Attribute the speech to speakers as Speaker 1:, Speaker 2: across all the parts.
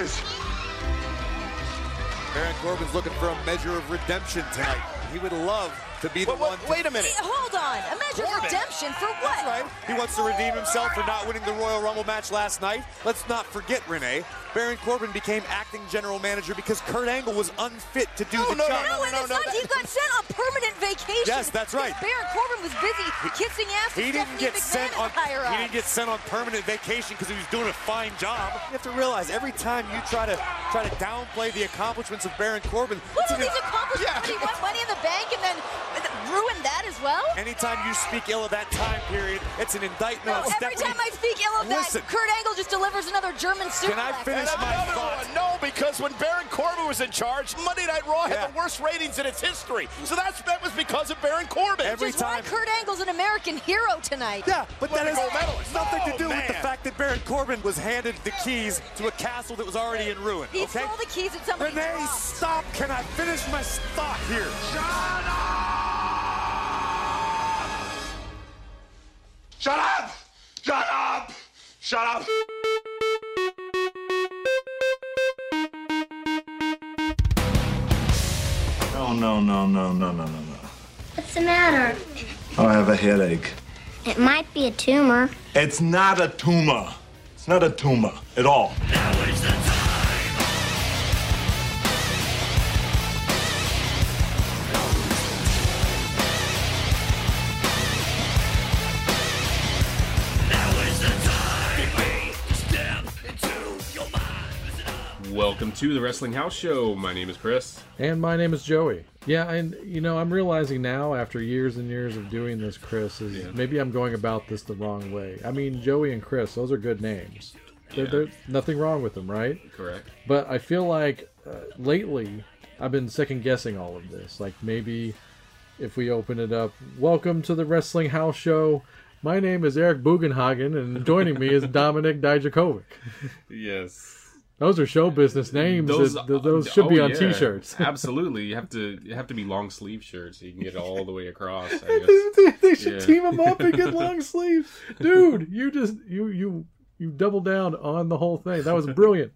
Speaker 1: is.
Speaker 2: Baron Corbin's looking for a measure of redemption tonight. He would love to be the
Speaker 3: But what-
Speaker 2: one. to-
Speaker 3: wait a minute.
Speaker 4: Hold on. A measure of
Speaker 3: Corbin.
Speaker 4: redemption for what?
Speaker 2: That's right. He wants to redeem himself for not winning the Royal Rumble match last night. Let's not forget, Renee, Baron Corbin became acting general manager because Kurt Angle was unfit to do the
Speaker 3: no,
Speaker 2: job.
Speaker 4: No, and
Speaker 3: no,
Speaker 4: it's
Speaker 3: no,
Speaker 4: not.
Speaker 3: that-
Speaker 4: He got sent on permanent vacation.
Speaker 2: Yes, that's right.
Speaker 4: Baron Corbin was busy kissing ass.
Speaker 2: He
Speaker 4: with
Speaker 2: didn't
Speaker 4: Stephanie
Speaker 2: get
Speaker 4: McMahon
Speaker 2: sent
Speaker 4: and
Speaker 2: on.
Speaker 4: higher
Speaker 2: He
Speaker 4: up.
Speaker 2: didn't get sent on permanent vacation because he was doing a fine job. You have to realize every time you try to try to downplay the accomplishments of Baron Corbin,
Speaker 4: What
Speaker 2: it's
Speaker 4: are
Speaker 2: an-
Speaker 4: these accomplishments?
Speaker 2: Yeah.
Speaker 4: What, He won Money in the Bank and then ruin that as well?
Speaker 2: Anytime you speak ill of that time period, it's an indictment
Speaker 4: No,
Speaker 2: of
Speaker 4: every
Speaker 2: Stephanie.
Speaker 4: time I speak ill of
Speaker 2: Listen.
Speaker 4: that, Kurt Angle just delivers another German suplex.
Speaker 2: Can I finish
Speaker 3: And
Speaker 2: That's my
Speaker 3: another
Speaker 2: thought.
Speaker 3: one, no, because when Baron Corbin was in charge, Monday Night Raw
Speaker 2: Yeah.
Speaker 3: had the worst ratings in its history. So that's, that was because of Baron Corbin.
Speaker 2: Every
Speaker 4: Just
Speaker 2: time.
Speaker 4: why Kurt Angle's an American hero tonight.
Speaker 2: Yeah, but that
Speaker 3: Olympic
Speaker 2: has
Speaker 3: gold medalist.
Speaker 2: nothing to
Speaker 3: Oh,
Speaker 2: do with the
Speaker 3: man.
Speaker 2: fact that Baron Corbin was handed the keys to a castle that was already in ruin.
Speaker 4: He
Speaker 2: okay?
Speaker 4: stole the keys at somebody's
Speaker 2: Renee,
Speaker 4: house.
Speaker 2: stop! Can I finish my thought here?
Speaker 1: Shut up! Shut up! Shut up! Shut up!
Speaker 5: No, no, no, no, no, no, no, no.
Speaker 6: What's the matter?
Speaker 5: Oh, I have a headache.
Speaker 6: It might be a tumor.
Speaker 5: It's not a tumor. It's not a tumor at all.
Speaker 7: Welcome to the Wrestling House Show. My name is Chris.
Speaker 8: And my name is Joey. Yeah, and you know, I'm realizing now after years and years of doing this, Chris, is maybe I'm going about this the wrong way. I mean, Joey and Chris, those are good names. There-
Speaker 7: Yeah.
Speaker 8: There's nothing wrong with them, right?
Speaker 7: Correct.
Speaker 8: But I feel like uh, lately I've been second guessing all of this. Like maybe if we open it up, welcome to the Wrestling House Show. My name is Eric Bugenhagen, and joining me is Dominic Dijakovic.
Speaker 7: Yes.
Speaker 8: Those are show business names. that, that those should be
Speaker 7: oh,
Speaker 8: on
Speaker 7: yeah.
Speaker 8: T-shirts.
Speaker 7: Absolutely. You have to you have to be long sleeve shirts so you can get it all the way across. I guess.
Speaker 8: they, they should
Speaker 7: Yeah.
Speaker 8: team them up and get long sleeves, dude. You just you you you double down on the whole thing. That was brilliant.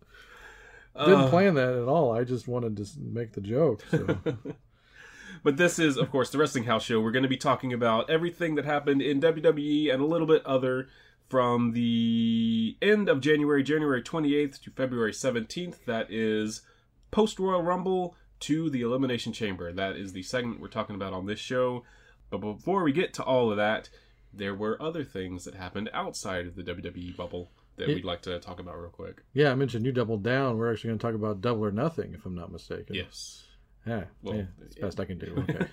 Speaker 7: Uh.
Speaker 8: Didn't plan that at all. I just wanted to s- make the joke. So.
Speaker 7: But this is, of course, the Wrestling House Show. We're going to be talking about everything that happened in WWE and a little bit other from the end of January, January 28th to February 17th. That is post Royal Rumble to the Elimination Chamber. That is the segment we're talking about on this show. But before we get to all of that, there were other things that happened outside of the WWE bubble that
Speaker 8: Yeah.
Speaker 7: we'd like to talk about real quick.
Speaker 8: yeah, I mentioned you double down. We're actually going to talk about double or nothing, if I'm not mistaken.
Speaker 7: Yes.
Speaker 8: Yeah,
Speaker 7: Well,
Speaker 8: yeah, it's the best I can do. Okay,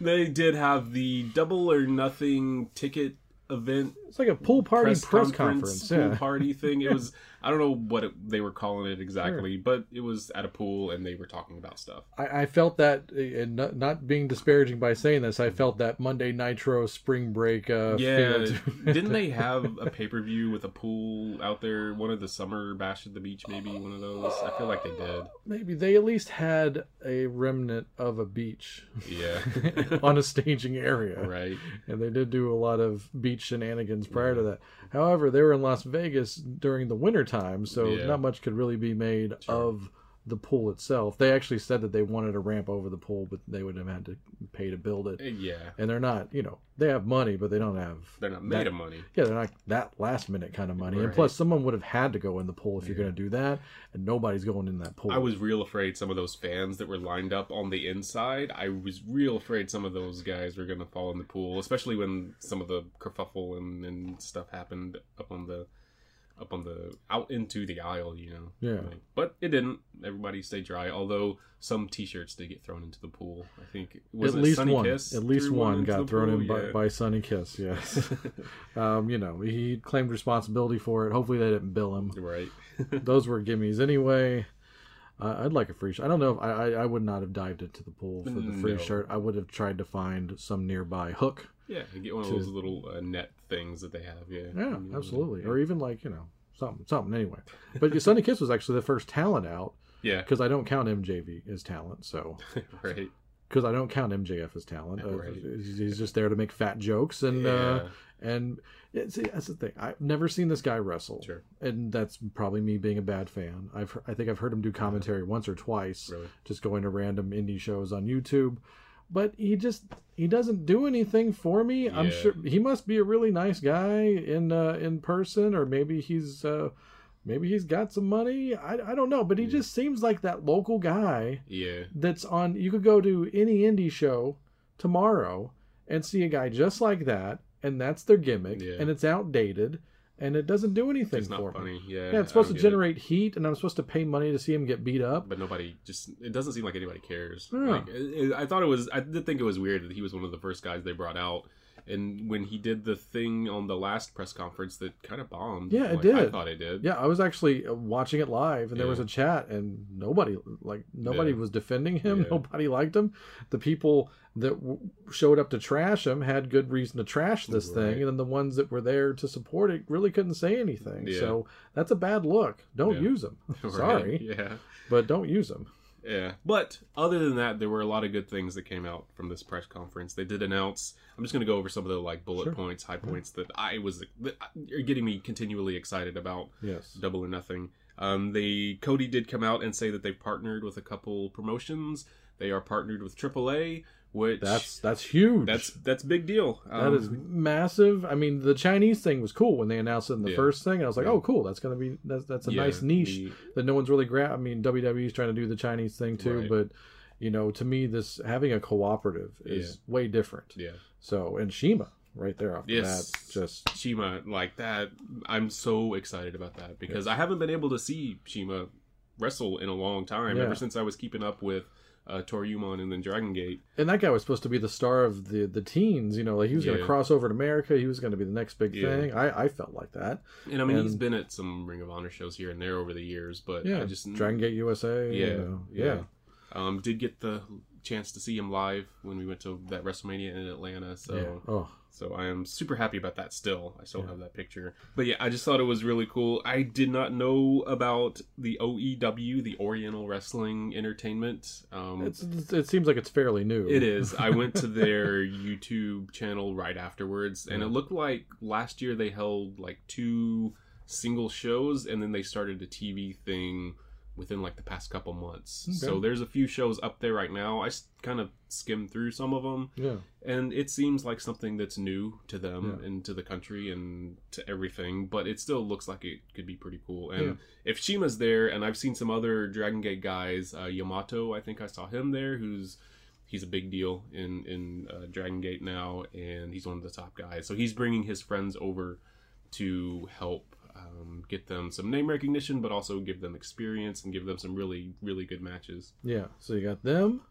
Speaker 7: They did have the double or nothing ticket event
Speaker 8: it's like a pool party press, conference.
Speaker 7: pool
Speaker 8: yeah.
Speaker 7: party thing. It was I don't know what it, they were calling it exactly, but it was at a pool and they were talking about stuff.
Speaker 8: I, I felt that, uh, and not, not being disparaging by saying this, I felt that Monday Nitro spring break. Uh,
Speaker 7: Yeah,
Speaker 8: feel to-
Speaker 7: didn't they have a pay per view with a pool out there? One of the summer bash at the beach, maybe one of those. I feel like they did.
Speaker 8: maybe they at least had a remnant of a beach
Speaker 7: Yeah,
Speaker 8: on a staging area.
Speaker 7: right.
Speaker 8: And they did do a lot of beach shenanigans prior to that. However, they were in Las Vegas during the winter time, so
Speaker 7: Yeah.
Speaker 8: not much could really be made of the pool itself. They actually said that they wanted a ramp over the pool, but they would have had to pay to build it.
Speaker 7: Yeah,
Speaker 8: And they're not, you know, they have money, but they don't have.
Speaker 7: they're not made
Speaker 8: that-
Speaker 7: of money.
Speaker 8: Yeah, they're not that last minute kind of money. And
Speaker 7: Right.
Speaker 8: plus, someone would have had to go in the pool if you're going to do that, and nobody's going in that pool.
Speaker 7: I was real afraid some of those fans that were lined up on the inside. I was real afraid some of those guys were going to fall in the pool, especially when some of the kerfuffle and, and stuff happened up on the up on the out into the aisle, you know.
Speaker 8: Yeah.
Speaker 7: Like, but it didn't. Everybody stayed dry. Although some T-shirts did get thrown into the pool. I think was
Speaker 8: at
Speaker 7: it
Speaker 8: least
Speaker 7: Sunny
Speaker 8: one.
Speaker 7: Kiss
Speaker 8: at least
Speaker 7: threw
Speaker 8: one
Speaker 7: into
Speaker 8: got
Speaker 7: the
Speaker 8: thrown
Speaker 7: pool?
Speaker 8: in by,
Speaker 7: Yeah.
Speaker 8: by Sunny Kiss. Yes, um, you know he claimed responsibility for it. Hopefully they didn't bill him.
Speaker 7: right.
Speaker 8: Those were gimmies anyway. I I'd like a free shirt. I don't know if I, I I would not have dived into the pool for the free
Speaker 7: No.
Speaker 8: shirt. I would have tried to find some nearby hook.
Speaker 7: Yeah, you get one of
Speaker 8: To-
Speaker 7: those little uh, net things that they have. Yeah.
Speaker 8: Yeah,
Speaker 7: You know,
Speaker 8: absolutely. Mm. Or even like you know something something anyway. But Sunny Kiss was actually the first talent out
Speaker 7: Yeah.
Speaker 8: because I don't count MJV as talent. So
Speaker 7: Right.
Speaker 8: because I don't count MJF as talent. Uh,
Speaker 7: Right.
Speaker 8: he's, he's just there to make fat jokes and. Uh, And it, see, that's the thing. I've never seen this guy wrestle,
Speaker 7: Sure.
Speaker 8: and that's probably me being a bad fan. I've he- I think I've heard him do commentary once or twice,
Speaker 7: Uh-huh. Really?
Speaker 8: just going to random indie shows on YouTube. But he just he doesn't do anything for me. I'm
Speaker 7: Yeah.
Speaker 8: sure he must be a really nice guy in uh, in person, or maybe he's uh, maybe he's got some money. I, I don't know, but he just seems like that local guy
Speaker 7: Yeah.
Speaker 8: that's on you could go to any indie show tomorrow and see a guy just like that and that's their gimmick
Speaker 7: Yeah.
Speaker 8: and it's outdated and it doesn't do anything
Speaker 7: It's not
Speaker 8: for
Speaker 7: funny.
Speaker 8: me
Speaker 7: Yeah.
Speaker 8: yeah
Speaker 7: I
Speaker 8: it's supposed to
Speaker 7: don't get it.
Speaker 8: generate heat and i'm supposed to pay money to see him get beat up
Speaker 7: But nobody just, it doesn't seem like anybody cares.
Speaker 8: Yeah.
Speaker 7: Like, it- it- I thought it was, I did think it was weird that he was one of the first guys they brought out. And when he did the thing on the last press conference that kind of bombed.
Speaker 8: Yeah, it
Speaker 7: like, I
Speaker 8: did.
Speaker 7: thought it did.
Speaker 8: yeah i was actually uh, watching it live and there was
Speaker 7: Yeah.
Speaker 8: a chat and nobody like nobody
Speaker 7: Yeah.
Speaker 8: was defending him
Speaker 7: Yeah.
Speaker 8: nobody liked him the people that w- showed up to trash him had good reason to trash this
Speaker 7: Right.
Speaker 8: thing and then the ones that were there to support it really couldn't say anything
Speaker 7: Yeah.
Speaker 8: so that's a bad look don't
Speaker 7: Yeah.
Speaker 8: use them
Speaker 7: Right?
Speaker 8: sorry
Speaker 7: Yeah.
Speaker 8: but don't use them
Speaker 7: Yeah. But other than that, there were a lot of good things that came out from this press conference. They did announce. I'm just going to go over some of the like bullet points, high points that I was that are getting me continually excited about.
Speaker 8: yes
Speaker 7: Double or nothing. Um, they Cody did come out and say that they partnered with a couple promotions. They are partnered with AAA, which
Speaker 8: that's that's huge
Speaker 7: that's that's big deal. Um,
Speaker 8: That is massive i mean the chinese thing was cool when they announced it in the
Speaker 7: Yeah.
Speaker 8: first thing i was like oh cool that's gonna be that's, that's a
Speaker 7: Yeah,
Speaker 8: nice niche
Speaker 7: the-
Speaker 8: that no one's really grab i mean wwe's trying to do the chinese thing too
Speaker 7: Right.
Speaker 8: but you know to me this having a cooperative is way different
Speaker 7: yeah.
Speaker 8: so and shima right there off the
Speaker 7: Yes.
Speaker 8: bat just
Speaker 7: Shima like that. I'm so excited about that because I haven't been able to see Shima wrestle in a long time.
Speaker 8: Yeah.
Speaker 7: Ever since I was keeping up with uh, Toriumon and then Dragon Gate.
Speaker 8: and that guy was supposed to be the star of the the teens you know like he was
Speaker 7: Yeah.
Speaker 8: gonna cross over to america he was gonna be the next big
Speaker 7: Yeah.
Speaker 8: thing i i felt like that
Speaker 7: And I mean, he's
Speaker 8: And-
Speaker 7: been at some Ring of Honor shows here and there over the years, but
Speaker 8: yeah
Speaker 7: I just
Speaker 8: dragon gate usa you
Speaker 7: Yeah,
Speaker 8: know,
Speaker 7: yeah.
Speaker 8: yeah.
Speaker 7: um, did get the chance to see him live when we went to that WrestleMania in Atlanta. So.
Speaker 8: yeah. oh
Speaker 7: So I am super happy about that still. I still have that picture. But yeah, I just thought it was really cool. I did not know about the OEW, the Oriental Wrestling Entertainment. Um,
Speaker 8: It's, it's- it seems like it's fairly new.
Speaker 7: It is. I went to their YouTube channel right afterwards, and it looked like last year they held like two single shows, and then they started a TV thing within like the past couple months. So
Speaker 8: Okay.
Speaker 7: there's a few shows up there right now. I s- kind of skimmed through some of them,
Speaker 8: Yeah.
Speaker 7: and it seems like something that's new to them and to the country and to everything, but it still looks like it could be pretty cool. And
Speaker 8: Yeah.
Speaker 7: if Shima's there, and I've seen some other Dragon Gate guys, uh, Yamato, I think I saw him there, who's he's a big deal in in uh, Dragon Gate now, and he's one of the top guys. So he's bringing his friends over to help um, get them some name recognition, but also give them experience and give them some really really good matches.
Speaker 8: Yeah. So you got them,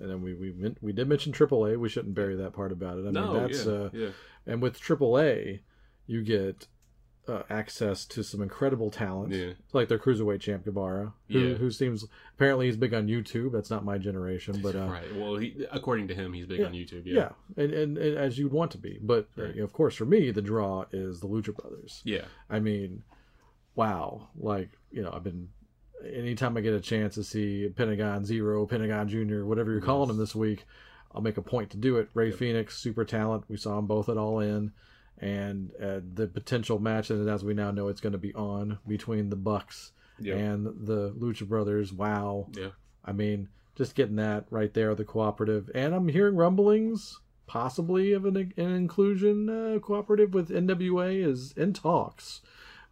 Speaker 8: and then we we men- we did mention AAA. We shouldn't bury that part about it. I
Speaker 7: no,
Speaker 8: mean, that's
Speaker 7: yeah,
Speaker 8: uh,
Speaker 7: yeah,
Speaker 8: and with AAA, you get uh, access to some incredible talent,
Speaker 7: Yeah.
Speaker 8: like their cruiserweight champ Guevara, who,
Speaker 7: Yeah.
Speaker 8: who seems apparently he's big on YouTube. That's not my generation, but uh,
Speaker 7: right. Well, he, according to him, he's big on YouTube.
Speaker 8: yeah, And, and and as you'd want to be, but uh,
Speaker 7: Right.
Speaker 8: of course for me the draw is the Lucha Brothers.
Speaker 7: yeah.
Speaker 8: I mean, wow. Like, you know, I've been anytime I get a chance to see Pentagon Zero, Pentagon Junior, whatever you're calling him this week, I'll make a point to do it. Ray Phoenix, super talent. We saw them both at All In, and uh, the potential match, and as we now know, it's going to be on between the Bucks
Speaker 7: Yeah.
Speaker 8: and the Lucha Brothers. Wow.
Speaker 7: Yeah.
Speaker 8: I mean, just getting that right there, the cooperative, and I'm hearing rumblings. Possibly of an, an inclusion uh, cooperative with NWA is in talks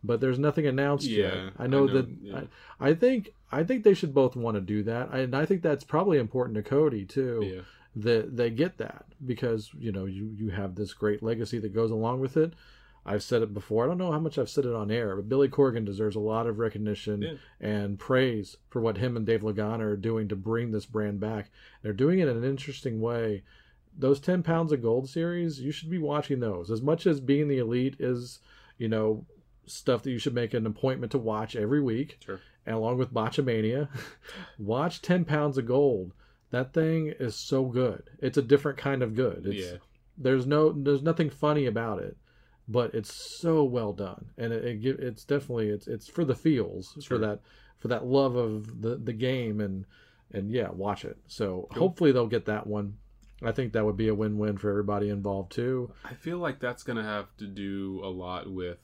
Speaker 8: but there's nothing announced
Speaker 7: Yeah,
Speaker 8: yet. I know,
Speaker 7: I know,
Speaker 8: that.
Speaker 7: yeah.
Speaker 8: I, I think I think they should both want to do that, and I think that's probably important to Cody too.
Speaker 7: Yeah.
Speaker 8: That they get that because you know you you have this great legacy that goes along with it. I've said it before. I don't know how much I've said it on air, but Billy Corgan deserves a lot of recognition
Speaker 7: Yeah.
Speaker 8: and praise for what him and Dave Lagana are doing to bring this brand back. They're doing it in an interesting way. Those ten pounds of gold series, you should be watching those as much as being the elite is, you know, stuff that you should make an appointment to watch every week.
Speaker 7: Sure.
Speaker 8: And along with Botchamania, watch 10 Pounds of Gold. That thing is so good. It's a different kind of good. It's,
Speaker 7: Yeah.
Speaker 8: There's no, there's nothing funny about it, but it's so well done, and it, it give, it's definitely it's it's for the feels
Speaker 7: Sure.
Speaker 8: for that for that love of the the game and and yeah, watch it. So hopefully they'll get that one. I think that would be a win-win for everybody involved too.
Speaker 7: I feel like that's gonna have to do a lot with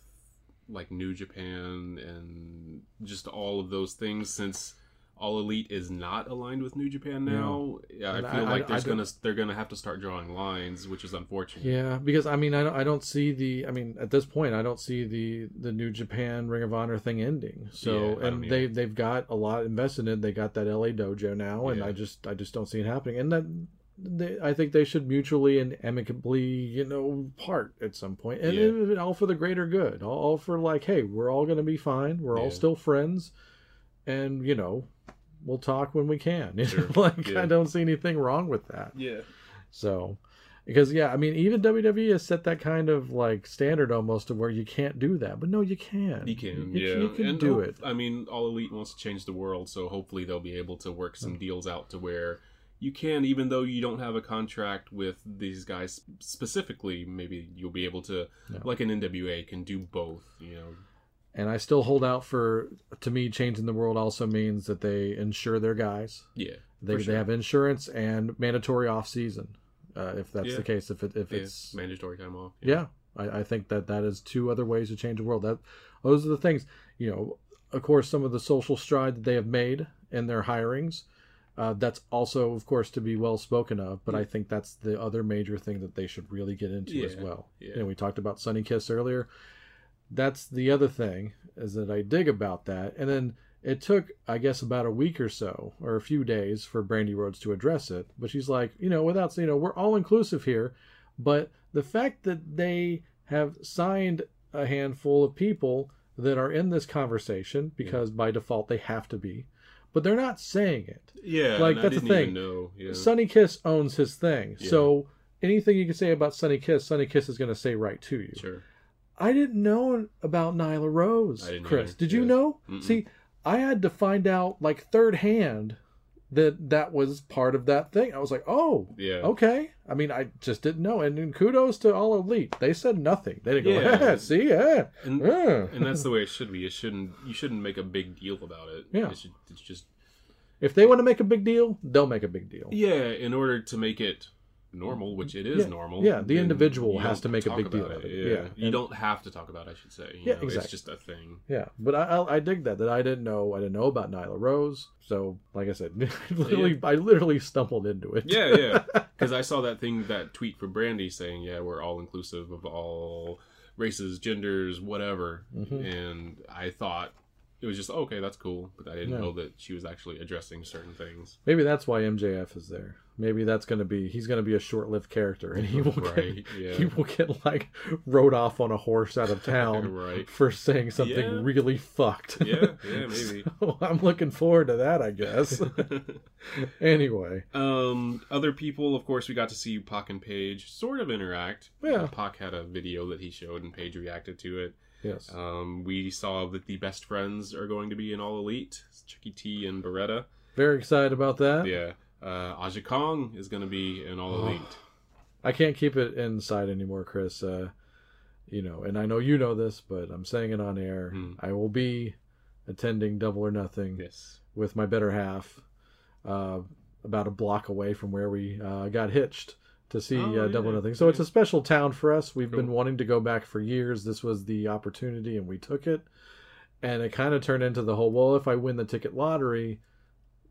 Speaker 7: like New Japan and just all of those things since all elite is not aligned with New Japan now. Yeah,
Speaker 8: And
Speaker 7: I feel
Speaker 8: I-
Speaker 7: like
Speaker 8: I-
Speaker 7: there's
Speaker 8: I don't-
Speaker 7: gonna they're gonna have to start drawing lines, which is unfortunate.
Speaker 8: Yeah, because I mean, I don't, I don't see the. I mean, at this point, I don't see the the New Japan Ring of Honor thing ending.
Speaker 7: Yeah, I
Speaker 8: So,
Speaker 7: don't
Speaker 8: and
Speaker 7: either.
Speaker 8: they they've got a lot invested in. They got that LA dojo now, and
Speaker 7: Yeah.
Speaker 8: I just I just don't see it happening. And that they, I think they should mutually and amicably, you know, part at some point, and
Speaker 7: Yeah.
Speaker 8: it- all for the greater good. All, all for like, hey, we're all gonna be fine. We're
Speaker 7: Yeah.
Speaker 8: all still friends, and you know, we'll talk when we can. You know,
Speaker 7: Sure.
Speaker 8: like
Speaker 7: Yeah.
Speaker 8: I don't see anything wrong with that.
Speaker 7: Yeah.
Speaker 8: So, because yeah, I mean, even WWE has set that kind of like standard almost to where you can't do that, but no, you can.
Speaker 7: You can,
Speaker 8: You,
Speaker 7: yeah,
Speaker 8: you can
Speaker 7: and
Speaker 8: do
Speaker 7: hope-
Speaker 8: it.
Speaker 7: I mean, All Elite wants to change the world, so hopefully they'll be able to work some deals out to where you can, even though you don't have a contract with these guys specifically. Maybe you'll be able to, like an NWA, can do both. You know,
Speaker 8: And I still hold out for. To me, changing the world also means that they insure their guys.
Speaker 7: yeah,
Speaker 8: They,
Speaker 7: for sure.
Speaker 8: they have insurance and mandatory off season, uh, if that's
Speaker 7: Yeah.
Speaker 8: the case. If it if
Speaker 7: Yeah,
Speaker 8: it's
Speaker 7: mandatory time off.
Speaker 8: yeah I, I think that that is two other ways to change the world that those are the things you know of course some of the social stride that they have made in their hirings uh, that's also of course to be well spoken of but i think that's the other major thing that they should really get into as
Speaker 7: Yeah,
Speaker 8: well
Speaker 7: yeah.
Speaker 8: you know we talked about sunny kiss earlier that's the other thing is that i dig about that and then it took i guess about a week or so or a few days for brandy rhodes to address it but she's like you know without you know we're all inclusive here but the fact that they have signed a handful of people that are in this conversation because by default they have to be, but they're not saying it.
Speaker 7: yeah.
Speaker 8: Like,
Speaker 7: and I
Speaker 8: that's the
Speaker 7: didn't
Speaker 8: thing.
Speaker 7: Even know. Yeah.
Speaker 8: Sunny Kiss owns his thing, so anything you can say about Sunny Kiss, Sunny Kiss is going to say right to you.
Speaker 7: Sure.
Speaker 8: I didn't know about Nyla Rose,
Speaker 7: I didn't
Speaker 8: Chris.
Speaker 7: either,
Speaker 8: Did you
Speaker 7: yeah.
Speaker 8: know? See, I had to find out like third hand that that was part of that thing. I was like, oh,
Speaker 7: Yeah.
Speaker 8: okay. I mean, I just didn't know. And, and kudos to all elite. They said nothing. They didn't
Speaker 7: Yeah.
Speaker 8: go, yeah, see, yeah,
Speaker 7: And-
Speaker 8: yeah."
Speaker 7: And that's the way it should be. It shouldn't. You shouldn't make a big deal about it.
Speaker 8: Yeah.
Speaker 7: It should, it's just
Speaker 8: If they want to make a big deal, they'll make a big deal.
Speaker 7: Yeah, in order to make it normal, which it is
Speaker 8: Yeah,
Speaker 7: normal.
Speaker 8: yeah, the
Speaker 7: then
Speaker 8: individual
Speaker 7: you
Speaker 8: has
Speaker 7: don't
Speaker 8: to make a
Speaker 7: talk
Speaker 8: big deal
Speaker 7: about
Speaker 8: of it,
Speaker 7: Yeah,
Speaker 8: yeah,
Speaker 7: you
Speaker 8: and-
Speaker 7: don't have to talk about. it, I should say. You
Speaker 8: Yeah,
Speaker 7: know, It's
Speaker 8: exactly.
Speaker 7: just a thing.
Speaker 8: Yeah, but I, I I dig that that I didn't know I didn't know about Nyla Rose. So like I said, literally I literally stumbled into it.
Speaker 7: Yeah, yeah. Because I saw that thing, that tweet from Brandy saying, "Yeah, we're all inclusive of all races, genders, whatever,"
Speaker 8: Mm-hmm.
Speaker 7: and I thought. It was just oh, okay. That's cool, but I didn't
Speaker 8: Yeah.
Speaker 7: know that she was actually addressing certain things.
Speaker 8: Maybe that's why MJF is there. Maybe that's gonna be he's gonna be a short lived character and he will
Speaker 7: Right,
Speaker 8: get
Speaker 7: yeah.
Speaker 8: he will get like rode off on a horse out of town
Speaker 7: Right.
Speaker 8: for saying something
Speaker 7: Yeah.
Speaker 8: really fucked.
Speaker 7: Yeah, yeah, maybe.
Speaker 8: So I'm looking forward to that, I guess. anyway.
Speaker 7: Um, other people, of course, we got to see Pac and Paige sort of interact.
Speaker 8: Yeah.
Speaker 7: Pac had a video that he showed, and Paige reacted to it.
Speaker 8: Yes.
Speaker 7: Um, we saw that the best friends are going to be in All Elite, It's Chucky T and Beretta.
Speaker 8: Very excited about that.
Speaker 7: Yeah, uh, Aja Kong is going to be in All Elite.
Speaker 8: I can't keep it inside anymore, Chris. Uh, you know, and I know you know this, but I'm saying it on air. I will be attending Double or Nothing
Speaker 7: Hmm. Yes.
Speaker 8: with my better half, uh, about a block away from where we uh, got hitched to see
Speaker 7: Oh,
Speaker 8: uh, Double or
Speaker 7: yeah.
Speaker 8: Nothing. So it's a special town for us. We've been wanting to go back for years. This was the opportunity, and we took it. And it kind of turned into the whole well, if I win the ticket lottery,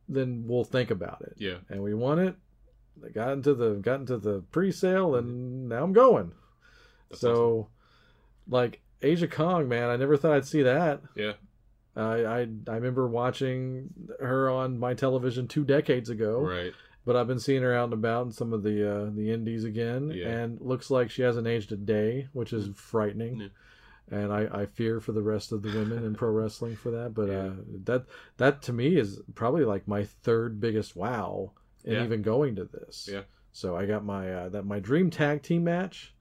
Speaker 8: then we'll think about it
Speaker 7: Yeah.
Speaker 8: and we won it. I got into the got into the pre-sale, and now I'm going. so, like Asia Kong, man, I never thought I'd see that.
Speaker 7: Yeah.
Speaker 8: I, I I remember watching her on my television two decades ago,
Speaker 7: Right.
Speaker 8: but I've been seeing her out and about in some of the uh, the indies again,
Speaker 7: Yeah. Mm.
Speaker 8: and looks like she hasn't aged a day, which is frightening.
Speaker 7: Yeah.
Speaker 8: And I, I fear for the rest of the women in pro wrestling for that, but
Speaker 7: Yeah.
Speaker 8: uh, that that to me is probably like my third biggest wow in
Speaker 7: Yeah.
Speaker 8: even going to this.
Speaker 7: Yeah.
Speaker 8: So I got my uh, that my dream tag team match,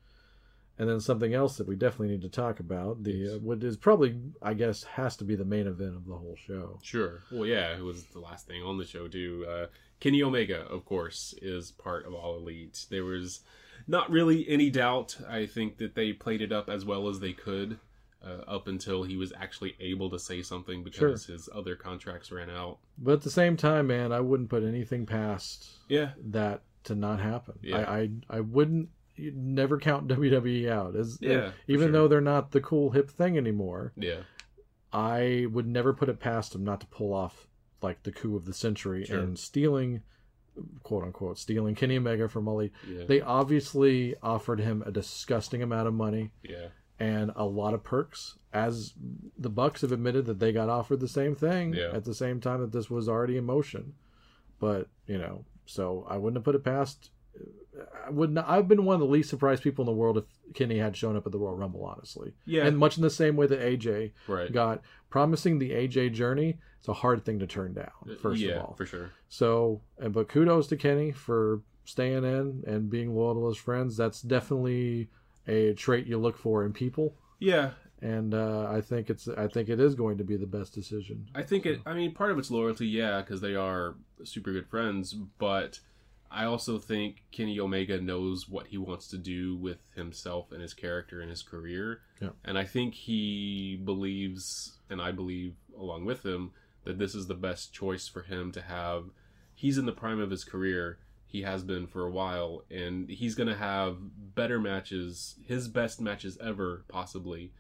Speaker 8: and then something else that we definitely need to talk about. The uh, what is probably I guess has to be the main event of the whole show.
Speaker 7: Sure. Well, yeah, it was the last thing on the show too. Uh, Kenny Omega, of course, is part of All Elite. There was not really any doubt. I think that they played it up as well as they could, uh, up until he was actually able to say something because his other contracts ran out.
Speaker 8: But at the same time, man, I wouldn't put anything past
Speaker 7: Yeah,
Speaker 8: that to not happen.
Speaker 7: Yeah.
Speaker 8: I, I I wouldn't you'd never count WWE out as
Speaker 7: Yeah, for
Speaker 8: even
Speaker 7: sure.
Speaker 8: though they're not the cool hip thing anymore.
Speaker 7: Yeah.
Speaker 8: I would never put it past them not to pull off like the coup of the century
Speaker 7: Sure.
Speaker 8: and stealing quote unquote stealing Kenny Omega from Ali.
Speaker 7: Yeah.
Speaker 8: They obviously offered him a disgusting amount of money
Speaker 7: Yeah.
Speaker 8: and a lot of perks as the bucks have admitted that they got offered the same thing
Speaker 7: Yeah.
Speaker 8: at the same time that this was already in motion but you know so i wouldn't have put it past uh, i wouldn't i've been one of the least surprised people in the world if kenny had shown up at the royal rumble honestly
Speaker 7: Yeah.
Speaker 8: and much in the same way that aj
Speaker 7: Right.
Speaker 8: got promising the aj journey it's a hard thing to turn down first
Speaker 7: Uh, yeah,
Speaker 8: of all
Speaker 7: for sure.
Speaker 8: so, and but kudos to Kenny for staying in and being loyal to his friends. That's definitely a trait you look for in people,
Speaker 7: Yeah,
Speaker 8: and uh, I think it's I think it is going to be the best decision.
Speaker 7: I think it. I mean, part of it's loyalty, yeah, because they are super good friends. But I also think Kenny Omega knows what he wants to do with himself and his character and his career.
Speaker 8: Yeah.
Speaker 7: And I think he believes, and I believe along with him, that this is the best choice for him to have. He's in the prime of his career. He has been for a while, and he's going to have better matches, his best matches ever, possibly.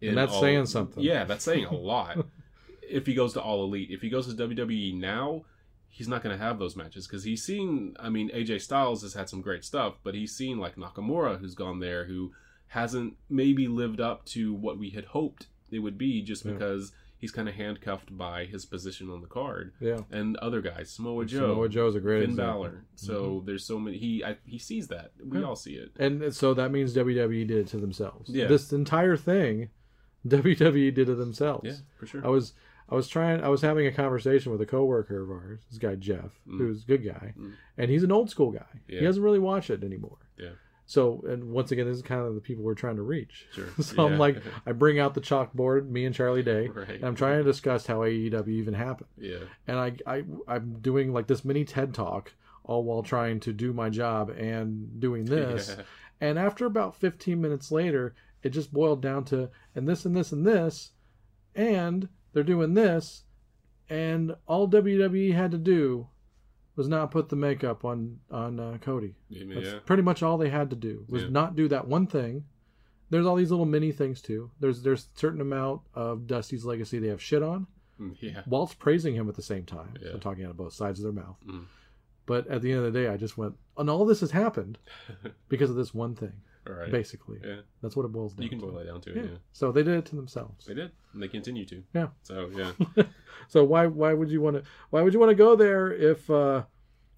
Speaker 7: in
Speaker 8: And that's
Speaker 7: all-
Speaker 8: saying something.
Speaker 7: Yeah, that's saying a lot. if he goes to All Elite, if he goes to WWE now, he's not going to have those matches because he's seen. I mean, AJ Styles has had some great stuff, but he's seen like Nakamura, who's gone there, who hasn't maybe lived up to what we had hoped it would be, just because he's kind of handcuffed by his position on the card.
Speaker 8: Yeah.
Speaker 7: and other guys, Samoa Joe,
Speaker 8: Samoa Joe's a great
Speaker 7: Finn
Speaker 8: example. Mm-hmm.
Speaker 7: Balor. So there's so many. He I, he sees that. We all see it.
Speaker 8: And so that means WWE did it to themselves.
Speaker 7: Yeah.
Speaker 8: This entire thing, WWE E did it themselves.
Speaker 7: Yeah, for sure.
Speaker 8: I was I was trying I was having a conversation with a coworker of ours, this guy Jeff, who's a good guy, and he's an old school guy.
Speaker 7: Mm. Yeah.
Speaker 8: He doesn't really watch it anymore.
Speaker 7: Yeah.
Speaker 8: So and once again, this is kind of the people we're trying to reach.
Speaker 7: Sure.
Speaker 8: so
Speaker 7: Yeah.
Speaker 8: I'm like, I bring out the chalkboard, me and Charlie Day,
Speaker 7: Right.
Speaker 8: and I'm trying to discuss how AEW even happened.
Speaker 7: Yeah,
Speaker 8: And I, I I'm doing like this mini TED talk, all while trying to do my job and doing this.
Speaker 7: Yeah.
Speaker 8: And after about 15 minutes later, it just boiled down to and this and this and this, and they're doing this, and all WWE had to do was not put the makeup on on uh, Cody. That's
Speaker 7: yeah,
Speaker 8: pretty much all they had to do was
Speaker 7: Yeah.
Speaker 8: not do that one thing. There's all these little mini things too. There's there's certain amount of Dusty's legacy they have shit on,
Speaker 7: Mm, yeah.
Speaker 8: whilst praising him at the same time.
Speaker 7: Yeah.
Speaker 8: So talking out of both sides of their mouth.
Speaker 7: Mm.
Speaker 8: But at the end of the day, I just went, and all this has happened because of this one thing,
Speaker 7: All right.
Speaker 8: basically.
Speaker 7: Yeah.
Speaker 8: That's what it boils down
Speaker 7: You can
Speaker 8: to.
Speaker 7: boil that down to it.
Speaker 8: yeah.
Speaker 7: yeah.
Speaker 8: So they did it to themselves.
Speaker 7: They did, and they continue to.
Speaker 8: Yeah.
Speaker 7: So yeah,
Speaker 8: So why why would you want to why would you want to go there if uh,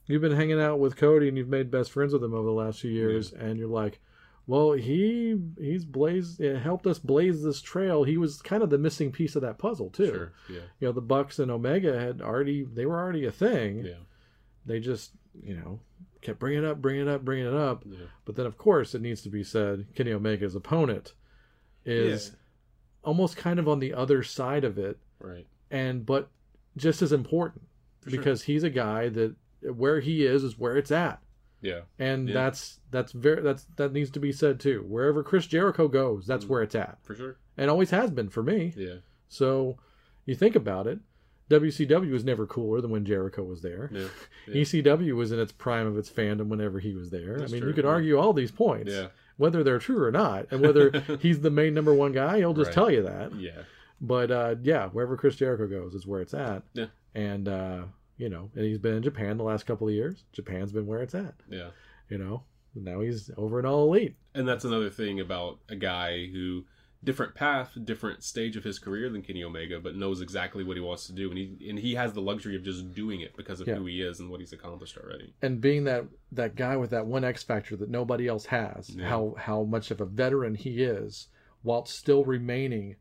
Speaker 8: you've been hanging out with Cody and you've made best friends with him over the last few years and you're like, well he he's blazed it helped us blaze this trail. He was kind of the missing piece of that puzzle too.
Speaker 7: sure, yeah,
Speaker 8: You know the Bucks and Omega had already they were already a thing.
Speaker 7: yeah,
Speaker 8: They just you know kept bringing it up, bringing it up, bringing it up.
Speaker 7: yeah.
Speaker 8: But then of course it needs to be said Kenny Omega's opponent is almost kind of on the other side of it
Speaker 7: right?
Speaker 8: and but just as important
Speaker 7: sure.
Speaker 8: because he's a guy that where he is is where it's at
Speaker 7: Yeah,
Speaker 8: and
Speaker 7: Yeah.
Speaker 8: that's that's very that's that needs to be said too wherever chris jericho goes that's where it's at
Speaker 7: Mm. for sure.
Speaker 8: and always has been for me
Speaker 7: Yeah,
Speaker 8: so you think about it wcw was never cooler than when jericho was there
Speaker 7: yeah,
Speaker 8: ecw was in its prime of its fandom whenever he was there
Speaker 7: That's
Speaker 8: i mean
Speaker 7: true,
Speaker 8: you could
Speaker 7: yeah.
Speaker 8: argue all these points
Speaker 7: Yeah.
Speaker 8: whether they're true or not and whether he's the main number one guy he'll just
Speaker 7: Right.
Speaker 8: tell you that
Speaker 7: yeah,
Speaker 8: but uh, yeah, wherever Chris Jericho goes is where it's at.
Speaker 7: Yeah.
Speaker 8: And uh, you know, and he's been in Japan the last couple of years. Japan's been where it's at.
Speaker 7: yeah.
Speaker 8: You know, now he's over in All Elite.
Speaker 7: And that's another thing about a guy who different path, different stage of his career than Kenny Omega, but knows exactly what he wants to do, and he and he has the luxury of just doing it because of
Speaker 8: Yeah.
Speaker 7: who he is and what he's accomplished already.
Speaker 8: And being that that guy with that one X factor that nobody else has,
Speaker 7: Yeah.
Speaker 8: how how much of a veteran he is, while still remaining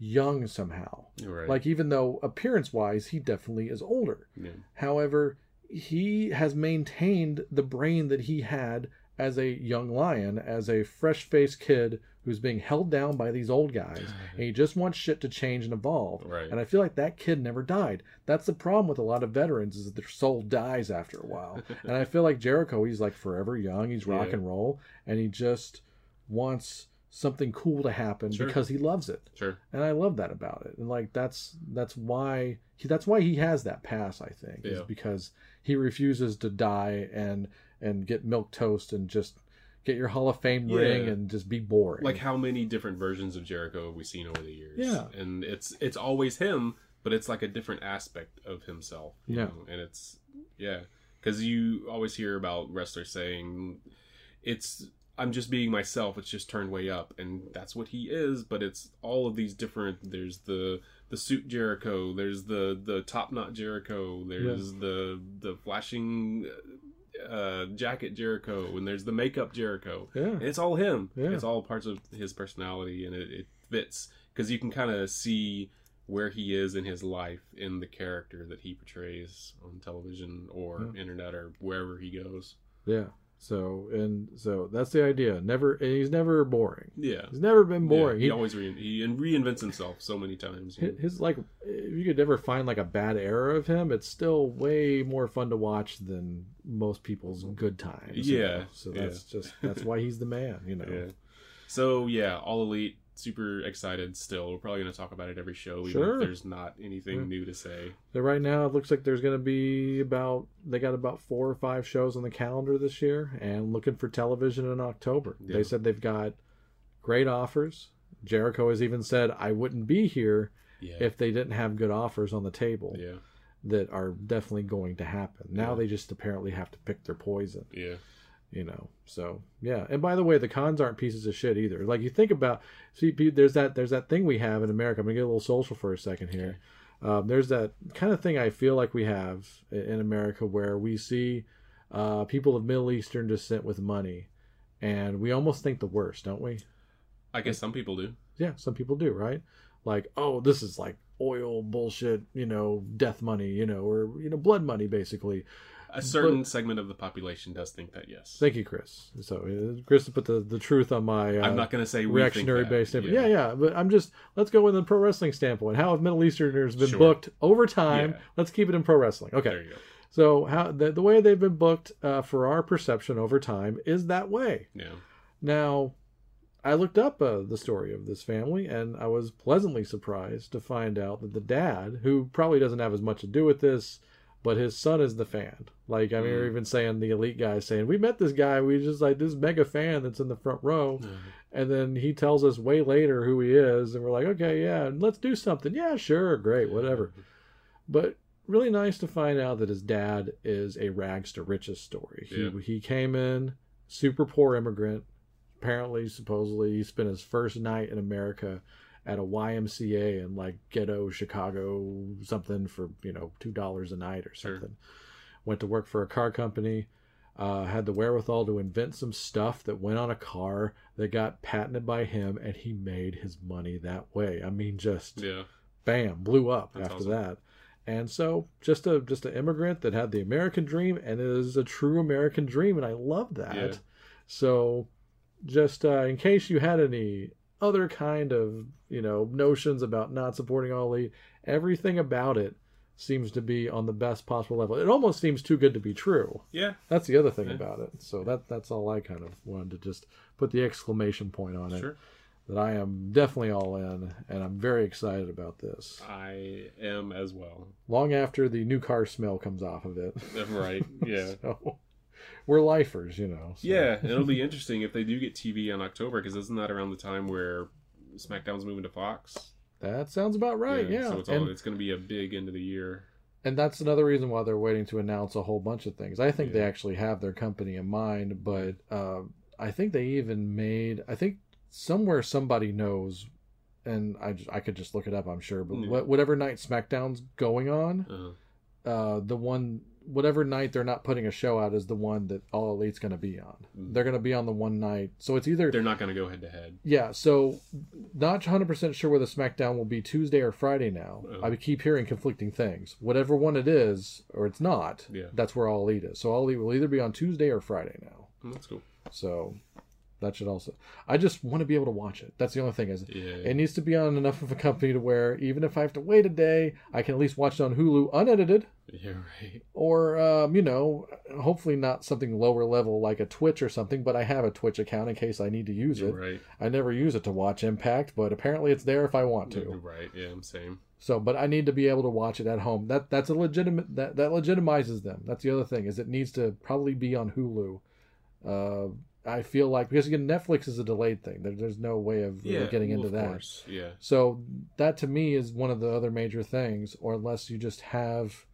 Speaker 8: young somehow.
Speaker 7: Right.
Speaker 8: Like even though appearance wise, he definitely is older.
Speaker 7: yeah,
Speaker 8: However, he has maintained the brain that he had as a young lion, as a fresh faced kid who's being held down by these old guys, and he just wants shit to change and evolve.
Speaker 7: Right.
Speaker 8: And I feel like that kid never died. That's the problem with a lot of veterans is that their soul dies after a while. and I feel like Jericho, he's like forever young, he's rock
Speaker 7: Yeah.
Speaker 8: and roll, and he just wants something cool to happen
Speaker 7: Sure.
Speaker 8: because he loves it
Speaker 7: sure.
Speaker 8: and I love that about it. And like that's that's why he, that's why he has that pass. I think is
Speaker 7: Yeah.
Speaker 8: because he refuses to die and and get milk toast and just get your Hall of Fame ring
Speaker 7: Yeah.
Speaker 8: and just be boring.
Speaker 7: Like how many different versions of Jericho have we seen over the years?
Speaker 8: Yeah.
Speaker 7: and it's it's always him, but it's like a different aspect of himself. You
Speaker 8: Yeah.
Speaker 7: know? and it's yeah, because you always hear about wrestlers saying, "It's I'm just being myself. It's just turned way up," and that's what he is. But it's all of these different. There's the the suit Jericho. There's the the top knot Jericho. There's the the flashing uh, jacket Jericho, and there's the makeup Jericho.
Speaker 8: Yeah.
Speaker 7: And it's all him.
Speaker 8: Yeah.
Speaker 7: It's all parts of his personality, and it, it fits because you can kind of see where he is in his life in the character that he portrays on television or internet or wherever he goes.
Speaker 8: yeah. So and so that's the idea. Never and he's never boring.
Speaker 7: Yeah.
Speaker 8: He's never been
Speaker 7: Yeah,
Speaker 8: boring.
Speaker 7: he,
Speaker 8: He-
Speaker 7: always re- he and reinvents himself so many times. you know.
Speaker 8: his like if you could ever find like a bad era of him it's still way more fun to watch than most people's good times you
Speaker 7: Yeah,
Speaker 8: know? so that's just that's why he's the man you know
Speaker 7: Yeah. So yeah, all elite. Super excited still. We're probably going to talk about it every show, even
Speaker 8: Sure.
Speaker 7: if there's not anything new to say.
Speaker 8: so right now it looks like there's going to be about they got about four or five shows on the calendar this year and looking for television in october
Speaker 7: Yeah.
Speaker 8: they said they've got great offers jericho has even said i wouldn't be here
Speaker 7: Yeah.
Speaker 8: if they didn't have good offers on the table
Speaker 7: yeah.
Speaker 8: that are definitely going to happen now
Speaker 7: Yeah.
Speaker 8: they just apparently have to pick their poison
Speaker 7: Yeah.
Speaker 8: you know so yeah and by the way the cons aren't pieces of shit either like you think about see pe- there's that there's that thing we have in america i'm gonna get a little social for a second here um, there's that kind of thing i feel like we have i- in america where we see uh, people of middle eastern descent with money and we almost think the worst don't we
Speaker 7: I guess some people do.
Speaker 8: yeah some people do right like oh this is like oil bullshit you know death money you know or you know blood money basically
Speaker 7: A certain segment of the population does think that, yes.
Speaker 8: thank you chris so uh, chris put the, the truth on my uh,
Speaker 7: I'm not going to say we think
Speaker 8: reactionary
Speaker 7: that.
Speaker 8: based standpoint. Yeah. yeah, But I'm just let's go with the pro wrestling standpoint. How have Middle Easterners been booked over time?
Speaker 7: Yeah.
Speaker 8: Let's keep it in pro wrestling. Okay.
Speaker 7: There you go.
Speaker 8: So how the, the way they've been booked uh, for our perception over time is that way.
Speaker 7: Yeah.
Speaker 8: Now, I looked up uh, the story of this family, and I was pleasantly surprised to find out that the dad, who probably doesn't have as much to do with this, but his son is the fan. Like, I mean, we're even saying the elite guy saying, "We met this guy. We just like this mega fan that's in the front row," and then he tells us way later who he is, and we're like, "Okay, yeah, and let's do something. Yeah, sure, great, whatever." But really nice to find out that his dad is a rags to riches story.
Speaker 7: Yeah.
Speaker 8: He he came in super poor immigrant apparently supposedly he spent his first night in america at a ymca in like ghetto chicago something for you know two dollars a night or
Speaker 7: Sure.
Speaker 8: something went to work for a car company uh, had the wherewithal to invent some stuff that went on a car that got patented by him and he made his money that way i mean just
Speaker 7: Yeah.
Speaker 8: bam blew up
Speaker 7: That's
Speaker 8: after
Speaker 7: awesome.
Speaker 8: that and so just a just an immigrant that had the american dream and is a true american dream and i love that
Speaker 7: Yeah.
Speaker 8: so just uh, in case you had any other kind of you know notions about not supporting all elite everything about it seems to be on the best possible level it almost seems too good to be true
Speaker 7: Yeah.
Speaker 8: that's the other thing about it so that that's all i kind of wanted to just put the exclamation point on it
Speaker 7: Sure.
Speaker 8: that i am definitely all in and i'm very excited about this
Speaker 7: I am as well.
Speaker 8: long after the new car smell comes off of it.
Speaker 7: Right. Yeah.
Speaker 8: So, we're lifers, you know. so-
Speaker 7: Yeah. It'll be interesting if they do get TV on October because isn't that around the time where SmackDown's moving to Fox?
Speaker 8: That sounds about
Speaker 7: Oh,
Speaker 8: right, yeah.
Speaker 7: So it's, all,
Speaker 8: and,
Speaker 7: it's going to be a big end of the year.
Speaker 8: and that's another reason why they're waiting to announce a whole bunch of things. I think they actually have their company in mind, but uh, I think they even made, I think somewhere somebody knows, and I, ju- I could just look it up, I'm sure, but
Speaker 7: Yeah.
Speaker 8: what, whatever night SmackDown's going on,
Speaker 7: Uh,
Speaker 8: uh, the one whatever night they're not putting a show out is the one that all elite's going to be on they're going to be on the one night so it's either
Speaker 7: they're not going to go head to head.
Speaker 8: Yeah, so not 100% sure whether SmackDown will be Tuesday or Friday now.
Speaker 7: Oh.
Speaker 8: I keep hearing conflicting things. Whatever one it is, or it's not,
Speaker 7: Yeah. Hmm,
Speaker 8: that's where All Elite is. So All Elite will either be on Tuesday or Friday now.
Speaker 7: That's cool.
Speaker 8: So That should also. I just want to be able to watch it. That's the only thing. Is it needs to be on enough of a company to where even if I have to wait a day, I can at least watch it on Hulu unedited,
Speaker 7: Yeah, right.
Speaker 8: or um, you know, hopefully not something lower level like a Twitch or something. But I have a Twitch account in case I need to use it.
Speaker 7: Right.
Speaker 8: I never use it to watch Impact, but apparently it's there if I want to.
Speaker 7: You're right. Yeah, I'm same.
Speaker 8: So, but I need to be able to watch it at home. That that's a legitimate that that legitimizes them. That's the other thing is it needs to probably be on Hulu. Uh, I feel like because again Netflix is a delayed thing. There, there's no way of really
Speaker 7: Yeah,
Speaker 8: getting
Speaker 7: well,
Speaker 8: into
Speaker 7: of
Speaker 8: that.
Speaker 7: Course. Yeah.
Speaker 8: So that to me is one of the other major things. Or unless you just have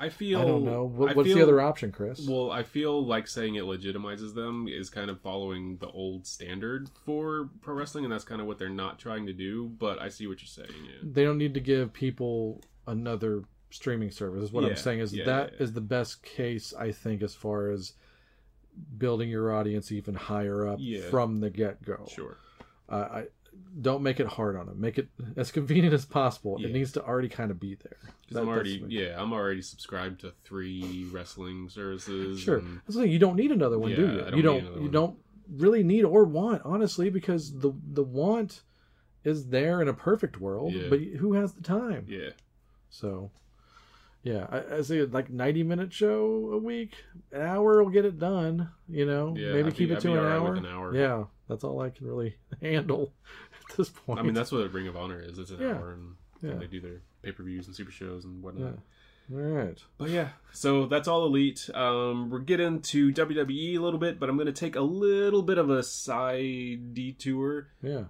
Speaker 7: I feel.
Speaker 8: I don't know what,
Speaker 7: I
Speaker 8: what's the
Speaker 7: feel-
Speaker 8: other option, Chris.
Speaker 7: Well, I feel like saying it legitimizes them is kind of following the old standard for pro wrestling, and that's kind of what they're not trying to do. But I see what you're saying. Yeah.
Speaker 8: they don't need to give people another streaming service. Is what
Speaker 7: Yeah,
Speaker 8: I'm saying is that
Speaker 7: yeah,
Speaker 8: is
Speaker 7: yeah, yeah.
Speaker 8: the best case I think as far as building your audience even higher up
Speaker 7: Yeah.
Speaker 8: from the get go.
Speaker 7: Sure.
Speaker 8: Uh, I don't make it hard on them. Make it as convenient as possible.
Speaker 7: Yeah.
Speaker 8: It needs to already kind of be there.
Speaker 7: Because I'm
Speaker 8: That-
Speaker 7: already,
Speaker 8: that's-
Speaker 7: yeah, I'm already subscribed to three wrestling services.
Speaker 8: Sure.
Speaker 7: and-
Speaker 8: That's the thing. You don't need another one, do
Speaker 7: um, Yeah,
Speaker 8: you?
Speaker 7: I don't
Speaker 8: you
Speaker 7: need
Speaker 8: don't.
Speaker 7: another
Speaker 8: You
Speaker 7: one.
Speaker 8: don't really need or want, honestly, because the the want is there in a perfect world,
Speaker 7: Yeah.
Speaker 8: but who has the time?
Speaker 7: yeah.
Speaker 8: So, yeah, I, I say like ninety minute show a week, an hour will get it done. You know,
Speaker 7: Yeah,
Speaker 8: maybe
Speaker 7: I'd
Speaker 8: keep
Speaker 7: be-
Speaker 8: it
Speaker 7: I'd
Speaker 8: to
Speaker 7: be
Speaker 8: an,
Speaker 7: alright
Speaker 8: hour.
Speaker 7: with an hour.
Speaker 8: Yeah, that's all I can really handle at this point.
Speaker 7: I mean, that's what Ring of Honor is. It's an
Speaker 8: Yeah.
Speaker 7: hour, and
Speaker 8: Yeah.
Speaker 7: they do their pay per views and super shows and whatnot.
Speaker 8: yeah. All right.
Speaker 7: But yeah, so that's all elite. Um, we're getting to WWE E a little bit, but I'm going to take a little bit of a side detour.
Speaker 8: Yeah,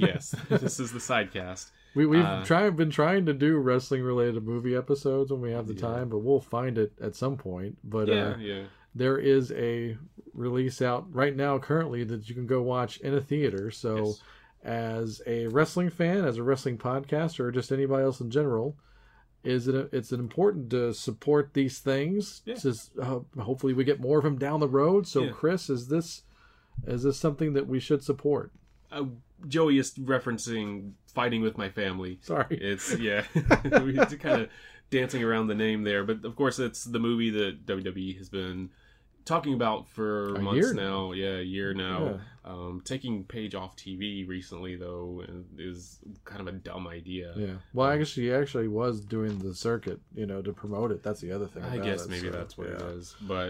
Speaker 7: yes, this is the sidecast.
Speaker 8: we we've
Speaker 7: Uh,
Speaker 8: try, been trying to do wrestling related movie episodes when we have the time, but we'll find it at some point. But
Speaker 7: Yeah,
Speaker 8: uh,
Speaker 7: yeah.
Speaker 8: there is a release out right now currently that you can go watch in a theater. So,
Speaker 7: Yes.
Speaker 8: as a wrestling fan, as a wrestling podcaster, or just anybody else in general, is it it's important to support these things.
Speaker 7: Yeah.
Speaker 8: Just, uh, hopefully, we get more of them down the road. So,
Speaker 7: Yeah.
Speaker 8: Chris, is this is this something that we should support?
Speaker 7: Uh, Joey is referencing fighting with my family.
Speaker 8: Sorry.
Speaker 7: It's yeah, we kind of dancing around the name there, but of course it's the movie that WWE has been talking about for
Speaker 8: A
Speaker 7: months
Speaker 8: year
Speaker 7: now. Yeah, a year now. Um, taking Paige off TV recently though is kind of a dumb idea.
Speaker 8: Yeah. Well, actually, he actually was doing the circuit, you know, to promote it. That's the other thing.
Speaker 7: I
Speaker 8: about
Speaker 7: guess
Speaker 8: it,
Speaker 7: maybe
Speaker 8: so,
Speaker 7: that's what it
Speaker 8: yeah.
Speaker 7: is. But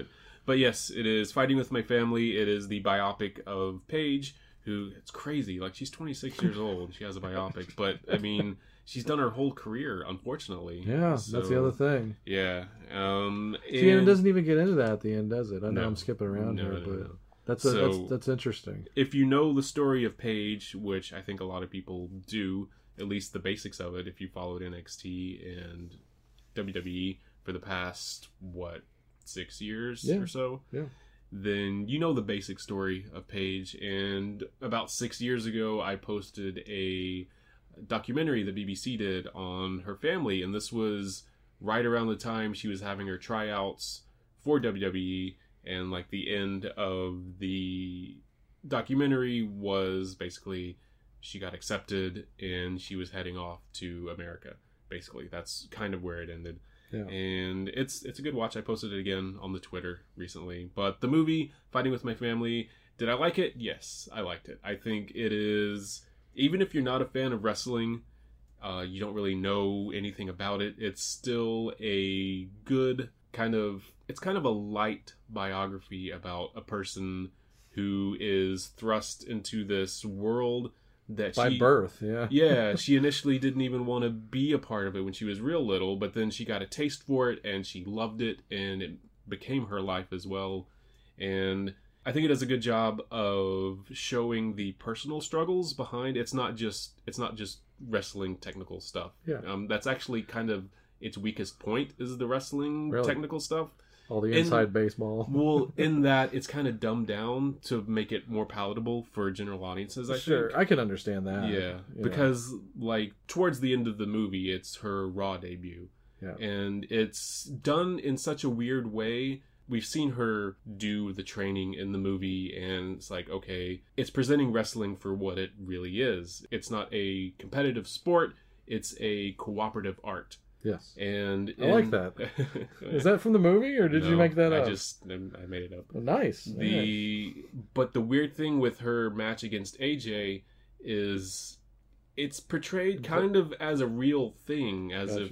Speaker 7: but yes, it is fighting with my family. It is the biopic of Paige, who it's crazy. Like she's 26 years old and she has a biopic, but I mean, she's done her whole career, unfortunately.
Speaker 8: Yeah, that's the
Speaker 7: So,
Speaker 8: other thing.
Speaker 7: Yeah. Um,
Speaker 8: See, and it
Speaker 7: and
Speaker 8: doesn't even get into that at the end, does it? I know
Speaker 7: No.
Speaker 8: I'm skipping around
Speaker 7: No,
Speaker 8: here,
Speaker 7: no,
Speaker 8: but
Speaker 7: no.
Speaker 8: that's a,
Speaker 7: So-
Speaker 8: that's that's interesting.
Speaker 7: if you know the story of Paige, which I think a lot of people do, at least the basics of it, if you followed NXT and WWE for the past what six years
Speaker 8: Yeah.
Speaker 7: or so,
Speaker 8: Yeah.
Speaker 7: then you know the basic story of Paige. And about six years ago, I posted a documentary the BBC did on her family, and this was right around the time she was having her tryouts for WWE, and like the end of the documentary was basically she got accepted and she was heading off to America. Basically, that's kind of where it ended
Speaker 8: Yeah.
Speaker 7: and it's it's a good watch. I posted it again on the Twitter recently. But the movie Fighting with My Family, did I like it? Yes, I liked it. I think it is even if you're not a fan of wrestling, uh, you don't really know anything about it. It's still a good kind of it's kind of a light biography about a person who is thrust into this world that
Speaker 8: By
Speaker 7: she,
Speaker 8: birth, yeah.
Speaker 7: yeah, she initially didn't even want to be a part of it when she was real little, but then she got a taste for it and she loved it and it became her life as well. And I think it does a good job of showing the personal struggles behind it's not just it's not just wrestling technical stuff.
Speaker 8: Yeah.
Speaker 7: Um, that's actually kind of its weakest point is the wrestling
Speaker 8: Really?
Speaker 7: technical stuff.
Speaker 8: All the
Speaker 7: And-
Speaker 8: inside baseball.
Speaker 7: Well, in that it's kind of dumbed down to make it more palatable for general audiences, I think.
Speaker 8: sure, I can understand that.
Speaker 7: Yeah,
Speaker 8: you know.
Speaker 7: because like towards the end of the movie, it's her raw debut,
Speaker 8: Yeah.
Speaker 7: and it's done in such a weird way. We've seen her do the training in the movie, and it's like, okay, it's presenting wrestling for what it really is. It's not a competitive sport; it's a cooperative art.
Speaker 8: Yes.
Speaker 7: And
Speaker 8: I like
Speaker 7: in-
Speaker 8: that. Is that from the movie or did you
Speaker 7: No,
Speaker 8: make that up?
Speaker 7: I just I made it up.
Speaker 8: nice. Alright.
Speaker 7: The but the weird thing with her match against AJ is it's portrayed kind of as a real thing, as
Speaker 8: Gotcha.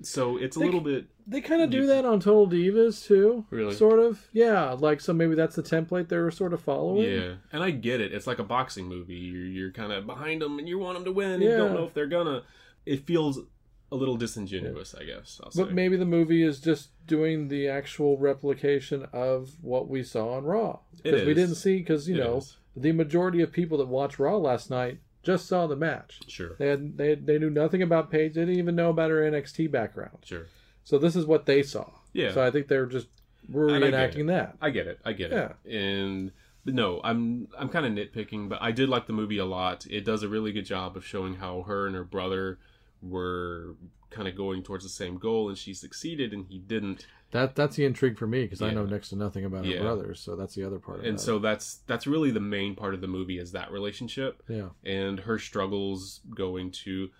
Speaker 7: if so it's a
Speaker 8: They-
Speaker 7: little bit
Speaker 8: They kind of do
Speaker 7: You-
Speaker 8: that on Total Divas too.
Speaker 7: Really?
Speaker 8: Sort of. Yeah. Like so maybe that's the template they were sort of following.
Speaker 7: yeah, and I get it. It's like a boxing movie. You're you're kind of behind them, and you want them to win. And you don't
Speaker 8: Yeah.
Speaker 7: know if they're gonna. It feels a little disingenuous, I guess. I'll
Speaker 8: But
Speaker 7: say.
Speaker 8: maybe the movie is just doing the actual replication of what we saw on Raw.
Speaker 7: It
Speaker 8: Because we
Speaker 7: is.
Speaker 8: didn't see, because you
Speaker 7: It
Speaker 8: know,
Speaker 7: is.
Speaker 8: the majority of people that watched Raw last night just saw the match.
Speaker 7: sure,
Speaker 8: They had they they knew nothing about Paige. They didn't even know about her NXT background.
Speaker 7: sure.
Speaker 8: So this is what they saw.
Speaker 7: Yeah.
Speaker 8: So I think they're just
Speaker 7: And I get
Speaker 8: reenacting
Speaker 7: it.
Speaker 8: that.
Speaker 7: I get it. I get it. And but no, I'm I'm kind of nitpicking, but I did like the movie a lot. It does a really good job of showing how her and her brother were kind of going towards the same goal, and she succeeded and he didn't.
Speaker 8: That that's the intrigue for me because I
Speaker 7: Yeah.
Speaker 8: know next to nothing about her
Speaker 7: Yeah.
Speaker 8: brothers. So that's the other part. Of
Speaker 7: And
Speaker 8: that.
Speaker 7: so that's that's really the main part of the movie is that relationship
Speaker 8: yeah,
Speaker 7: and her struggles going to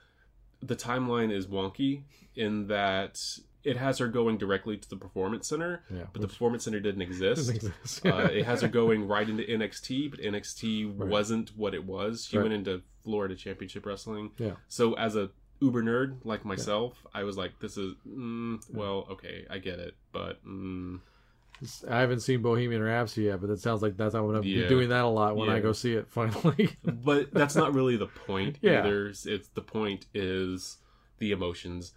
Speaker 7: the timeline is wonky in that it has her going directly to the performance center,
Speaker 8: Yeah,
Speaker 7: but the performance center didn't exist.
Speaker 8: Doesn't exist.
Speaker 7: uh, it has her going right into NXT, but NXT wasn't what it was. She
Speaker 8: Right.
Speaker 7: went into Florida Championship Wrestling.
Speaker 8: Yeah.
Speaker 7: So as a uber nerd like myself, I was like, "This is mm, well, okay, I get it, but mm,
Speaker 8: It's- I haven't seen Bohemian Rhapsody yet, but it sounds like that's I'm gonna
Speaker 7: Yeah.
Speaker 8: be doing that a lot when I
Speaker 7: Yeah.
Speaker 8: go see it finally.
Speaker 7: but that's not really the point
Speaker 8: Yeah.
Speaker 7: either. It's the point is the emotions.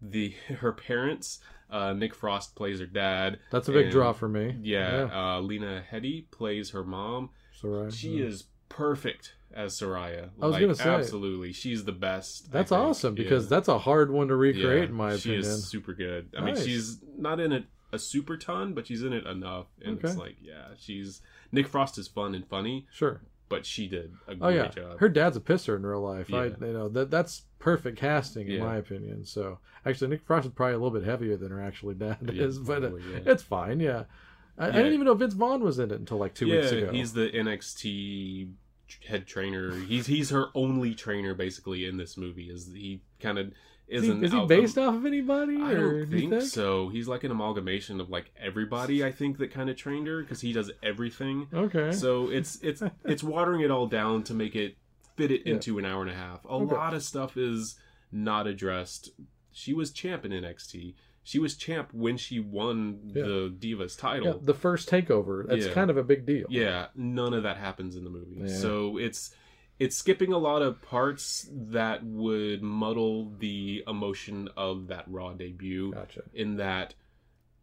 Speaker 7: The her parents, uh, Nick Frost plays her dad.
Speaker 8: that's a big
Speaker 7: and-
Speaker 8: draw for me.
Speaker 7: Yeah, Uh, Lena Headey plays her mom.
Speaker 8: so right. Mm-hmm.
Speaker 7: She is perfect as Soraya.
Speaker 8: I was gonna say.
Speaker 7: absolutely, she's the best. I
Speaker 8: That's
Speaker 7: think.
Speaker 8: awesome because
Speaker 7: Yeah.
Speaker 8: that's a hard one to recreate
Speaker 7: Yeah,
Speaker 8: in my
Speaker 7: she
Speaker 8: opinion.
Speaker 7: is super good. I
Speaker 8: Nice.
Speaker 7: mean, she's not in it a super ton, but she's in it enough, and it's
Speaker 8: Okay.
Speaker 7: like, yeah, she's Nick Frost is fun and funny,
Speaker 8: Sure.
Speaker 7: but she did a great
Speaker 8: Oh yeah,
Speaker 7: job.
Speaker 8: her dad's a pisser in real life. I
Speaker 7: Yeah.
Speaker 8: you know that that's perfect casting in
Speaker 7: Yeah.
Speaker 8: my opinion. So actually, Nick Frost is probably a little bit heavier than her actually dad
Speaker 7: Yeah,
Speaker 8: is, but uh,
Speaker 7: probably, yeah.
Speaker 8: it's fine. Yeah. I, I
Speaker 7: Yeah.
Speaker 8: didn't even know Vince Vaughn was in it until like two
Speaker 7: yeah,
Speaker 8: weeks ago.
Speaker 7: he's the NXT head trainer. He's he's her only trainer basically in this movie. Is he kind of
Speaker 8: is he,
Speaker 7: isn't
Speaker 8: is he
Speaker 7: out-
Speaker 8: based off of anybody?
Speaker 7: I
Speaker 8: or
Speaker 7: don't
Speaker 8: do you
Speaker 7: think, so. He's like an amalgamation of like everybody. I think that kind of trained her because he does everything.
Speaker 8: Okay.
Speaker 7: So it's it's it's watering it all down to make it fit it
Speaker 8: Yeah.
Speaker 7: into an hour and a half. A
Speaker 8: Okay.
Speaker 7: lot of stuff is not addressed. She was champ in NXT. She was champ when she won
Speaker 8: Yeah.
Speaker 7: the Divas
Speaker 8: Yeah,
Speaker 7: title.
Speaker 8: the first takeover. That's
Speaker 7: Yeah.
Speaker 8: kind of a big deal.
Speaker 7: Yeah, none of that happens in the movie.
Speaker 8: Yeah.
Speaker 7: So it's it's skipping a lot of parts that would muddle the emotion of that raw debut
Speaker 8: Gotcha.
Speaker 7: in that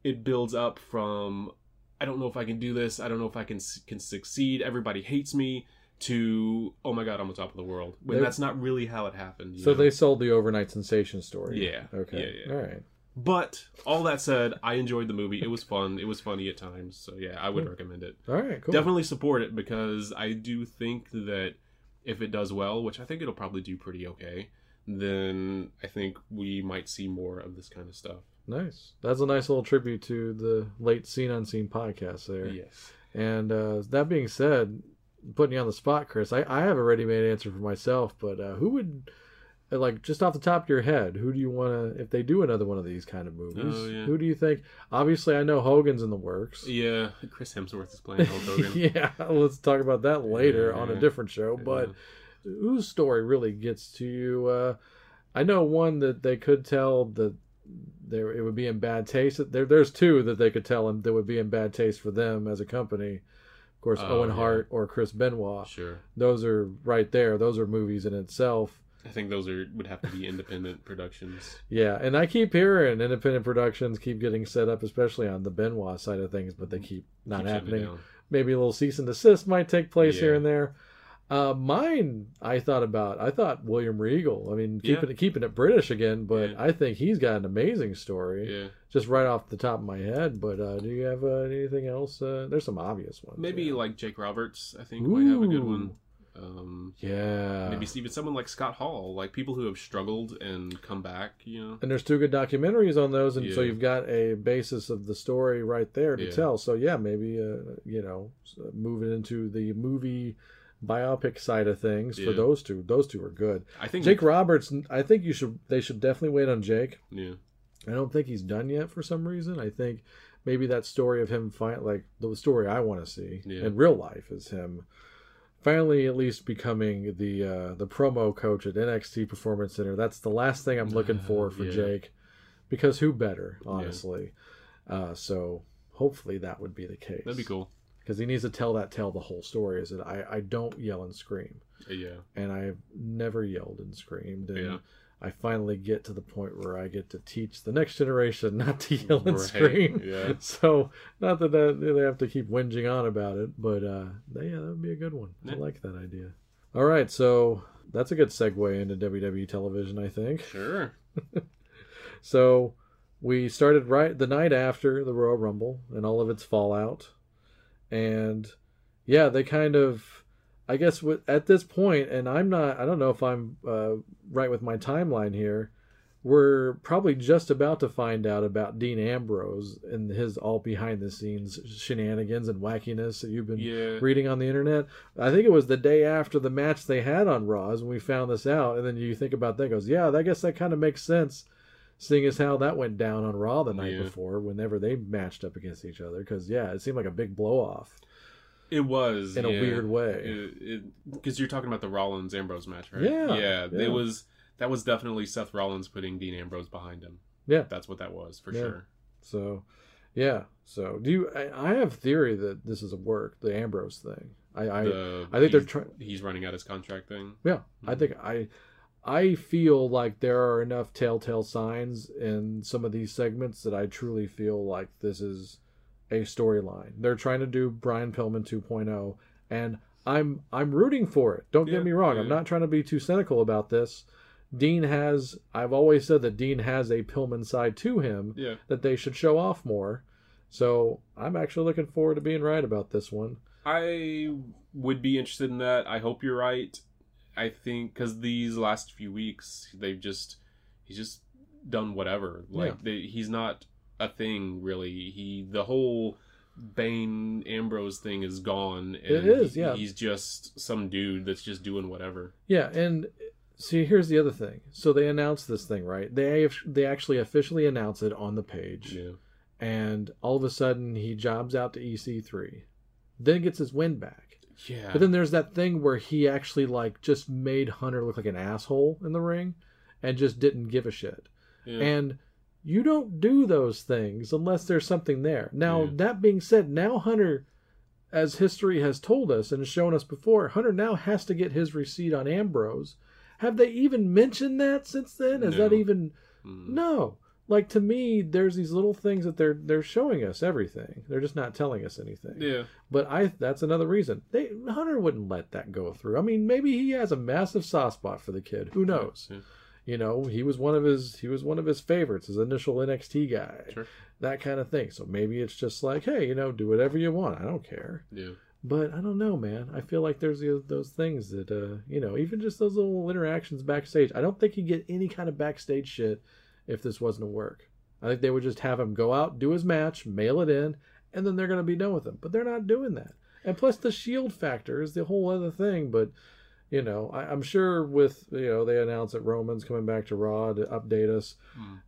Speaker 7: it builds up from I don't know if I can do this, I don't know if I can can succeed, everybody hates me to oh my god, I'm on top of the world. When
Speaker 8: They-
Speaker 7: that's not really how it happened. you
Speaker 8: So
Speaker 7: know?
Speaker 8: they sold the overnight sensation story.
Speaker 7: Yeah,
Speaker 8: Okay.
Speaker 7: yeah, yeah.
Speaker 8: All right.
Speaker 7: But all that said, I enjoyed the movie. It was fun. It was funny at times. So yeah, I
Speaker 8: Hmm.
Speaker 7: would recommend it
Speaker 8: All right. Cool.
Speaker 7: definitely support it because I do think that if it does well, which I think it'll probably do pretty okay, then I think we might see more of this kind of stuff.
Speaker 8: Nice. That's a nice little tribute to the late Seen Unseen podcast there.
Speaker 7: Yes.
Speaker 8: And uh, that being said, putting you on the spot, Chris, I, I have a ready-made answer for myself, but uh, who would, uh, like, just off the top of your head, who do you want to, if they do another one of these kind of movies,
Speaker 7: Oh, yeah.
Speaker 8: who do you think? Obviously, I know Hogan's in the works.
Speaker 7: Yeah, Chris Hemsworth is playing Hulk Hogan.
Speaker 8: yeah, let's talk about that later on a
Speaker 7: Yeah.
Speaker 8: different show. But whose story really gets to you? Uh, I know one that they could tell that there it would be in bad taste. There, there's two that they could tell them that would be in bad taste for them as a company. Of course,
Speaker 7: Oh,
Speaker 8: Owen
Speaker 7: yeah.
Speaker 8: Hart or Chris Benoit.
Speaker 7: Sure.
Speaker 8: Those are right there. Those are movies in itself.
Speaker 7: I think those are would have to be independent productions.
Speaker 8: Yeah, and I keep hearing independent productions keep getting set up, especially on the Benoit side of things, but they keep not
Speaker 7: Keep shutting it
Speaker 8: happening
Speaker 7: down.
Speaker 8: maybe a little cease and desist might take place here
Speaker 7: Yeah.
Speaker 8: and there. Uh, mine, I thought about. I thought William Regal. I mean,
Speaker 7: Yeah.
Speaker 8: keeping it keeping it British again, but
Speaker 7: Yeah.
Speaker 8: I think he's got an amazing story,
Speaker 7: Yeah.
Speaker 8: just right off the top of my head. But uh, do you have uh, anything else? Uh, there's some obvious ones.
Speaker 7: Maybe
Speaker 8: yeah.
Speaker 7: like Jake Roberts, I think might have a good
Speaker 8: Ooh.
Speaker 7: one. Um,
Speaker 8: yeah.
Speaker 7: maybe even someone like Scott Hall, like people who have struggled and come back, you know.
Speaker 8: And there's two good documentaries on those, and so
Speaker 7: Yeah.
Speaker 8: you've got a basis of the story right there to
Speaker 7: Yeah.
Speaker 8: tell. So yeah, maybe uh, you know, s- moving into the movie biopic side of things for
Speaker 7: Yeah.
Speaker 8: those two. Those two are good.
Speaker 7: I think
Speaker 8: Jake Roberts, I think you should. They should definitely wait on Jake.
Speaker 7: Yeah.
Speaker 8: I don't think he's done yet for some reason. I think maybe that story of him fight like the story I want to see
Speaker 7: Yeah.
Speaker 8: in real life is him finally at least becoming the uh, the promo coach at NXT Performance Center. That's the last thing I'm looking for for
Speaker 7: yeah.
Speaker 8: Jake because who better, honestly. Uh, so hopefully that would be the case.
Speaker 7: That'd be cool.
Speaker 8: because he needs to tell that tale the whole story. Is that I I don't yell and scream
Speaker 7: Uh, Yeah.
Speaker 8: and I've never yelled and screamed. And
Speaker 7: Yeah.
Speaker 8: I finally get to the point where I get to teach the next generation not to yell and
Speaker 7: Right,
Speaker 8: scream.
Speaker 7: yeah.
Speaker 8: So not that that- they have to keep whinging on about it, but uh, yeah, that would be a good one. I like that idea. All right, so that's a good segue into WWE television, I think.
Speaker 7: Sure.
Speaker 8: So we started right the night after the Royal Rumble and all of its fallout. And yeah, they kind of I guess with, at this point and I'm not I don't know if I'm uh, right with my timeline here. We're probably just about to find out about Dean Ambrose and his all behind the scenes shenanigans and wackiness that you've been
Speaker 7: Yeah.
Speaker 8: reading on the internet. I think it was the day after the match they had on Raw is when we found this out. And then you think about that, it goes, yeah, I guess that kind of makes sense seeing as how that went down on Raw the night
Speaker 7: Yeah.
Speaker 8: before, whenever they matched up against each other, because yeah, it seemed like a big blow off.
Speaker 7: It was
Speaker 8: In a
Speaker 7: yeah.
Speaker 8: weird way.
Speaker 7: because you're talking about the Rollins Ambrose match, right?
Speaker 8: Yeah,
Speaker 7: yeah.
Speaker 8: yeah.
Speaker 7: It was that was definitely Seth Rollins putting Dean Ambrose behind him.
Speaker 8: Yeah.
Speaker 7: that's what that was for
Speaker 8: Yeah.
Speaker 7: sure.
Speaker 8: So, yeah. So do you? I, I have theory that this is a work, the Ambrose thing. I, I,
Speaker 7: The-
Speaker 8: I think they're
Speaker 7: he's-
Speaker 8: trying.
Speaker 7: He's running out his contract thing.
Speaker 8: Yeah, I
Speaker 7: Mm-hmm.
Speaker 8: think I, I feel like there are enough telltale signs in some of these segments that I truly feel like this is a storyline. They're trying to do Brian Pillman 2.0, and I'm I'm rooting for it. Don't
Speaker 7: Yeah,
Speaker 8: get me wrong. I'm
Speaker 7: yeah.
Speaker 8: not trying to be too cynical about this. Dean has I've always said that Dean has a Pillman side to him
Speaker 7: Yeah.
Speaker 8: that they should show off more. So I'm actually looking forward to being right about this one.
Speaker 7: I would be interested in that. I hope you're right. I think because these last few weeks, they've just he's just done whatever. Like
Speaker 8: Yeah.
Speaker 7: they, he's not a thing really. He the whole Bane Ambrose thing is gone. And
Speaker 8: It is, yeah.
Speaker 7: He's just some dude that's just doing whatever.
Speaker 8: Yeah, and see, here's the other thing. So they announced this thing, right? They they actually officially announce it on the page,
Speaker 7: Yeah,
Speaker 8: and all of a sudden he jobs out to EC3, then gets his win back.
Speaker 7: yeah.
Speaker 8: But then there's that thing where he actually like just made Hunter look like an asshole in the ring, and just didn't give a shit.
Speaker 7: Yeah.
Speaker 8: And you don't do those things unless there's something there. Now,
Speaker 7: Yeah.
Speaker 8: that being said, now Hunter, as history has told us and shown us before, Hunter now has to get his receipt on Ambrose. Have they even mentioned that since then? Is that
Speaker 7: No. Mm.
Speaker 8: even no? Like to me, there's these little things that they're they're showing us everything. They're just not telling us anything.
Speaker 7: yeah,
Speaker 8: But I that's another reason. They Hunter wouldn't let that go through. I mean, maybe he has a massive soft spot for the kid. Who knows?
Speaker 7: yeah.
Speaker 8: You know, he was one of his he was one of his favorites, his initial NXT guy.
Speaker 7: Sure.
Speaker 8: That kind of thing. So maybe it's just like, hey, you know, do whatever you want. I don't care.
Speaker 7: yeah.
Speaker 8: But I don't know, man. I feel like there's the- those things that uh, you know, even just those little interactions backstage. I don't think he'd get any kind of backstage shit if this wasn't a work. I think they would just have him go out, do his match, mail it in, and then they're going to be done with him. But they're not doing that. And plus, the shield factor is the whole other thing. But you know, I, I'm sure with you know they announced that Roman's coming back to Raw to update us.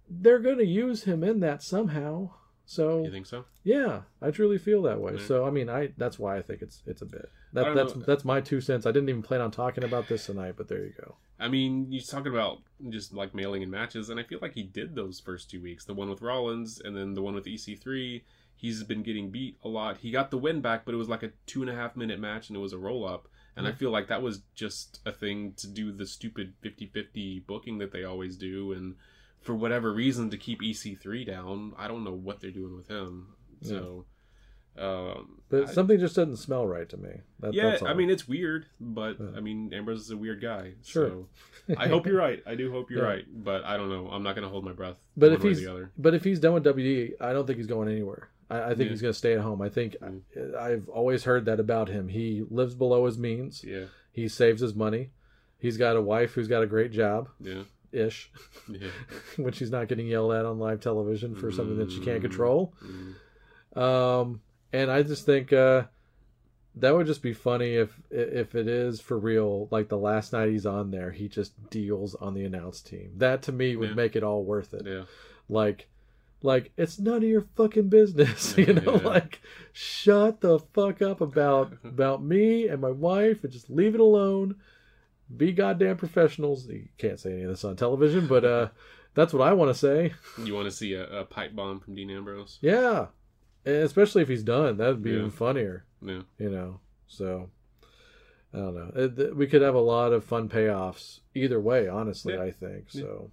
Speaker 8: They're going to use him in that somehow. So
Speaker 7: You think so?
Speaker 8: yeah, I truly feel that way. So I mean, I that's why I think it's it's a bit. That,
Speaker 7: don't
Speaker 8: that's
Speaker 7: know.
Speaker 8: that's my two cents. I didn't even plan on talking about this tonight, but there you go.
Speaker 7: I mean, you're talking about just like mailing in matches, and I feel like he did those first two weeks. The one with Rollins, and then the one with EC3. He's been getting beat a lot. He got the win back, but it was like a two and a half minute match, and it was a roll up. And I feel like that was just a thing to do the stupid 50 50 booking that they always do. And for whatever reason, to keep EC3 down, I don't know what they're doing with him. So, um,
Speaker 8: But something just doesn't smell right to me. That,
Speaker 7: yeah,
Speaker 8: that's all.
Speaker 7: I mean it's weird, but I mean Ambrose is a weird guy.
Speaker 8: Sure.
Speaker 7: So I hope you're right. I do hope you're
Speaker 8: Yeah.
Speaker 7: right, but I don't know. I'm not gonna hold my breath.
Speaker 8: but
Speaker 7: one
Speaker 8: if
Speaker 7: way or
Speaker 8: he's
Speaker 7: the other.
Speaker 8: but if he's done with WWE, I don't think he's going anywhere. I, I think
Speaker 7: Yeah. Mm.
Speaker 8: he's going to stay at home. I think I, I've always heard that about him. He lives below his means.
Speaker 7: Yeah,
Speaker 8: He saves his money. He's got a wife who's got a great job
Speaker 7: yeah,
Speaker 8: ish.
Speaker 7: yeah.
Speaker 8: when she's not getting yelled at on live television for something that she
Speaker 7: Mm-hmm.
Speaker 8: can't control. Um, and I just think uh, that would just be funny if if it is for real. Like the last night he's on there, he just deals on the announce team. That to me would
Speaker 7: Yeah.
Speaker 8: make it all worth it.
Speaker 7: Yeah.
Speaker 8: like like it's none of your fucking business you know
Speaker 7: Yeah.
Speaker 8: like shut the fuck up about about me and my wife and just leave it alone be goddamn professionals you can't say any of this on television but uh that's what i want to say
Speaker 7: You want to see a, a pipe bomb from Dean Ambrose?
Speaker 8: yeah and especially if he's done that would be
Speaker 7: Yeah.
Speaker 8: even funnier
Speaker 7: No.
Speaker 8: you know so i don't know It- th- we could have a lot of fun payoffs either way honestly
Speaker 7: Yeah.
Speaker 8: i think
Speaker 7: Yeah.
Speaker 8: so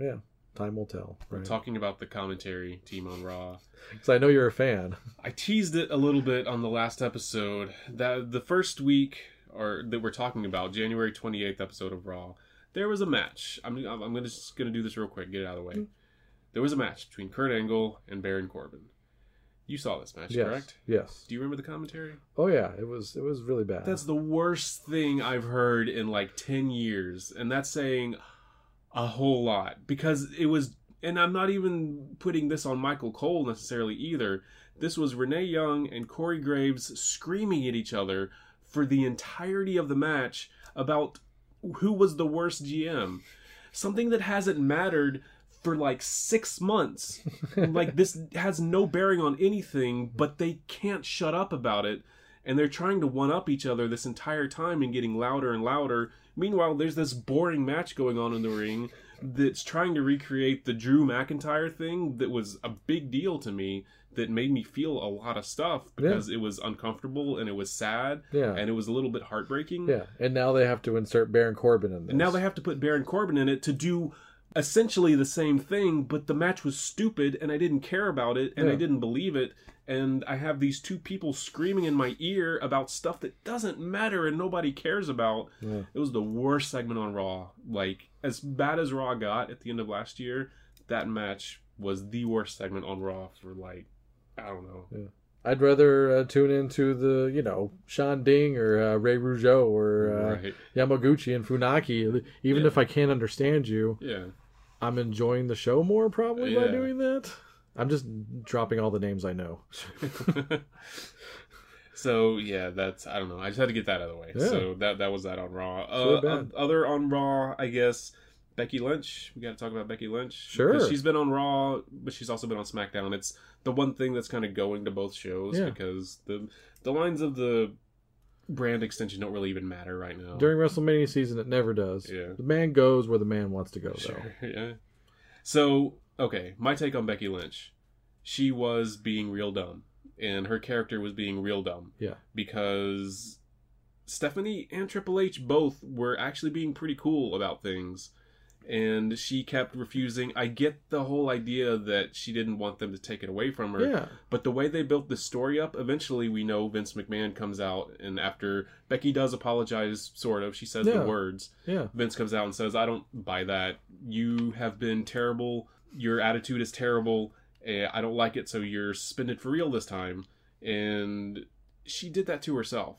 Speaker 8: yeah time will tell
Speaker 7: We're
Speaker 8: right?
Speaker 7: talking about the commentary team on Raw.
Speaker 8: 'Cause i know you're a fan
Speaker 7: I teased it a little bit on the last episode that the first week or that we're talking about January 28th episode of Raw there was a match I'm I'm I'm gonna just going to do this real quick get it out of the way there was a match between Kurt Angle and Baron Corbin you saw this match
Speaker 8: yes
Speaker 7: correct
Speaker 8: yes
Speaker 7: do you remember the commentary
Speaker 8: oh yeah it was it was really bad
Speaker 7: that's the worst thing I've heard in like 10 years. And that's saying a whole lot because it was, and I'm not even putting this on Michael Cole necessarily either. This was Renee Young and Corey Graves screaming at each other for the entirety of the match about who was the worst GM. Something that hasn't mattered for like six months. like, this has no bearing on anything, but they can't shut up about it and they're trying to one up each other this entire time and getting louder and louder. Meanwhile, there's this boring match going on in the ring that's trying to recreate the Drew McIntyre thing that was a big deal to me that made me feel a lot of stuff because it was uncomfortable and it was sad
Speaker 8: Yeah.
Speaker 7: and it was a little bit heartbreaking.
Speaker 8: yeah and now they have to insert baron corbin in this
Speaker 7: And now they have to put Baron Corbin in it to do essentially the same thing, but the match was stupid and I didn't care about it and I
Speaker 8: Yeah.
Speaker 7: didn't believe it. And I have these two people screaming in my ear about stuff that doesn't matter and nobody cares about. It was the worst segment on Raw. Like, as bad as Raw got at the end of last year, that match was the worst segment on Raw for like, I don't know.
Speaker 8: i'd rather uh, tune into the you know sean ding or uh, ray rougeau or uh,
Speaker 7: Right.
Speaker 8: yamaguchi and funaki even if i can't understand you
Speaker 7: Yeah.
Speaker 8: I'm enjoying the show more probably by
Speaker 7: Yeah.
Speaker 8: doing that. I'm just dropping all the names I know.
Speaker 7: so yeah, that's I don't know. I just had to get that out of the way.
Speaker 8: Yeah.
Speaker 7: So that that was that on Raw. Uh,
Speaker 8: really bad.
Speaker 7: other on Raw, I guess Becky Lynch. We got to talk about Becky Lynch.
Speaker 8: Sure.
Speaker 7: Because she's been on Raw, but she's also been on SmackDown. It's the one thing that's kind of going to both shows
Speaker 8: Yeah.
Speaker 7: because the the lines of the brand extension don't really even matter right now.
Speaker 8: During WrestleMania season, it never does.
Speaker 7: Yeah.
Speaker 8: The man goes where the man wants to go, though.
Speaker 7: Sure, yeah. So, okay, my take on Becky Lynch. She was being real dumb, and her character was being real dumb.
Speaker 8: Yeah.
Speaker 7: Because Stephanie and Triple H both were actually being pretty cool about things, and she kept refusing. I get the whole idea that she didn't want them to take it away from her.
Speaker 8: Yeah.
Speaker 7: But the way they built the story up, eventually we know Vince McMahon comes out, and after Becky does apologize, sort of, she says
Speaker 8: Yeah.
Speaker 7: the words.
Speaker 8: Yeah.
Speaker 7: Vince comes out and says, I don't buy that. You have been terrible. Your attitude is terrible. Eh, I don't like it, so you're suspended for real this time. And she did that to herself.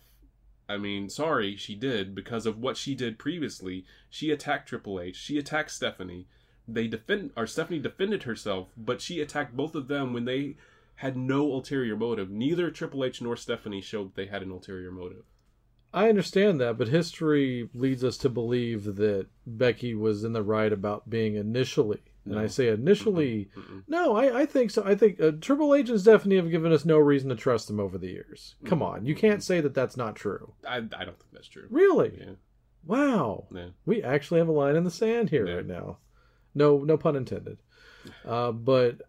Speaker 7: I mean, sorry, she did because of what she did previously. She attacked Triple H, she attacked Stephanie. They defend or Stephanie defended herself, but she attacked both of them when they had no ulterior motive. Neither Triple H nor Stephanie showed that they had an ulterior motive.
Speaker 8: I understand that, but history leads us to believe that Becky was in the right about being initially. And I say initially, no, I, I think so. I think uh, Triple H and Stephanie have given us no reason to trust them over the years. Come on, you can't say that that's not true.
Speaker 7: I, I don't think that's true.
Speaker 8: Really?
Speaker 7: Yeah.
Speaker 8: Wow.
Speaker 7: Yeah.
Speaker 8: We actually have a line in the sand here
Speaker 7: Yeah.
Speaker 8: right now. No, no pun intended. Uh, but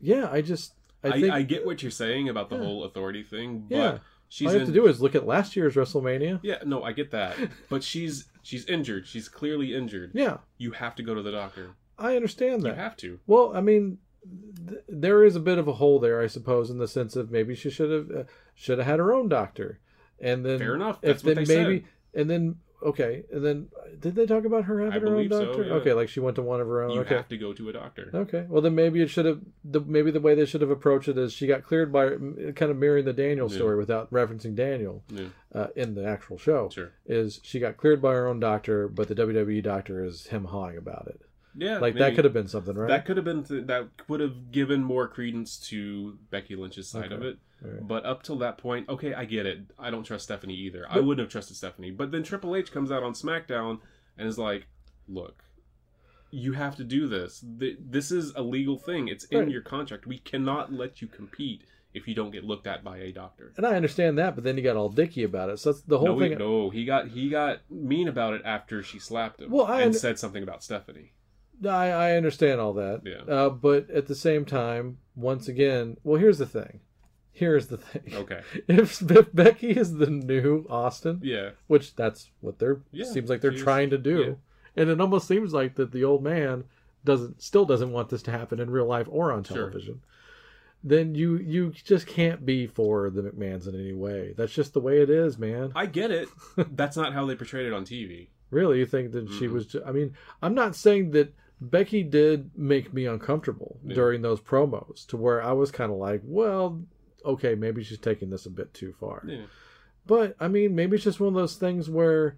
Speaker 8: yeah, I just I,
Speaker 7: I,
Speaker 8: think
Speaker 7: I get what you're saying about the whole authority thing, but
Speaker 8: Yeah.
Speaker 7: she's
Speaker 8: all you
Speaker 7: in,
Speaker 8: have to do is look at last year's WrestleMania.
Speaker 7: yeah, no, I get that, but she's she's injured. She's clearly injured.
Speaker 8: Yeah,
Speaker 7: You have to go to the doctor.
Speaker 8: I understand
Speaker 7: You
Speaker 8: that.
Speaker 7: have to.
Speaker 8: Well, I mean, th- there is a bit of a hole there, I suppose, in the sense of maybe she should have uh, should have had her own doctor, and then
Speaker 7: Fair enough.
Speaker 8: If
Speaker 7: That's what
Speaker 8: then
Speaker 7: they
Speaker 8: maybe
Speaker 7: said.
Speaker 8: and then okay, and then uh, did they talk about her having her own
Speaker 7: believe so,
Speaker 8: doctor?
Speaker 7: yeah.
Speaker 8: Okay, like she went to one of her own.
Speaker 7: You
Speaker 8: okay,
Speaker 7: have to go to a doctor.
Speaker 8: Okay. Well, then maybe it should have the maybe the way they should have approached it is she got cleared by kind of mirroring the Daniel story without referencing Daniel
Speaker 7: Yeah.
Speaker 8: uh, in the actual show.
Speaker 7: Sure.
Speaker 8: Is she got cleared by her own doctor, but the WWE doctor is him hawing about it.
Speaker 7: Yeah,
Speaker 8: Like that
Speaker 7: maybe.
Speaker 8: could have been something, right?
Speaker 7: that could have been th- that would have given more credence to Becky Lynch's side of it. But up till that point, okay, I get it. I don't trust Stephanie either. I wouldn't have trusted Stephanie. But then Triple H comes out on SmackDown and is like, "Look, you have to do this. Th- This is a legal thing. It's in
Speaker 8: Right.
Speaker 7: your contract. We cannot let you compete if you don't get looked at by a doctor.
Speaker 8: And I understand that, but then he got all dicky about it. So that's the whole
Speaker 7: No,
Speaker 8: thing.
Speaker 7: he, no, he got he got mean about it after she slapped him
Speaker 8: Well, I
Speaker 7: and
Speaker 8: und-
Speaker 7: said something about Stephanie.
Speaker 8: No, I, I understand all that.
Speaker 7: Yeah.
Speaker 8: Uh, but at the same time, once again, well, here's the thing. Here's the thing.
Speaker 7: Okay,
Speaker 8: If, if Becky is the new Austin,
Speaker 7: yeah,
Speaker 8: which that's what they're
Speaker 7: Yeah,
Speaker 8: seems like they're
Speaker 7: she is.
Speaker 8: trying to do, and it almost seems like that the old man doesn't still doesn't want this to happen in real life or on television. Then you you just can't be for the McMahons in any way. That's just the way it is, man.
Speaker 7: I get it. That's not how they portrayed it on TV.
Speaker 8: Really, you think that she was? ju- I mean, I'm not saying that Becky did make me uncomfortable during those promos, to where I was kind of like, well, okay, maybe she's taking this a bit too far.
Speaker 7: Yeah.
Speaker 8: But I mean, maybe it's just one of those things where,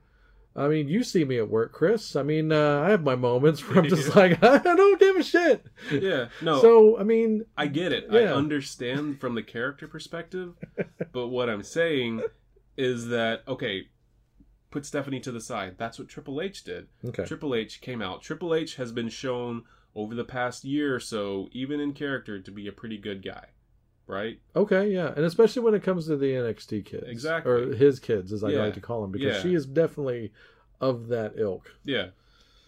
Speaker 8: I mean, you see me at work, Chris. I mean, uh, I have my moments where I'm just like, I don't give a shit.
Speaker 7: Yeah, no,
Speaker 8: So I mean,
Speaker 7: Oh. I get it. I
Speaker 8: Yeah.
Speaker 7: understand from the character perspective, but what I'm saying is that okay, put Stephanie to the side. That's what Triple H did.
Speaker 8: Okay.
Speaker 7: Triple H came out. Triple H has been shown over the past year or so, even in character, to be a pretty good guy, right?
Speaker 8: okay, yeah, and especially when it comes to the NXT kids,
Speaker 7: Exactly.
Speaker 8: or his kids, as I
Speaker 7: Yeah.
Speaker 8: like to call them, because
Speaker 7: Yeah.
Speaker 8: she is definitely of that ilk.
Speaker 7: Yeah.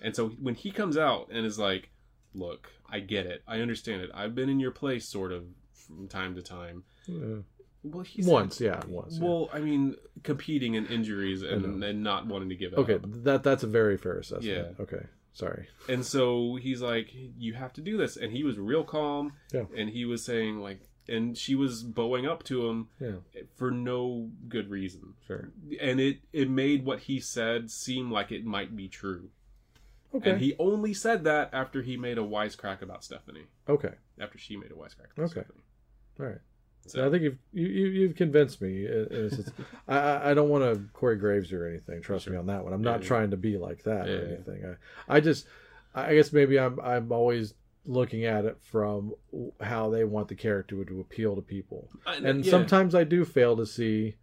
Speaker 7: And so when he comes out and is like, "Look, I get it. I understand it. I've been in your place, sort of, from time to time." Well, he's
Speaker 8: Once, yeah, once. yeah.
Speaker 7: Well, I mean, competing in injuries and, and not wanting to give it
Speaker 8: Okay,
Speaker 7: up.
Speaker 8: that that's a very fair assessment.
Speaker 7: Yeah.
Speaker 8: Okay, sorry.
Speaker 7: And so he's like, "You have to do this," and he was real calm.
Speaker 8: Yeah.
Speaker 7: And he was saying like, and she was bowing up to him
Speaker 8: Yeah,
Speaker 7: for no good reason.
Speaker 8: sure.
Speaker 7: And it it made what he said seem like it might be true.
Speaker 8: Okay.
Speaker 7: And he only said that after he made a wisecrack about Stephanie.
Speaker 8: okay.
Speaker 7: After she made a wisecrack. About
Speaker 8: Okay.
Speaker 7: Stephanie.
Speaker 8: All right.
Speaker 7: So-
Speaker 8: I think you've you, you you've convinced me. in- in a sense. I I- I don't want to Corey Graves or anything. Trust me on that one. I'm not
Speaker 7: Yeah.
Speaker 8: trying to be like that
Speaker 7: Yeah,
Speaker 8: or
Speaker 7: yeah.
Speaker 8: anything. I I just I guess maybe I'm I'm always looking at it from how they want the character to appeal to people,
Speaker 7: I-
Speaker 8: and
Speaker 7: yeah.
Speaker 8: sometimes I do fail to see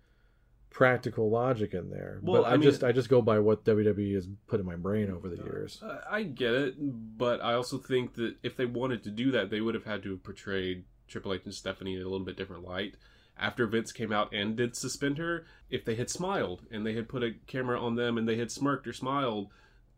Speaker 8: practical logic in there.
Speaker 7: Well,
Speaker 8: but
Speaker 7: I
Speaker 8: I,
Speaker 7: mean-
Speaker 8: just I just go by what WWE has put in my brain over the years.
Speaker 7: Uh, I get it, but I also think that if they wanted to do that, they would have had to have portrayed Triple H and Stephanie in a little bit different light. After Vince came out and did suspend her, if they had smiled and they had put a camera on them and they had smirked or smiled,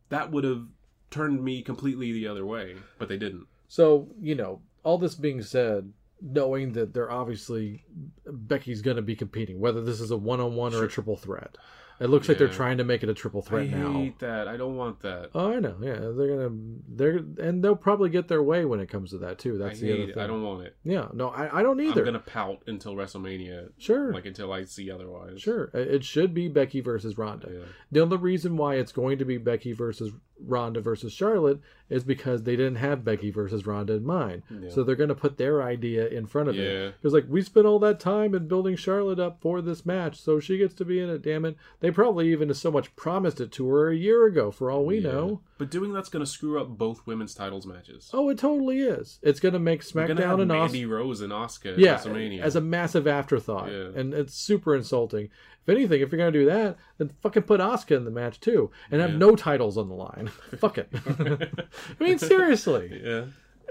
Speaker 7: that would have turned me completely the other way. But they didn't.
Speaker 8: So, you know, all this being said, knowing that they're obviously Becky's going to be competing, whether this is a one on one or a triple threat. It looks like they're
Speaker 7: Yeah.
Speaker 8: trying to make it a triple
Speaker 7: I
Speaker 8: threat now.
Speaker 7: hate that. I don't want that.
Speaker 8: Oh, I know. Yeah, they're gonna they're and they'll probably get their way when it comes to that too.
Speaker 7: I
Speaker 8: That's the
Speaker 7: hate
Speaker 8: other
Speaker 7: it.
Speaker 8: thing.
Speaker 7: I don't want it.
Speaker 8: yeah, no, I, I don't either.
Speaker 7: I'm gonna pout until WrestleMania,
Speaker 8: Sure,
Speaker 7: like until I see otherwise.
Speaker 8: sure. It it should be Becky versus Ronda.
Speaker 7: Yeah.
Speaker 8: The only reason why it's going to be Becky versus Ronda versus Charlotte is because they didn't have Becky versus Ronda in mind. So they're going to put their idea in front of
Speaker 7: Yeah.
Speaker 8: it. Because, like, we spent all that time in building Charlotte up for this match, so she gets to be in it, damn it. They probably even so much promised it to her a year ago, for all we know.
Speaker 7: But doing that's gonna screw up both women's titles matches.
Speaker 8: Oh, it totally is. It's going to make
Speaker 7: We're gonna have
Speaker 8: SmackDown and
Speaker 7: Mandy
Speaker 8: Austin.
Speaker 7: Rose and Oscar at
Speaker 8: Yeah,
Speaker 7: WrestleMania.
Speaker 8: as a massive afterthought,
Speaker 7: Yeah.
Speaker 8: and it's super insulting. If anything, if you're gonna do that, then fucking put Asuka in the match too, and have no titles on the line. Fuck it. I mean, seriously, Uh,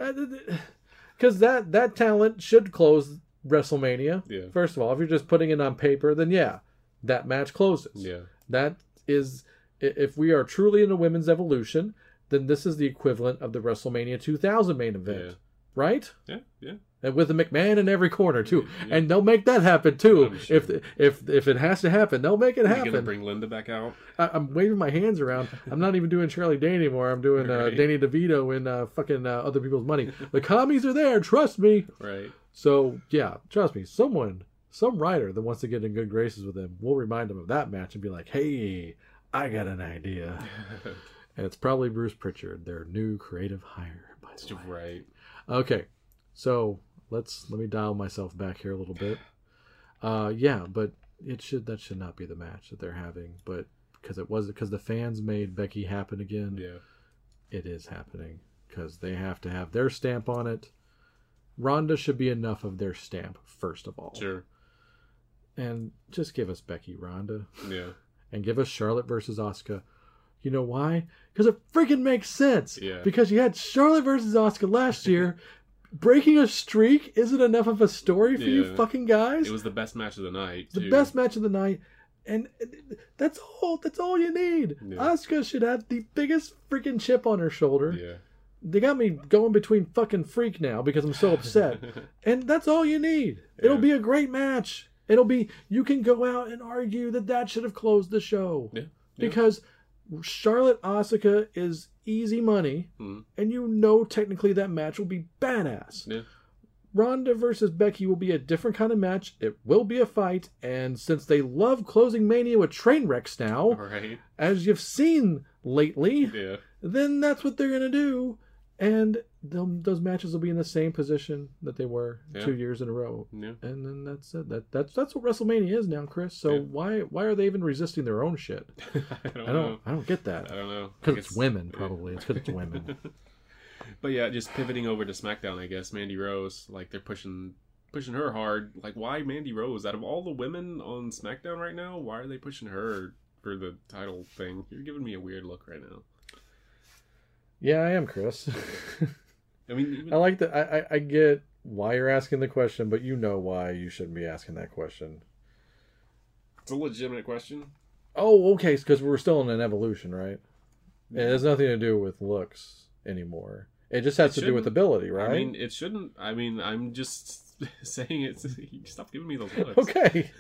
Speaker 7: yeah,
Speaker 8: because that that talent should close WrestleMania.
Speaker 7: Yeah.
Speaker 8: First of all, if you're just putting it on paper, then yeah, that match closes.
Speaker 7: yeah.
Speaker 8: That is, i- if we are truly in a women's evolution, then this is the equivalent of the WrestleMania 2000 main event,
Speaker 7: Yeah.
Speaker 8: right?
Speaker 7: Yeah, yeah.
Speaker 8: and with a McMahon in every corner too, and they'll make that happen too. If if if it has to happen, they'll make it
Speaker 7: Are you
Speaker 8: happen.
Speaker 7: gonna bring Linda back out?
Speaker 8: I, I'm waving my hands around. I'm not even doing Charlie Day anymore. I'm doing uh,
Speaker 7: Right.
Speaker 8: Danny DeVito in uh, fucking uh, other people's money. The commies are there. Trust me.
Speaker 7: Right.
Speaker 8: So yeah, trust me. Someone, some writer that wants to get in good graces with him will remind him of that match and be like, "Hey, I got an idea." and it's probably Bruce Pritchard, their new creative hire. By the way.
Speaker 7: Right.
Speaker 8: Okay, so let's let me dial myself back here a little bit. Uh, yeah, but it should that should not be the match that they're having, but because it was because the fans made Becky happen again,
Speaker 7: Yeah.
Speaker 8: it is happening because they have to have their stamp on it. Ronda should be enough of their stamp first of all,
Speaker 7: Sure.
Speaker 8: and just give us Becky Ronda
Speaker 7: Yeah.
Speaker 8: and give us Charlotte versus Asuka. You know why? Because it freaking makes sense.
Speaker 7: Yeah.
Speaker 8: Because you had Charlotte versus Oscar last year. Breaking a streak isn't enough of a story for
Speaker 7: Yeah.
Speaker 8: you fucking guys.
Speaker 7: It was the best match of the night.
Speaker 8: the
Speaker 7: too.
Speaker 8: best match of the night, and that's all. That's all you need.
Speaker 7: Yeah.
Speaker 8: Asuka should have the biggest freaking chip on her shoulder.
Speaker 7: Yeah.
Speaker 8: They got me going between fucking freak now because I'm so upset. and that's all you need. It'll
Speaker 7: Yeah.
Speaker 8: be a great match. It'll be you can go out and argue that that should have closed the show
Speaker 7: Yeah. Yeah.
Speaker 8: because Charlotte Asuka is easy money,
Speaker 7: Mhm.
Speaker 8: and you know technically that match will be badass.
Speaker 7: Yeah.
Speaker 8: Ronda versus Becky will be a different kind of match. It will be a fight, and since they love closing Mania with train wrecks now,
Speaker 7: All right.
Speaker 8: as you've seen lately,
Speaker 7: Yeah.
Speaker 8: then that's what they're gonna do, and they'll- those matches will be in the same position that they were
Speaker 7: Yeah.
Speaker 8: two years in a row.
Speaker 7: Yeah.
Speaker 8: And then that's it. That that's that's what WrestleMania is now, Chris. So
Speaker 7: Yeah.
Speaker 8: why why are they even resisting their own shit?
Speaker 7: I don't, know.
Speaker 8: I don't I don't get that.
Speaker 7: I don't know.
Speaker 8: Because it's women, probably. It's because it's women.
Speaker 7: But yeah, just pivoting over to SmackDown, I guess Mandy Rose, like they're pushing pushing her hard. Like why Mandy Rose? Out of all the women on SmackDown right now, why are they pushing her for the title thing? You're giving me a weird look right now.
Speaker 8: yeah, I am, Chris.
Speaker 7: I mean, even,
Speaker 8: I like that. I, I I get why you're asking the question, but you know why you shouldn't be asking that question.
Speaker 7: it's a legitimate question.
Speaker 8: Oh, okay, because we're still in an evolution, right? It has nothing to do with looks anymore. It just has
Speaker 7: It
Speaker 8: to do with
Speaker 7: shouldn't.
Speaker 8: ability, right?
Speaker 7: I mean, it shouldn't. I mean, I'm just saying it. Stop giving me those looks.
Speaker 8: okay,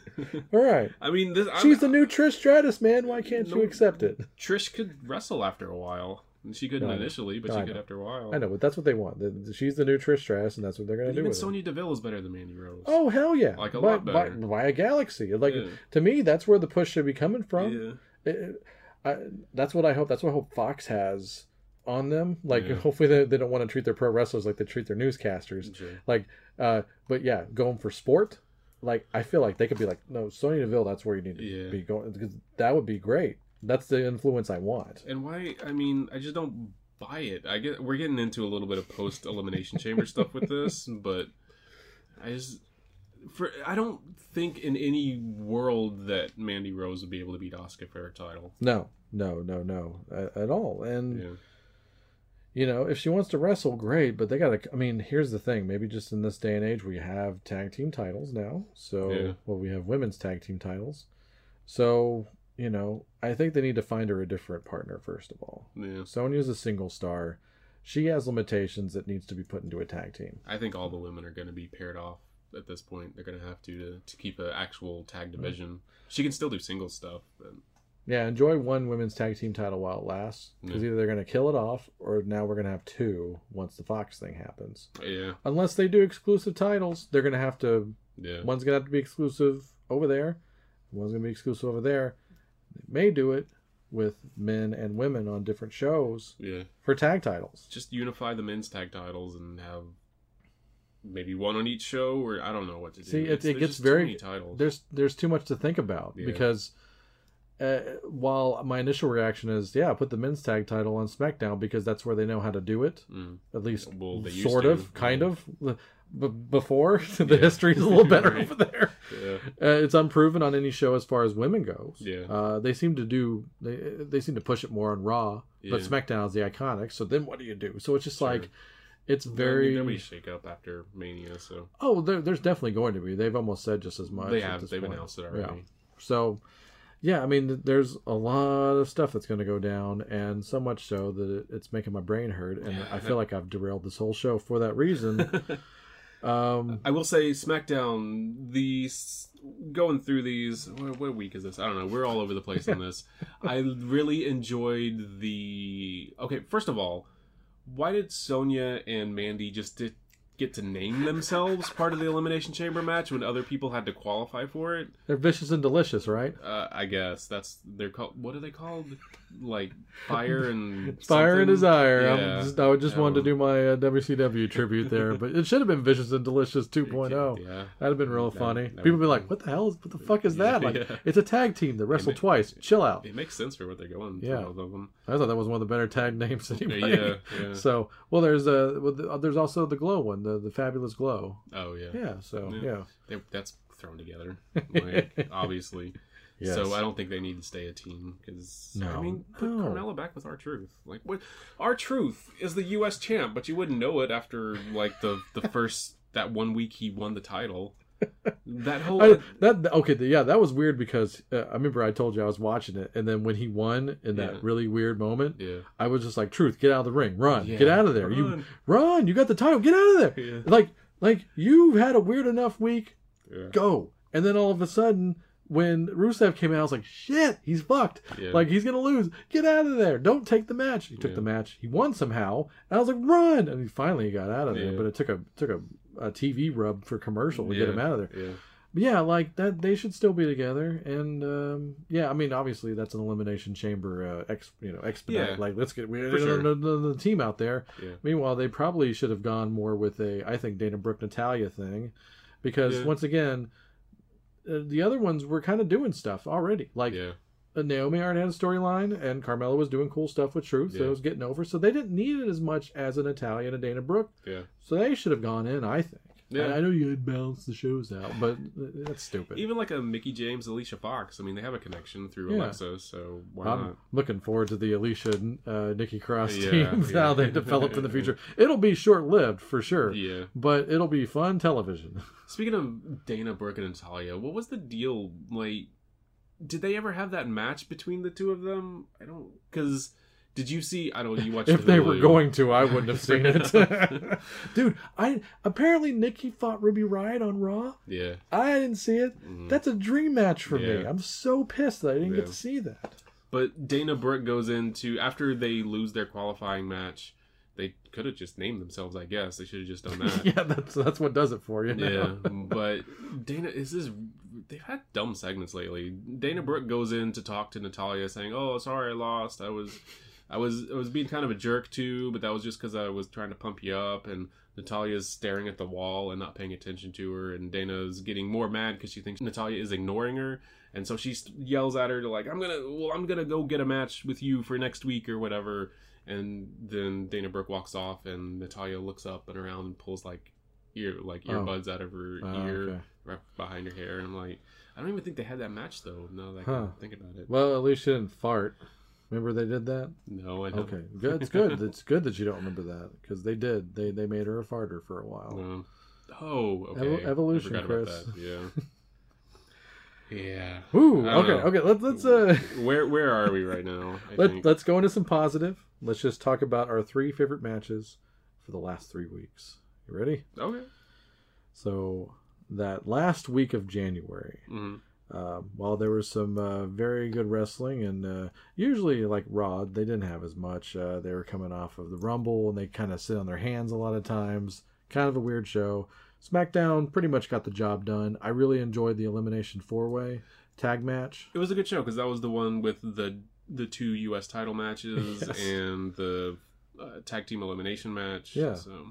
Speaker 8: all right.
Speaker 7: I mean, this. I'm,
Speaker 8: She's the new Trish Stratus, man. Why can't
Speaker 7: No.
Speaker 8: you accept it?
Speaker 7: Trish could wrestle after a while. And She couldn't
Speaker 8: No, I know.
Speaker 7: initially, but
Speaker 8: No,
Speaker 7: she
Speaker 8: I
Speaker 7: could
Speaker 8: know.
Speaker 7: after a while.
Speaker 8: I know, but that's what they want. The- the- She's the new Trish Stratus, and that's what they're gonna do.
Speaker 7: Even
Speaker 8: with it.
Speaker 7: Sonya Deville is better than Mandy Rose.
Speaker 8: Oh hell yeah!
Speaker 7: Like a
Speaker 8: by,
Speaker 7: lot better.
Speaker 8: By, by a galaxy, like
Speaker 7: Yeah.
Speaker 8: to me, that's where the push should be coming from.
Speaker 7: yeah.
Speaker 8: it, I, that's what I hope. That's what I hope Fox has on them. Like,
Speaker 7: Yeah.
Speaker 8: hopefully, they, they don't want to treat their pro wrestlers like they treat their newscasters.
Speaker 7: Sure.
Speaker 8: Like, uh, but yeah, going for sport. Like, I feel like they could be like, no, Sonya Deville. That's where you need to
Speaker 7: Yeah.
Speaker 8: be going because that would be great. That's the influence I want.
Speaker 7: And why? I mean, I just don't buy it. I get we're getting into a little bit of post elimination chamber stuff with this, but I just for I don't think in any world that Mandy Rose would be able to beat Oscar for her title.
Speaker 8: No, no, no, no, at, at all. And
Speaker 7: Yeah,
Speaker 8: you know, if she wants to wrestle, great. But they got to. I mean, here's the thing. Maybe just in this day and age, we have tag team titles now. So,
Speaker 7: Yeah.
Speaker 8: well, we have women's tag team titles. So, you know, I think they need to find her a different partner first of all.
Speaker 7: yeah.
Speaker 8: Sonya's a single star. She has limitations that needs to be put into a tag team.
Speaker 7: I think all the women are going to be paired off at this point. They're going to have to, to to keep an actual
Speaker 8: Mm.
Speaker 7: tag division. She can still do single stuff, but
Speaker 8: Yeah, enjoy one women's tag team title while it lasts, because either they're going to kill it off, or now we're going to have two once the Fox thing happens.
Speaker 7: yeah,
Speaker 8: Unless they do exclusive titles, they're going to have to
Speaker 7: yeah.
Speaker 8: One's gonna have to be exclusive over there. One's gonna be exclusive over there. They may do it with men and women on different shows
Speaker 7: yeah.
Speaker 8: for tag titles.
Speaker 7: just unify the men's tag titles and have maybe one on each show or I don't know what to do.
Speaker 8: See, it,
Speaker 7: It's-
Speaker 8: it
Speaker 7: there's
Speaker 8: gets
Speaker 7: just too
Speaker 8: very
Speaker 7: many titles.
Speaker 8: there's there's too much to think about
Speaker 7: Yeah.
Speaker 8: because uh, while my initial reaction is yeah, put the men's tag title on SmackDown because that's where they know how to do it.
Speaker 7: Mm.
Speaker 8: At least
Speaker 7: Well, they used
Speaker 8: sort
Speaker 7: to.
Speaker 8: of, kind of. B- before the history is a little better
Speaker 7: Right.
Speaker 8: over there.
Speaker 7: yeah.
Speaker 8: Uh, it's unproven on any show as far as women goes.
Speaker 7: Yeah.
Speaker 8: Uh, they seem to do they they seem to push it more on Raw, but
Speaker 7: Yeah.
Speaker 8: SmackDown is the iconic. So then what do you do? So it's just like it's
Speaker 7: Very.
Speaker 8: very
Speaker 7: There'll be shake up after Mania, so
Speaker 8: oh there, there's definitely going to be. They've almost said just as much.
Speaker 7: they
Speaker 8: at
Speaker 7: have
Speaker 8: this
Speaker 7: they've
Speaker 8: point.
Speaker 7: announced it
Speaker 8: Yeah.
Speaker 7: already.
Speaker 8: So yeah, I mean th- there's a lot of stuff that's going to go down, and so much so that it, it's making my brain hurt, and I feel like I've derailed this whole show for that reason. um,
Speaker 7: I will say SmackDown. The s- going through these. What, what week is this? I don't know. We're all over the place on this. I really enjoyed the. Okay, first of all, why did Sonya and Mandy just di- get to name themselves part of the Elimination Chamber match when other people had to qualify for it?
Speaker 8: they're vicious and delicious, right?
Speaker 7: Uh, I guess that's they're called. What are they called? Like fire and
Speaker 8: Fire and
Speaker 7: something?
Speaker 8: Desire.
Speaker 7: Yeah.
Speaker 8: I'm just, I would just
Speaker 7: Yeah,
Speaker 8: wanted to
Speaker 7: well.
Speaker 8: do my uh, WCW tribute there, but it should have been Vicious and Delicious 2.0.
Speaker 7: Yeah.
Speaker 8: That'd have been real
Speaker 7: That-
Speaker 8: funny.
Speaker 7: that
Speaker 8: People
Speaker 7: would-
Speaker 8: would be like, "What the hell? Is, what the fuck is that? Like,
Speaker 7: yeah.
Speaker 8: it's a tag team that wrestled twice. Chill out."
Speaker 7: It makes sense for what they're going.
Speaker 8: Yeah.
Speaker 7: Yeah, both of them.
Speaker 8: I thought that was one of the better tag names anyway.
Speaker 7: yeah, yeah.
Speaker 8: So, well, there's a well, the- there's also the glow one, the the fabulous glow.
Speaker 7: Oh yeah.
Speaker 8: Yeah. So yeah.
Speaker 7: Yeah. They, that's thrown together, like, obviously.
Speaker 8: Yes.
Speaker 7: So I don't think they need to stay a team because I
Speaker 8: No.
Speaker 7: mean, put
Speaker 8: No.
Speaker 7: Carmella back with our truth. Like, what? Our truth is the U.S. champ, but you wouldn't know it after like the the first that one week he won the title. That whole
Speaker 8: I, that okay, th- yeah, that was weird because uh, I remember I told you I was watching it, and then when he won in that
Speaker 7: Yeah.
Speaker 8: really weird moment,
Speaker 7: yeah,
Speaker 8: I was just like, "Truth, get out of the ring, run,
Speaker 7: Yeah.
Speaker 8: get out of there,
Speaker 7: Run.
Speaker 8: you run, you got the title, get out of there."
Speaker 7: Yeah.
Speaker 8: Like, like you've had a weird enough week,
Speaker 7: Yeah.
Speaker 8: go. And then all of a sudden, when Rusev came out, I was like, "Shit, he's fucked.
Speaker 7: Yeah.
Speaker 8: Like he's gonna lose. Get out of there. Don't take the match." He took the match. He won somehow, and I was like, "Run!" And he finally got out of there,
Speaker 7: Yeah.
Speaker 8: but it took a took a, a TV rub for commercial to get
Speaker 7: Yeah.
Speaker 8: him out of there
Speaker 7: yeah.
Speaker 8: yeah like that they should still be together and um yeah i mean obviously that's an elimination chamber uh ex you know expedite
Speaker 7: Yeah.
Speaker 8: like let's get we
Speaker 7: For sure.
Speaker 8: the, the- the team out there
Speaker 7: Yeah.
Speaker 8: meanwhile they probably should have gone more with a i think dana brooke natalia thing because
Speaker 7: Yeah.
Speaker 8: once again uh, the other ones were kind of doing stuff already like
Speaker 7: yeah.
Speaker 8: uh, Naomi already had a storyline, and Carmella was doing cool stuff with Truth, so
Speaker 7: Yeah.
Speaker 8: it was getting over. So they didn't need it as much as an Italian and a Dana Brooke.
Speaker 7: Yeah.
Speaker 8: So they should have gone in, I think.
Speaker 7: Yeah.
Speaker 8: And I know you had balanced the shows out, but that's stupid.
Speaker 7: Even like a Mickey James, Alicia Fox. I mean, they have a connection through
Speaker 8: Yeah.
Speaker 7: Alexa, so why
Speaker 8: I'm
Speaker 7: not?
Speaker 8: looking forward to the Alicia uh, Nikki Cross
Speaker 7: Yeah,
Speaker 8: teams
Speaker 7: yeah.
Speaker 8: how they develop in the future. It'll be short lived for sure,
Speaker 7: Yeah.
Speaker 8: but it'll be fun television.
Speaker 7: Speaking of Dana Brooke and Natalia, what was the deal? Like, did they ever have that match between the two of them? I don't. Because did you see? I don't. You watched
Speaker 8: if they were
Speaker 7: Hulu.
Speaker 8: going to, I wouldn't have seen it, dude. I apparently Nikki fought Ruby Riot on Raw.
Speaker 7: Yeah.
Speaker 8: I didn't see it. That's a dream match for me.
Speaker 7: Mm-hmm. Yeah.
Speaker 8: I'm so pissed that I didn't
Speaker 7: Yeah.
Speaker 8: get to see that.
Speaker 7: But Dana Brooke goes into after they lose their qualifying match. They could have just named themselves, I guess. They should have just done that.
Speaker 8: Yeah, that's that's what does it for you. now.
Speaker 7: Yeah, but Dana is this. They've had dumb segments lately. Dana Brooke goes in to talk to Natalia, saying, "Oh, sorry, I lost. I was, I was, I was being kind of a jerk too, but that was just because I was trying to pump you up." And Natalia's staring at the wall and not paying attention to her, and Dana's getting more mad because she thinks Natalia is ignoring her, and so she s- yells at her to like, "I'm gonna, well, I'm gonna go get a match with you for next week or whatever." And then Dana Brooke walks off, and Natalia looks up and around and pulls like ear like
Speaker 8: Oh.
Speaker 7: earbuds out of her
Speaker 8: Oh,
Speaker 7: ear
Speaker 8: okay.
Speaker 7: right behind her hair. And I'm like, I don't even think they had that match though. Now that I
Speaker 8: Huh.
Speaker 7: think about it,
Speaker 8: Well, at least she didn't fart. Remember they did that?
Speaker 7: no, I don't.
Speaker 8: Okay, good. It's good. It's good that you don't remember that because they did. They they made her a farter for a while.
Speaker 7: No. Oh, okay.
Speaker 8: Evo- evolution,
Speaker 7: I forgot
Speaker 8: Chris.
Speaker 7: About that. Yeah. yeah.
Speaker 8: Ooh,
Speaker 7: I don't
Speaker 8: okay,
Speaker 7: know.
Speaker 8: okay. Let's let's uh
Speaker 7: Where where are we right now? I
Speaker 8: let
Speaker 7: think.
Speaker 8: let's go into some positive. Let's just talk about our three favorite matches for the last three weeks. You ready?
Speaker 7: Okay.
Speaker 8: So that last week of January,
Speaker 7: Mhm.
Speaker 8: uh, while there was some uh, very good wrestling, and uh, usually like Raw, they didn't have as much. Uh, they were coming off of the Rumble, and they kind of sit on their hands a lot of times. Kind of a weird show. SmackDown pretty much got the job done. I really enjoyed the Elimination Four Way tag match.
Speaker 7: It was a good show because that was the one with the the two U.S. title matches
Speaker 8: Yes.
Speaker 7: and the uh, tag team elimination match.
Speaker 8: Yeah.
Speaker 7: So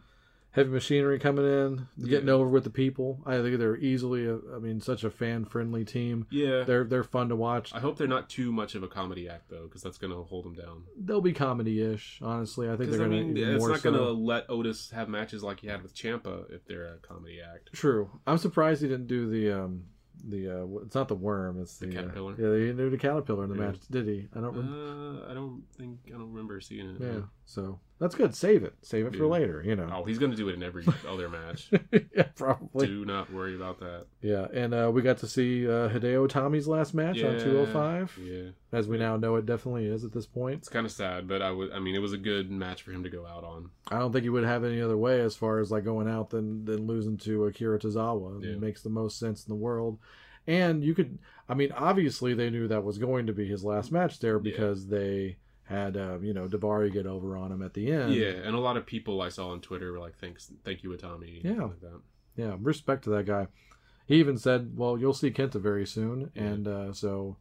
Speaker 8: Heavy Machinery coming in, getting
Speaker 7: Yeah.
Speaker 8: over with the people. I think they're easily, a, I mean, such a fan friendly team.
Speaker 7: yeah.
Speaker 8: They're they're fun to watch.
Speaker 7: I hope they're not too much of a comedy act though, because that's gonna hold them down.
Speaker 8: They'll be comedy ish. Honestly, I think
Speaker 7: Because
Speaker 8: they're
Speaker 7: I
Speaker 8: going to
Speaker 7: mean,
Speaker 8: even
Speaker 7: it's
Speaker 8: more
Speaker 7: not
Speaker 8: so.
Speaker 7: gonna let Otis have matches like he had with Champa if they're a comedy act.
Speaker 8: True. I'm surprised he didn't do the um the uh wh- it's not the worm, it's the, uh,
Speaker 7: caterpillar?
Speaker 8: yeah, he didn't do the caterpillar in the
Speaker 7: Yeah.
Speaker 8: match, did he? I don't remember.
Speaker 7: Uh, I don't think I don't remember seeing it.
Speaker 8: Hmm. yeah. So that's good. Save it. Save it for
Speaker 7: Yeah.
Speaker 8: later. You know.
Speaker 7: Oh, he's gonna do it in every other match.
Speaker 8: yeah, probably.
Speaker 7: Do not worry about that.
Speaker 8: Yeah, and uh, we got to see uh, Hideo Tommy's last match on
Speaker 7: Yeah,
Speaker 8: 205,
Speaker 7: Yeah,
Speaker 8: as we now know it definitely is at this point.
Speaker 7: it's kind of sad, but I would. I mean, it was a good match for him to go out on.
Speaker 8: I don't think he would have any other way as far as like going out than than losing to Akira Tozawa.
Speaker 7: Yeah.
Speaker 8: It makes the most sense in the world. And you could, I mean, obviously they knew that was going to be his last match there because they had, uh, you know, Davari get over on him at the end.
Speaker 7: yeah, and a lot of people I saw on Twitter were like, "Thanks, thank you, Itami." and
Speaker 8: Yeah.
Speaker 7: like that.
Speaker 8: yeah. Respect to that guy. He even said, "Well, you'll see Kenta very soon,"
Speaker 7: Yeah.
Speaker 8: and uh, so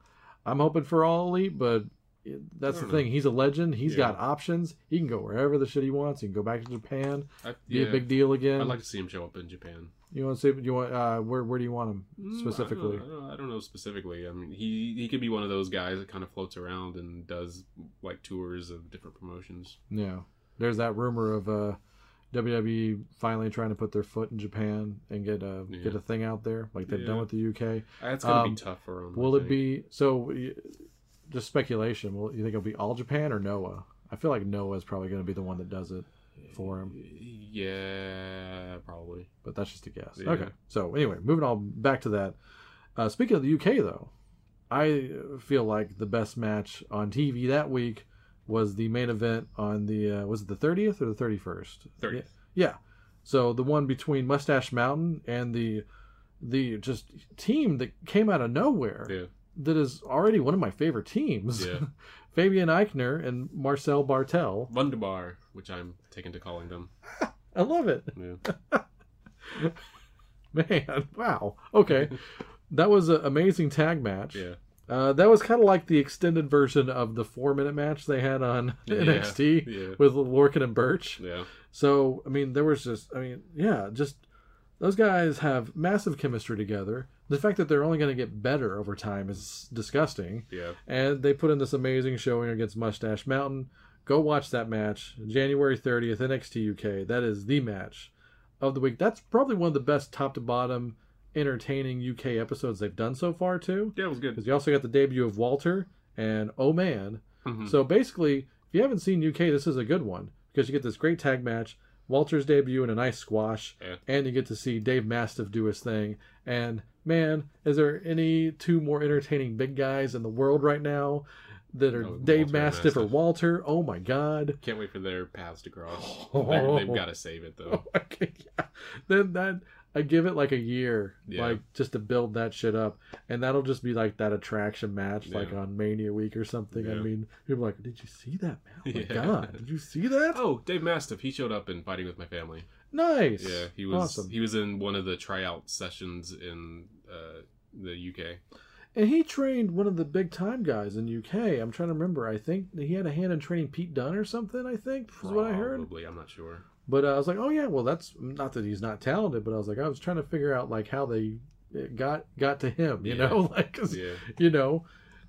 Speaker 8: I'm hoping for all elite, but. it- That's
Speaker 7: I
Speaker 8: the
Speaker 7: don't
Speaker 8: thing. He's a legend. He's
Speaker 7: Yeah.
Speaker 8: got options. He can go wherever the shit he wants. He can go back to Japan,
Speaker 7: I,
Speaker 8: be
Speaker 7: yeah.
Speaker 8: a big deal again.
Speaker 7: I'd like to see him show up in Japan.
Speaker 8: You want to say you want uh, where where do you want him
Speaker 7: Mm,
Speaker 8: specifically?
Speaker 7: I don't, I don't- I don't know specifically. I mean, he he could be one of those guys that kind of floats around and does like tours of different promotions.
Speaker 8: Yeah, there's that rumor of uh, WWE finally trying to put their foot in Japan and get a get
Speaker 7: Yeah.
Speaker 8: a thing out there like they've
Speaker 7: Yeah.
Speaker 8: done with the UK.
Speaker 7: That's gonna
Speaker 8: Um,
Speaker 7: be tough for him. I
Speaker 8: Will it
Speaker 7: think.
Speaker 8: be so? y- Just speculation. Will you think it'll be all Japan or Noah? I feel like Noah is probably going to be the one that does it for him,
Speaker 7: Yeah, probably.
Speaker 8: but that's just a guess.
Speaker 7: Yeah.
Speaker 8: Okay. So anyway, moving on back to that. Uh, speaking of the UK though, I feel like the best match on TV that week was the main event on the uh, was it the thirtieth or the thirty first?
Speaker 7: 30th.
Speaker 8: Yeah. So the one between Mustache Mountain and the the just team that came out of nowhere
Speaker 7: Yeah.
Speaker 8: that is already one of my favorite teams.
Speaker 7: Yeah.
Speaker 8: Fabian Eichner and Marcel Bartel.
Speaker 7: Wunderbar, which I'm taken to calling them.
Speaker 8: I love it.
Speaker 7: Yeah.
Speaker 8: Man, wow. Okay. that was an amazing tag match.
Speaker 7: Yeah.
Speaker 8: Uh, that was kind of like the extended version of the four minute match they had on
Speaker 7: Yeah,
Speaker 8: NXT
Speaker 7: yeah.
Speaker 8: with Lorcan and Birch.
Speaker 7: Yeah.
Speaker 8: So, I mean, there was just, I mean, yeah, just those guys have massive chemistry together. The fact that they're only going to get better over time is disgusting.
Speaker 7: Yeah.
Speaker 8: And they put in this amazing showing against Mustache Mountain. Go watch that match, January 30th, NXT UK. That is the match of the week. That's probably one of the best top to bottom entertaining UK episodes they've done so far, too.
Speaker 7: Yeah, it was good.
Speaker 8: Because you also got the debut of Walter and Oh Man.
Speaker 7: Mm-hmm.
Speaker 8: So basically, if you haven't seen UK, this is a good one because you get this great tag match, Walter's debut in a nice squash,
Speaker 7: Yeah.
Speaker 8: and you get to see Dave Mastiff do his thing. And man, is there any two more entertaining big guys in the world right now that are
Speaker 7: Oh,
Speaker 8: Dave
Speaker 7: Walter and
Speaker 8: Mastiff or
Speaker 7: Mastiff.
Speaker 8: Walter? Oh my God.
Speaker 7: Can't wait for their paths to cross. They're- They've got to save it though.
Speaker 8: Okay, yeah. Then that I give it like a year,
Speaker 7: Yeah.
Speaker 8: like just to build that shit up, and that'll just be like that attraction match, like
Speaker 7: Yeah.
Speaker 8: on Mania week or something. I
Speaker 7: Yeah.
Speaker 8: mean, people are like, did you see that? Man? Oh my
Speaker 7: Yeah.
Speaker 8: god, did you see that?
Speaker 7: Oh, Dave Mastiff, he showed up in Fighting with My Family.
Speaker 8: nice.
Speaker 7: Yeah, he was
Speaker 8: awesome,
Speaker 7: he was in one of the tryout sessions in uh, the UK.
Speaker 8: and he trained one of the big time guys in UK. I'm trying to remember. I think he had a hand in training Pete Dunne or something. I think is what I heard.
Speaker 7: Probably, I'm not sure.
Speaker 8: But uh, I was like, oh yeah, well that's not that he's not talented, but I was like, I was trying to figure out like how they it got got to him, you
Speaker 7: Yeah.
Speaker 8: know, like 'cause,
Speaker 7: Yeah.
Speaker 8: you know,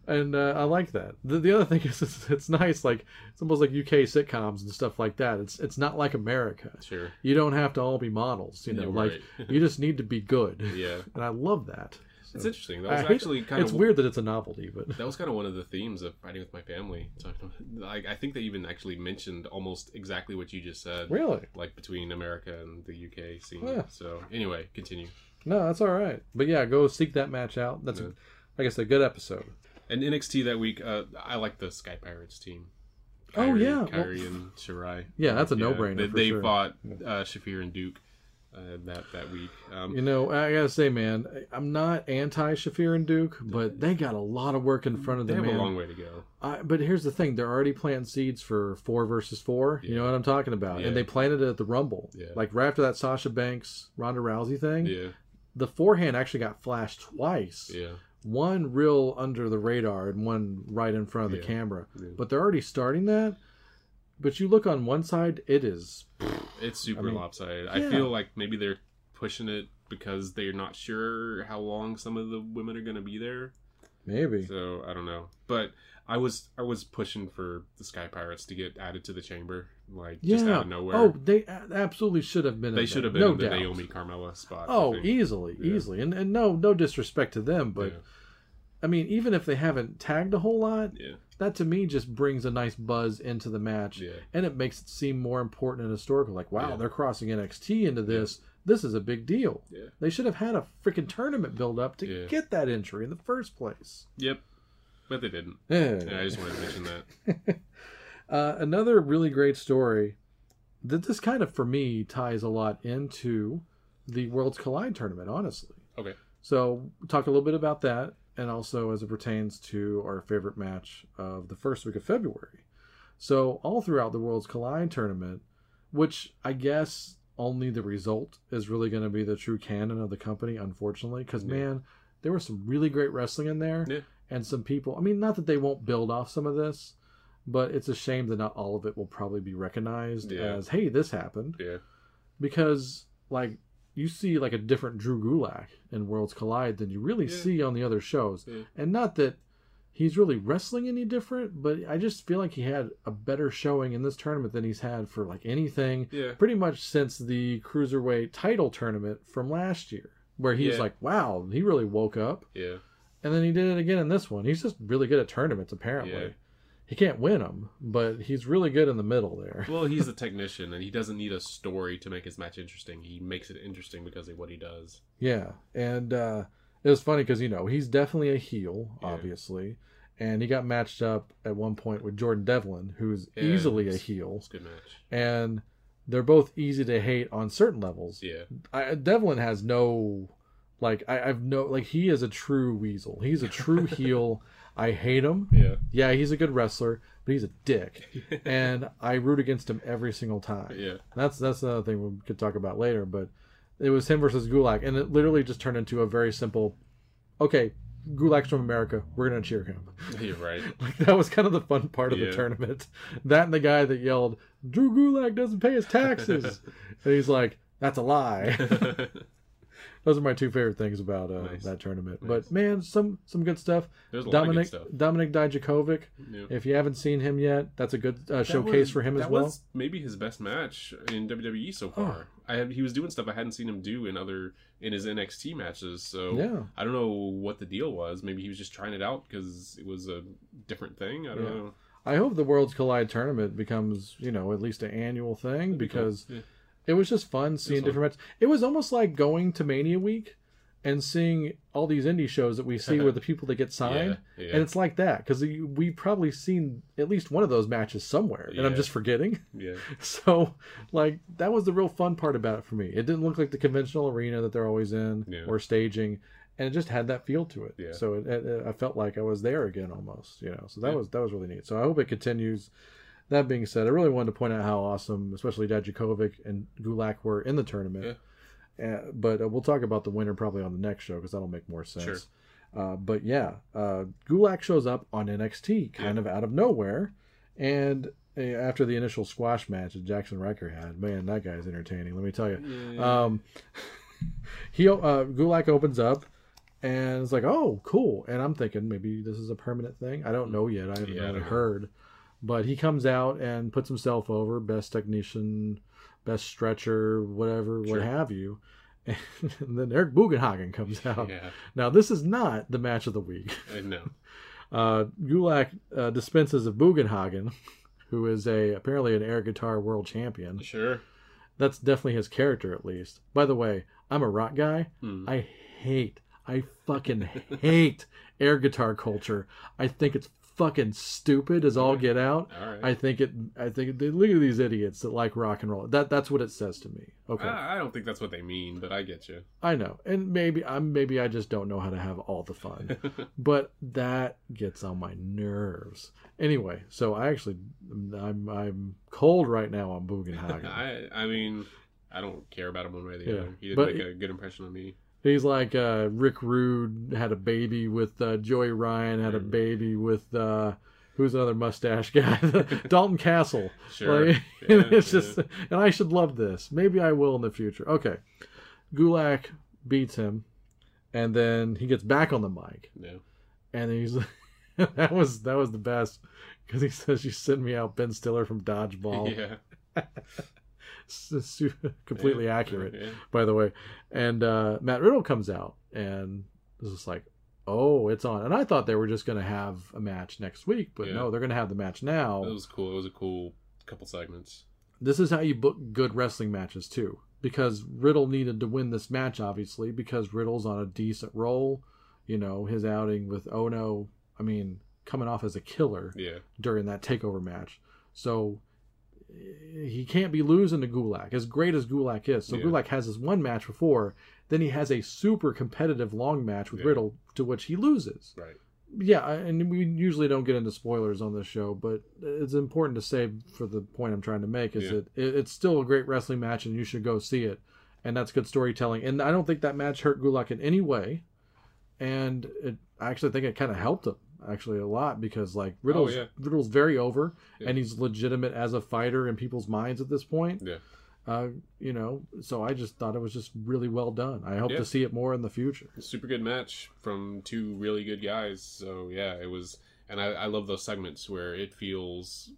Speaker 8: and uh, I like that. The, the other thing is it's, it's nice, like it's almost like UK sitcoms and stuff like that. It's it's not like America.
Speaker 7: Sure.
Speaker 8: You don't have to all be models, you know,
Speaker 7: Yeah,
Speaker 8: like
Speaker 7: right.
Speaker 8: you just need to be good.
Speaker 7: Yeah.
Speaker 8: and I love that.
Speaker 7: It's interesting. That
Speaker 8: I
Speaker 7: was
Speaker 8: hate-
Speaker 7: actually kind
Speaker 8: it's
Speaker 7: of
Speaker 8: weird that it's a novelty, but
Speaker 7: That was kind of one of the themes of Fighting with My Family. Talking about, I, I think they even actually mentioned almost exactly what you just said.
Speaker 8: really,
Speaker 7: Like between America and the UK scene.
Speaker 8: Yeah.
Speaker 7: So anyway, continue.
Speaker 8: no, that's all right. But yeah, go seek that match out. That's a, like I said, good episode.
Speaker 7: And NXT that week, uh, I like the Sky Pirates team.
Speaker 8: Oh,
Speaker 7: Kyrie-
Speaker 8: yeah, well-
Speaker 7: Kyrie and Shirai.
Speaker 8: Yeah, that's a no-brainer
Speaker 7: They,
Speaker 8: for
Speaker 7: they
Speaker 8: sure.
Speaker 7: fought uh, Shafir and Duke uh, that that week. Um,
Speaker 8: You know, I gotta say, man, I'm not anti Shafir and Duke, but they got a lot of work in front of
Speaker 7: they
Speaker 8: them,
Speaker 7: have
Speaker 8: man.
Speaker 7: a long way to go.
Speaker 8: I, but here's the thing: they're already planting seeds for four versus four. You know what I'm talking about?
Speaker 7: Yeah.
Speaker 8: And they planted it at the Rumble,
Speaker 7: Yeah.
Speaker 8: like right after that Sasha Banks Ronda Rousey thing.
Speaker 7: Yeah,
Speaker 8: The forehand actually got flashed twice.
Speaker 7: yeah,
Speaker 8: One real under the radar and one right in front of the
Speaker 7: Yeah.
Speaker 8: camera. But they're already starting that. But you look on one side, it is
Speaker 7: it's super lopsided. I
Speaker 8: yeah.
Speaker 7: feel like maybe they're pushing it because they're not sure how long some of the women are going to be there.
Speaker 8: maybe.
Speaker 7: So I don't know, but I was I was pushing for the Sky Pirates to get added to the chamber, like just out of nowhere.
Speaker 8: Oh, they a- absolutely should have been. in
Speaker 7: they should
Speaker 8: there,
Speaker 7: have been
Speaker 8: no
Speaker 7: in the
Speaker 8: doubt.
Speaker 7: Naomi Carmella spot. I
Speaker 8: Oh,
Speaker 7: think.
Speaker 8: easily,
Speaker 7: Yeah.
Speaker 8: easily, and and no, no disrespect to them, but
Speaker 7: Yeah.
Speaker 8: I mean, even if they haven't tagged a whole lot,
Speaker 7: yeah,
Speaker 8: that to me just brings a nice buzz into the match,
Speaker 7: Yeah.
Speaker 8: and it makes it seem more important and historical. Like, wow,
Speaker 7: Yeah.
Speaker 8: they're crossing NXT into this. This is a big deal.
Speaker 7: Yeah.
Speaker 8: They should have had a freaking tournament build up to
Speaker 7: Yeah.
Speaker 8: get that entry in the first place.
Speaker 7: yep, but they didn't.
Speaker 8: Eh.
Speaker 7: Yeah, I just wanted to mention that.
Speaker 8: Uh, another really great story that this kind of for me ties a lot into the Worlds Collide tournament, honestly.
Speaker 7: Okay,
Speaker 8: So talk a little bit about that, and also as it pertains to our favorite match of the first week of February. So all throughout the Worlds Collide tournament, which I guess only the result is really going to be the true canon of the company, unfortunately, because man, there was some really great wrestling in there,
Speaker 7: Yeah.
Speaker 8: and some people. I mean, not that they won't build off some of this, but it's a shame that not all of it will probably be recognized
Speaker 7: Yeah.
Speaker 8: as hey, this happened
Speaker 7: yeah,
Speaker 8: because like you see like a different Drew Gulak in Worlds Collide than you really see on the other shows, and not that he's really wrestling any different, but I just feel like he had a better showing in this tournament than he's had for like anything
Speaker 7: Yeah.
Speaker 8: pretty much since the cruiserweight title tournament from last year, where he's
Speaker 7: Yeah.
Speaker 8: like, wow, he really woke up.
Speaker 7: Yeah.
Speaker 8: And then he did it again in this one. He's just really good at tournaments, apparently.
Speaker 7: Yeah.
Speaker 8: He can't win them, but he's really good in the middle there.
Speaker 7: Well, he's a technician, and he doesn't need a story to make his match interesting. He makes it interesting because of what he does.
Speaker 8: Yeah, and uh, it was funny because you know he's definitely a heel, obviously, and he got matched up at one point with Jordan Devlin, who's
Speaker 7: Yeah,
Speaker 8: easily a
Speaker 7: it's-
Speaker 8: heel,
Speaker 7: It's a good match.
Speaker 8: and they're both easy to hate on certain levels.
Speaker 7: Yeah.
Speaker 8: I, Devlin has no, like I, I've no, like he is a true weasel. He's a true heel. I hate him.
Speaker 7: Yeah.
Speaker 8: Yeah, he's a good wrestler, but he's a dick, and I root against him every single time.
Speaker 7: Yeah.
Speaker 8: That's that's another thing we could talk about later, but it was him versus Gulak, and it literally just turned into a very simple, okay, Gulak's from America, we're gonna cheer him.
Speaker 7: You're right.
Speaker 8: Like that was kind of the fun part of
Speaker 7: Yeah.
Speaker 8: the tournament. That and the guy that yelled, Drew Gulak doesn't pay his taxes, and he's like, that's a lie. Those are my two favorite things about uh,
Speaker 7: Nice.
Speaker 8: that tournament. But man, some some good stuff.
Speaker 7: There's a lot of
Speaker 8: Dominic
Speaker 7: good stuff.
Speaker 8: Dominic Dijakovic.
Speaker 7: Yeah.
Speaker 8: If you haven't seen him yet, that's a good uh,
Speaker 7: That
Speaker 8: showcase
Speaker 7: was-
Speaker 8: for him as
Speaker 7: that
Speaker 8: well.
Speaker 7: was maybe his best match in WWE so far. I had, he was doing stuff I hadn't seen him do in other in his NXT matches. So
Speaker 8: Yeah.
Speaker 7: I don't know what the deal was. Maybe he was just trying it out because it was a different thing. I don't
Speaker 8: Yeah.
Speaker 7: know.
Speaker 8: I hope the Worlds Collide tournament becomes, you know, at least an annual thing because
Speaker 7: Yeah.
Speaker 8: it was just fun seeing
Speaker 7: fun.
Speaker 8: different matches. It was almost like going to Mania Week and seeing all these indie shows that we see with the people that get signed.
Speaker 7: Yeah, yeah.
Speaker 8: And it's like that because we probably seen at least one of those matches somewhere and I'm
Speaker 7: Yeah.
Speaker 8: just forgetting.
Speaker 7: Yeah,
Speaker 8: So, like, that was the real fun part about it for me. It didn't look like the conventional arena that they're always in
Speaker 7: Yeah.
Speaker 8: or staging, and it just had that feel to it.
Speaker 7: Yeah.
Speaker 8: So it, it, it- I felt like I was there again almost, you know. So that
Speaker 7: Yeah.
Speaker 8: was that was really neat. So I hope it continues. That being said, I really wanted to point out how awesome, especially Dajakovic and Gulak were in the tournament. Uh, but uh, we'll talk about the winner probably on the next show because that'll make more sense.
Speaker 7: Sure.
Speaker 8: Uh, but yeah, uh, Gulak shows up on NXT kind of out of nowhere. And uh, after the initial squash match that Jackson Riker had, man, that guy's entertaining, let me tell you. Um, he uh, Gulak opens up and it's like, oh, cool. And I'm thinking maybe this is a permanent thing. I don't know yet. I haven't
Speaker 7: Yeah, I
Speaker 8: really
Speaker 7: don't know.
Speaker 8: heard. But he comes out and puts himself over, best technician, best stretcher, whatever,
Speaker 7: Sure.
Speaker 8: what have you. And then Eric Bugenhagen comes out.
Speaker 7: yeah,
Speaker 8: Now, this is not the match of the week.
Speaker 7: I know.
Speaker 8: Uh, Gulak uh, dispenses of Bugenhagen, who is a apparently an air guitar world champion.
Speaker 7: Sure.
Speaker 8: That's definitely his character, at least. By the way, I'm a rock guy.
Speaker 7: Hmm.
Speaker 8: I hate, I fucking hate air guitar culture. I think it's fucking stupid as all get out.
Speaker 7: All right.
Speaker 8: I think it. I think they look at these idiots that like rock and roll. That that's what it says to me. Okay,
Speaker 7: I, I don't think that's what they mean, but I get you.
Speaker 8: I know, and maybe I'm maybe I just don't know how to have all the fun, but that gets on my nerves. Anyway, so I actually I'm I'm cold right now on Bugenhagen.
Speaker 7: I I mean, I don't care about him one way or the
Speaker 8: Yeah.
Speaker 7: other. He didn't
Speaker 8: But
Speaker 7: make
Speaker 8: it-
Speaker 7: a good impression on me.
Speaker 8: He's like uh, Rick Rude had a baby with uh, Joey Ryan had a
Speaker 7: Mm.
Speaker 8: baby with uh, who's another mustache guy Dalton Castle.
Speaker 7: Sure.
Speaker 8: Like,
Speaker 7: Yeah,
Speaker 8: it's
Speaker 7: yeah.
Speaker 8: just and I should love this. Maybe I will in the future. Okay, Gulak beats him, and then he gets back on the mic,
Speaker 7: No.
Speaker 8: and then he's that was that was the best because he says you send me out Ben Stiller from Dodgeball.
Speaker 7: Yeah.
Speaker 8: It's su- completely accurate
Speaker 7: Yeah.
Speaker 8: by the way. And uh, Matt Riddle comes out and is just like, oh, it's on. And I thought they were just going to have a match next week, but
Speaker 7: Yeah.
Speaker 8: no, they're going to have the match now.
Speaker 7: That was cool. It was a cool couple segments.
Speaker 8: This is how you book good wrestling matches, too. Because Riddle needed to win this match, obviously, because Riddle's on a decent roll. You know, his outing with Ono, I mean, coming off as a killer
Speaker 7: Yeah.
Speaker 8: during that takeover match. So eh, he can't be losing to Gulak, as great as Gulak is. So
Speaker 7: Yeah.
Speaker 8: Gulak has his one match before, then he has a super competitive long match with
Speaker 7: Yeah.
Speaker 8: Riddle, to which he loses.
Speaker 7: Right.
Speaker 8: Yeah, I- and we usually don't get into spoilers on this show, but it's important to say for the point I'm trying to make is
Speaker 7: Yeah.
Speaker 8: that it, it's still a great wrestling match, and you should go see it. And that's good storytelling. And I don't think that match hurt Gulak in any way. And it, I actually think it kind of helped him actually a lot because like Riddle's
Speaker 7: Oh, yeah.
Speaker 8: Riddle's very over, and he's legitimate as a fighter in people's minds at this point.
Speaker 7: Yeah.
Speaker 8: Uh, you know, so I just thought it was just really well done. I hope
Speaker 7: Yeah.
Speaker 8: to see it more in the future.
Speaker 7: super good match from two really good guys. So yeah, it was and I, I love those segments where it feels.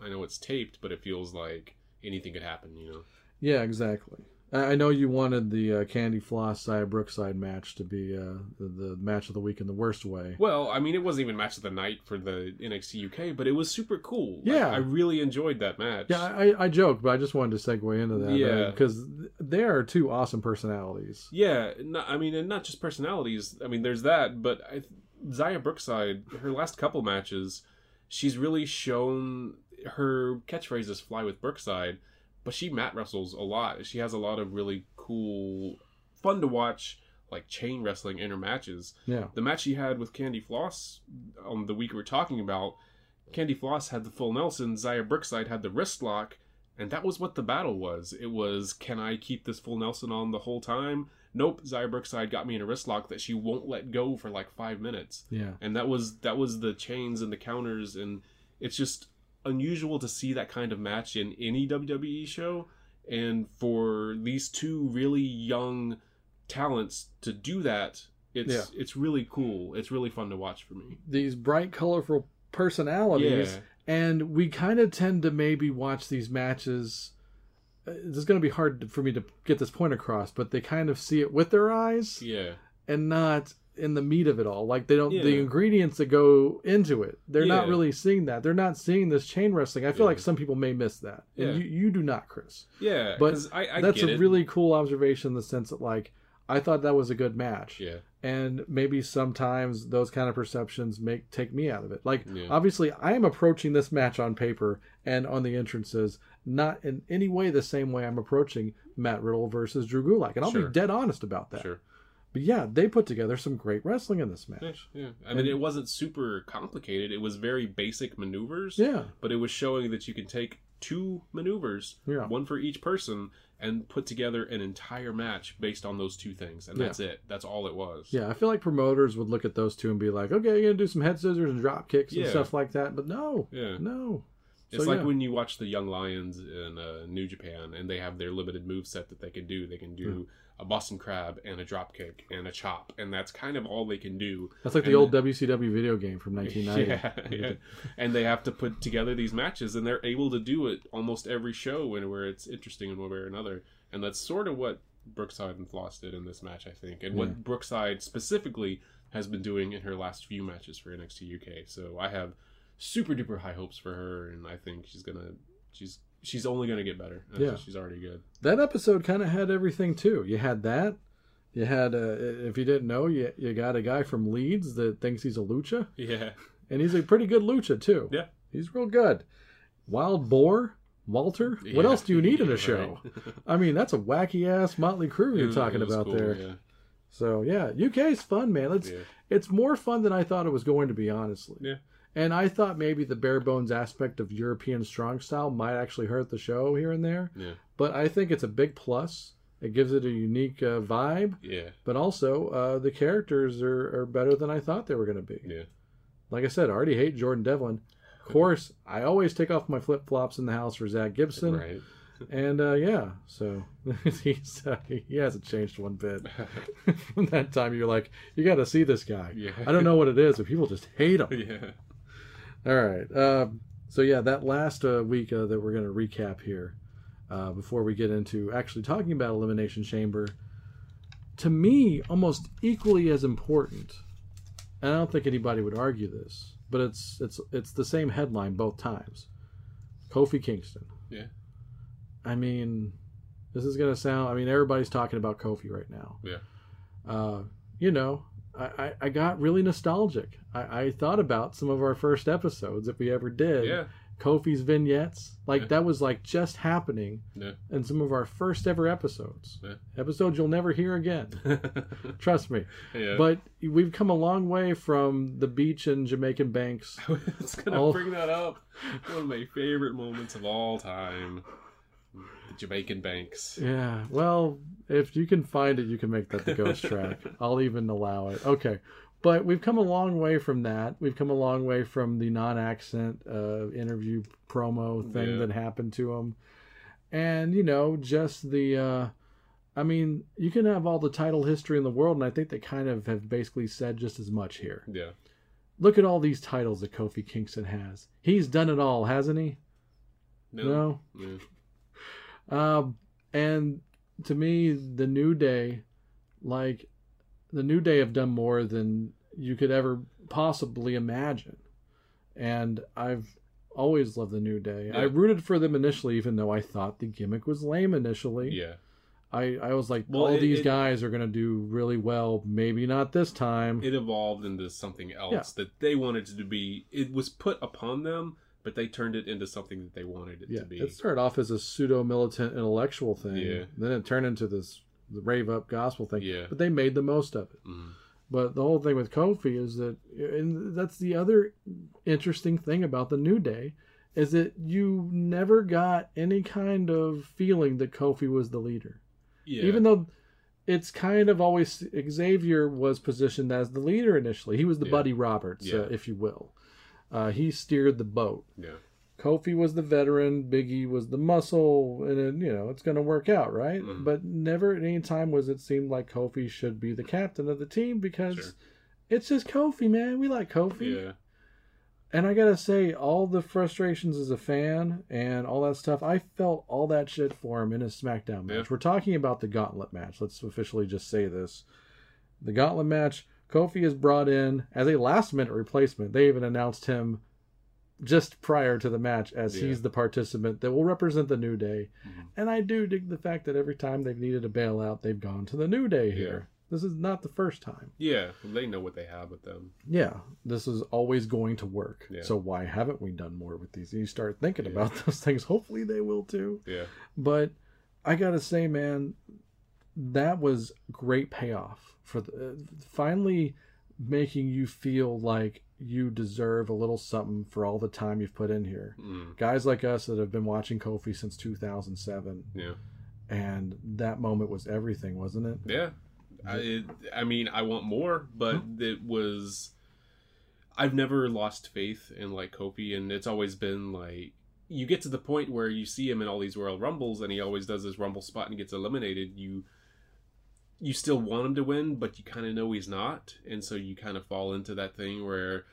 Speaker 7: I know it's taped, but it feels like anything could happen. You know.
Speaker 8: Yeah, exactly. I I know you wanted the uh, Candy Floss Saya Brookside match to be uh, the, the match of the week in the worst way.
Speaker 7: Well, I mean, it wasn't even match of the night for the NXT UK, but it was super cool. Like,
Speaker 8: Yeah.
Speaker 7: I really enjoyed that match.
Speaker 8: Yeah, I, I joke, but I just wanted to segue into that.
Speaker 7: Yeah.
Speaker 8: because they are two awesome personalities.
Speaker 7: Yeah, no, I mean, and not just personalities. I mean, there's that, but I, Zaya Brookside, her last couple matches, she's really shown her catchphrase is "Fly with Brookside," but she mat wrestles a lot. She has a lot of really cool, fun to watch, like chain wrestling in her matches.
Speaker 8: Yeah,
Speaker 7: The match she had with Candy Floss on the week we were talking about, Candy Floss had the full Nelson, Zaya Brookside had the wrist lock, and that was what the battle was. It was, can I keep this full Nelson on the whole time? Nope, Zaya Brookside got me in a wrist lock that she won't let go for like five minutes.
Speaker 8: yeah,
Speaker 7: And that was that was the chains and the counters and it's just unusual to see that kind of match in any WWE show. And for these two really young talents to do that, it's it's really cool. It's really fun to watch for me.
Speaker 8: these bright, colorful personalities,
Speaker 7: Yeah.
Speaker 8: and we kind of tend to maybe watch these matches. uh, This is going to be hard for me to get this point across, but they kind of see it with their eyes
Speaker 7: Yeah.
Speaker 8: and not in the meat of it all. Like they don't the
Speaker 7: Yeah.
Speaker 8: ingredients that go into it. They're not
Speaker 7: Yeah.
Speaker 8: really seeing that. They're not seeing this chain wrestling. I feel like some people may miss that, and
Speaker 7: Yeah.
Speaker 8: you you do not, Chris.
Speaker 7: Yeah.
Speaker 8: But
Speaker 7: 'cause I, I
Speaker 8: That's
Speaker 7: get
Speaker 8: a
Speaker 7: it.
Speaker 8: really cool observation in the sense that like I thought that was a good match.
Speaker 7: Yeah.
Speaker 8: And maybe sometimes those kind of perceptions make take me out of it. Like
Speaker 7: Yeah.
Speaker 8: obviously I am approaching this match on paper and on the entrances not in any way the same way I'm approaching Matt Riddle versus Drew Gulak. And I'll
Speaker 7: Sure.
Speaker 8: be dead honest about that.
Speaker 7: Sure.
Speaker 8: But yeah, they put together some great wrestling in this
Speaker 7: Yeah,
Speaker 8: match.
Speaker 7: yeah. I mean, it wasn't super complicated. It was very basic maneuvers.
Speaker 8: Yeah.
Speaker 7: But it was showing that you can take two maneuvers,
Speaker 8: Yeah.
Speaker 7: one for each person, and put together an entire match based on those two things. And
Speaker 8: Yeah.
Speaker 7: that's it. That's all it was.
Speaker 8: Yeah, I feel like promoters would look at those two and be like, okay, you're going to do some head scissors and drop kicks and
Speaker 7: Yeah.
Speaker 8: stuff like that. But no,
Speaker 7: Yeah.
Speaker 8: no.
Speaker 7: It's
Speaker 8: So,
Speaker 7: like
Speaker 8: yeah.
Speaker 7: when you watch the Young Lions in uh, New Japan, and they have their limited move set that they can do. They can
Speaker 8: Hmm.
Speaker 7: do a Boston Crab and a drop kick and a chop, and that's kind of all they can do.
Speaker 8: That's like the
Speaker 7: And-
Speaker 8: old WCW video game from 1990.
Speaker 7: yeah, yeah. and they have to put together these matches and they're able to do it almost every show and where it's interesting in one way or another and that's sort of what brookside and floss did in this match i think and
Speaker 8: Yeah.
Speaker 7: what brookside specifically has been doing in her last few matches for nxt uk so i have super duper high hopes for her and i think she's gonna she's she's only gonna get better I think
Speaker 8: Yeah.
Speaker 7: she's already good
Speaker 8: That episode kind of had everything too. You had that. You had, uh, if you didn't know, you, you got a guy from Leeds that thinks he's a lucha,
Speaker 7: yeah
Speaker 8: and he's a pretty good lucha too.
Speaker 7: Yeah.
Speaker 8: He's real good. Wild Boar, Walter. What
Speaker 7: Yeah.
Speaker 8: else do you need in a
Speaker 7: Right.
Speaker 8: show? I mean, that's a wacky ass Motley Crue
Speaker 7: It
Speaker 8: you're
Speaker 7: was-
Speaker 8: talking
Speaker 7: Mm, it was
Speaker 8: about
Speaker 7: cool,
Speaker 8: there.
Speaker 7: yeah.
Speaker 8: So yeah, UK's fun, man. It's
Speaker 7: Yeah.
Speaker 8: it's more fun than I thought it was going to be, honestly.
Speaker 7: Yeah.
Speaker 8: And I thought maybe the bare bones aspect of European strong style might actually hurt the show here and there.
Speaker 7: Yeah.
Speaker 8: But I think it's a big plus. It gives it a unique uh, vibe,
Speaker 7: yeah
Speaker 8: but also uh, the characters are, are better than I thought they were going to be.
Speaker 7: yeah
Speaker 8: Like I said, I already hate Jordan Devlin. Of course, I always take off my flip flops in the house for Zach Gibson.
Speaker 7: right
Speaker 8: And uh, yeah, so he's uh, he hasn't changed one bit from that time. You're like, you got to see this guy.
Speaker 7: Yeah.
Speaker 8: I don't know what it is, but people just hate him.
Speaker 7: yeah
Speaker 8: All right. Um, so yeah, that last uh, week uh, that we're gonna recap here uh, before we get into actually talking about Elimination Chamber, to me, almost equally as important. And I don't think anybody would argue this, but it's it's it's the same headline both times. Kofi Kingston.
Speaker 7: Yeah.
Speaker 8: I mean, this is gonna sound. I mean, everybody's talking about Kofi right now.
Speaker 7: Yeah.
Speaker 8: Uh, you know, I, I, I got really nostalgic. I, I thought about some of our first episodes if we ever did.
Speaker 7: yeah
Speaker 8: Kofi's vignettes, like
Speaker 7: Yeah.
Speaker 8: that was like just happening
Speaker 7: Yeah.
Speaker 8: in some of our first ever episodes.
Speaker 7: Yeah.
Speaker 8: Episodes you'll never hear again. Trust me.
Speaker 7: yeah
Speaker 8: But we've come a long way from the beach and Jamaican banks.
Speaker 7: I was gonna
Speaker 8: All-
Speaker 7: bring that up. One of my favorite moments of all time. The Jamaican banks.
Speaker 8: Yeah. Well, if you can find it, you can make that the ghost track. I'll even allow it. Okay. But we've come a long way from that. We've come a long way from the non-accent uh, interview promo thing
Speaker 7: Yeah.
Speaker 8: that happened to him, and you know, just the. Uh, I mean, you can have all the title history in the world, and I think they kind of have basically said just as much here.
Speaker 7: Yeah.
Speaker 8: Look at all these titles that Kofi Kingston has. He's done it all, hasn't he? No.
Speaker 7: No.
Speaker 8: Um, and to me, the New Day, like, the New Day have done more than you could ever possibly imagine. And I've always loved the New Day. I
Speaker 7: Yeah.
Speaker 8: rooted for them initially, even though I thought the gimmick was lame initially.
Speaker 7: Yeah.
Speaker 8: I, I was like,
Speaker 7: Well,
Speaker 8: all
Speaker 7: it-
Speaker 8: these
Speaker 7: it-
Speaker 8: guys are going to do really well. Maybe not this time.
Speaker 7: It evolved into something else
Speaker 8: Yeah.
Speaker 7: that they wanted it to be. It was put upon them, but they turned it into something that they wanted it
Speaker 8: yeah,
Speaker 7: to be.
Speaker 8: it started off as a pseudo militant intellectual thing.
Speaker 7: Yeah.
Speaker 8: Then it turned into this rave up gospel thing.
Speaker 7: Yeah. Mm-hmm.
Speaker 8: But they made the most of it. But the whole thing with Kofi is that, and that's the other interesting thing about the New Day, is that you never got any kind of feeling that Kofi was the leader.
Speaker 7: yeah.
Speaker 8: Even though it's kind of always Xavier was positioned as the leader initially. He was the Buddy Roberts, uh,
Speaker 7: Yeah.
Speaker 8: if you will. Uh, he steered the boat.
Speaker 7: Yeah.
Speaker 8: Kofi was the veteran, Biggie was the muscle, and it, you know it's going to work out, right?
Speaker 7: Mm-hmm.
Speaker 8: But never at any time was it seemed like Kofi should be the captain of the team because
Speaker 7: Sure.
Speaker 8: it's just Kofi, man. We like Kofi,
Speaker 7: Yeah.
Speaker 8: and I gotta say, all the frustrations as a fan and all that stuff, I felt all that shit for him in his SmackDown match.
Speaker 7: Yeah.
Speaker 8: We're talking about the Gauntlet match. Let's officially just say this: the Gauntlet match. Kofi is brought in as a last-minute replacement. They even announced him just prior to the match as
Speaker 7: Yeah. Mm-hmm.
Speaker 8: he's the participant that will represent the New Day. And I do dig the fact that every time they've needed a bailout, they've gone to the New Day here. This is not the first time.
Speaker 7: Yeah. They know what they have with them.
Speaker 8: Yeah, this is always going to work.
Speaker 7: Yeah.
Speaker 8: So why haven't we done more with these? You start thinking about those things. Hopefully they will too.
Speaker 7: Yeah.
Speaker 8: But I gotta say, man, that was great payoff for the, uh, finally making you feel like you deserve a little something for all the time you've put in here. Guys like us that have been watching Kofi since 2007,
Speaker 7: Yeah.
Speaker 8: and that moment was everything, wasn't it?
Speaker 7: Yeah, I, it, I mean, I want more, but it was. I've never lost faith in like Kofi, and it's always been like you get to the point where you see him in all these Royal Rumbles, and he always does his Rumble spot and gets eliminated. You you still want him to win, but you kind of know he's not, and so you kind of fall into that thing where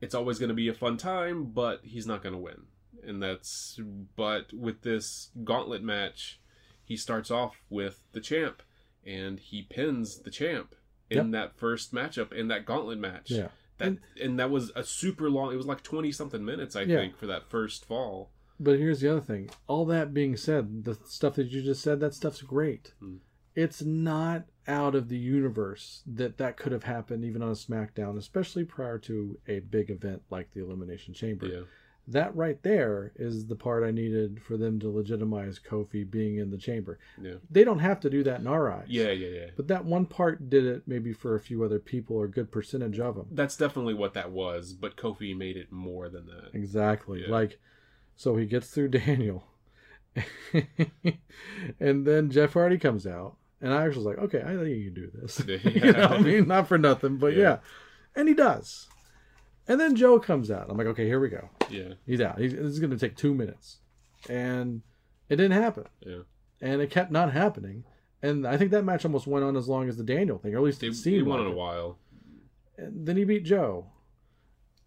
Speaker 7: it's always going to be a fun time, but he's not going to win. And that's but with this gauntlet match, he starts off with the champ and he pins the champ in that first matchup in that gauntlet match.
Speaker 8: Yeah.
Speaker 7: That and, that was a super long it was like 20 something minutes I
Speaker 8: Yeah.
Speaker 7: think for that first fall.
Speaker 8: But here's the other thing. All that being said, the stuff that you just said, that stuff's great.
Speaker 7: Hmm.
Speaker 8: It's not out of the universe that that could have happened even on a SmackDown, especially prior to a big event like the Elimination Chamber.
Speaker 7: Yeah.
Speaker 8: That right there is the part I needed for them to legitimize Kofi being in the chamber.
Speaker 7: Yeah.
Speaker 8: They don't have to do that in our eyes.
Speaker 7: Yeah, yeah, yeah.
Speaker 8: But that one part did it maybe for a few other people or a good percentage of them.
Speaker 7: That's definitely what that was, but Kofi made it more than that.
Speaker 8: Exactly.
Speaker 7: Yeah.
Speaker 8: Like, so he gets through Daniel, and then Jeff Hardy comes out, and I was like, okay, I think you can do this. you know, what I mean, not for nothing, but yeah.
Speaker 7: Yeah.
Speaker 8: and he does. And then Joe comes out. I'm like, okay, here we go.
Speaker 7: Yeah.
Speaker 8: He's out. He's, this is going to take two minutes, and it didn't happen,
Speaker 7: Yeah.
Speaker 8: and it kept not happening. And I think that match almost went on as long as the Daniel thing, or at least
Speaker 7: They,
Speaker 8: it
Speaker 7: they
Speaker 8: seemed.
Speaker 7: won
Speaker 8: like
Speaker 7: in a
Speaker 8: it.
Speaker 7: while.
Speaker 8: And then he beat Joe,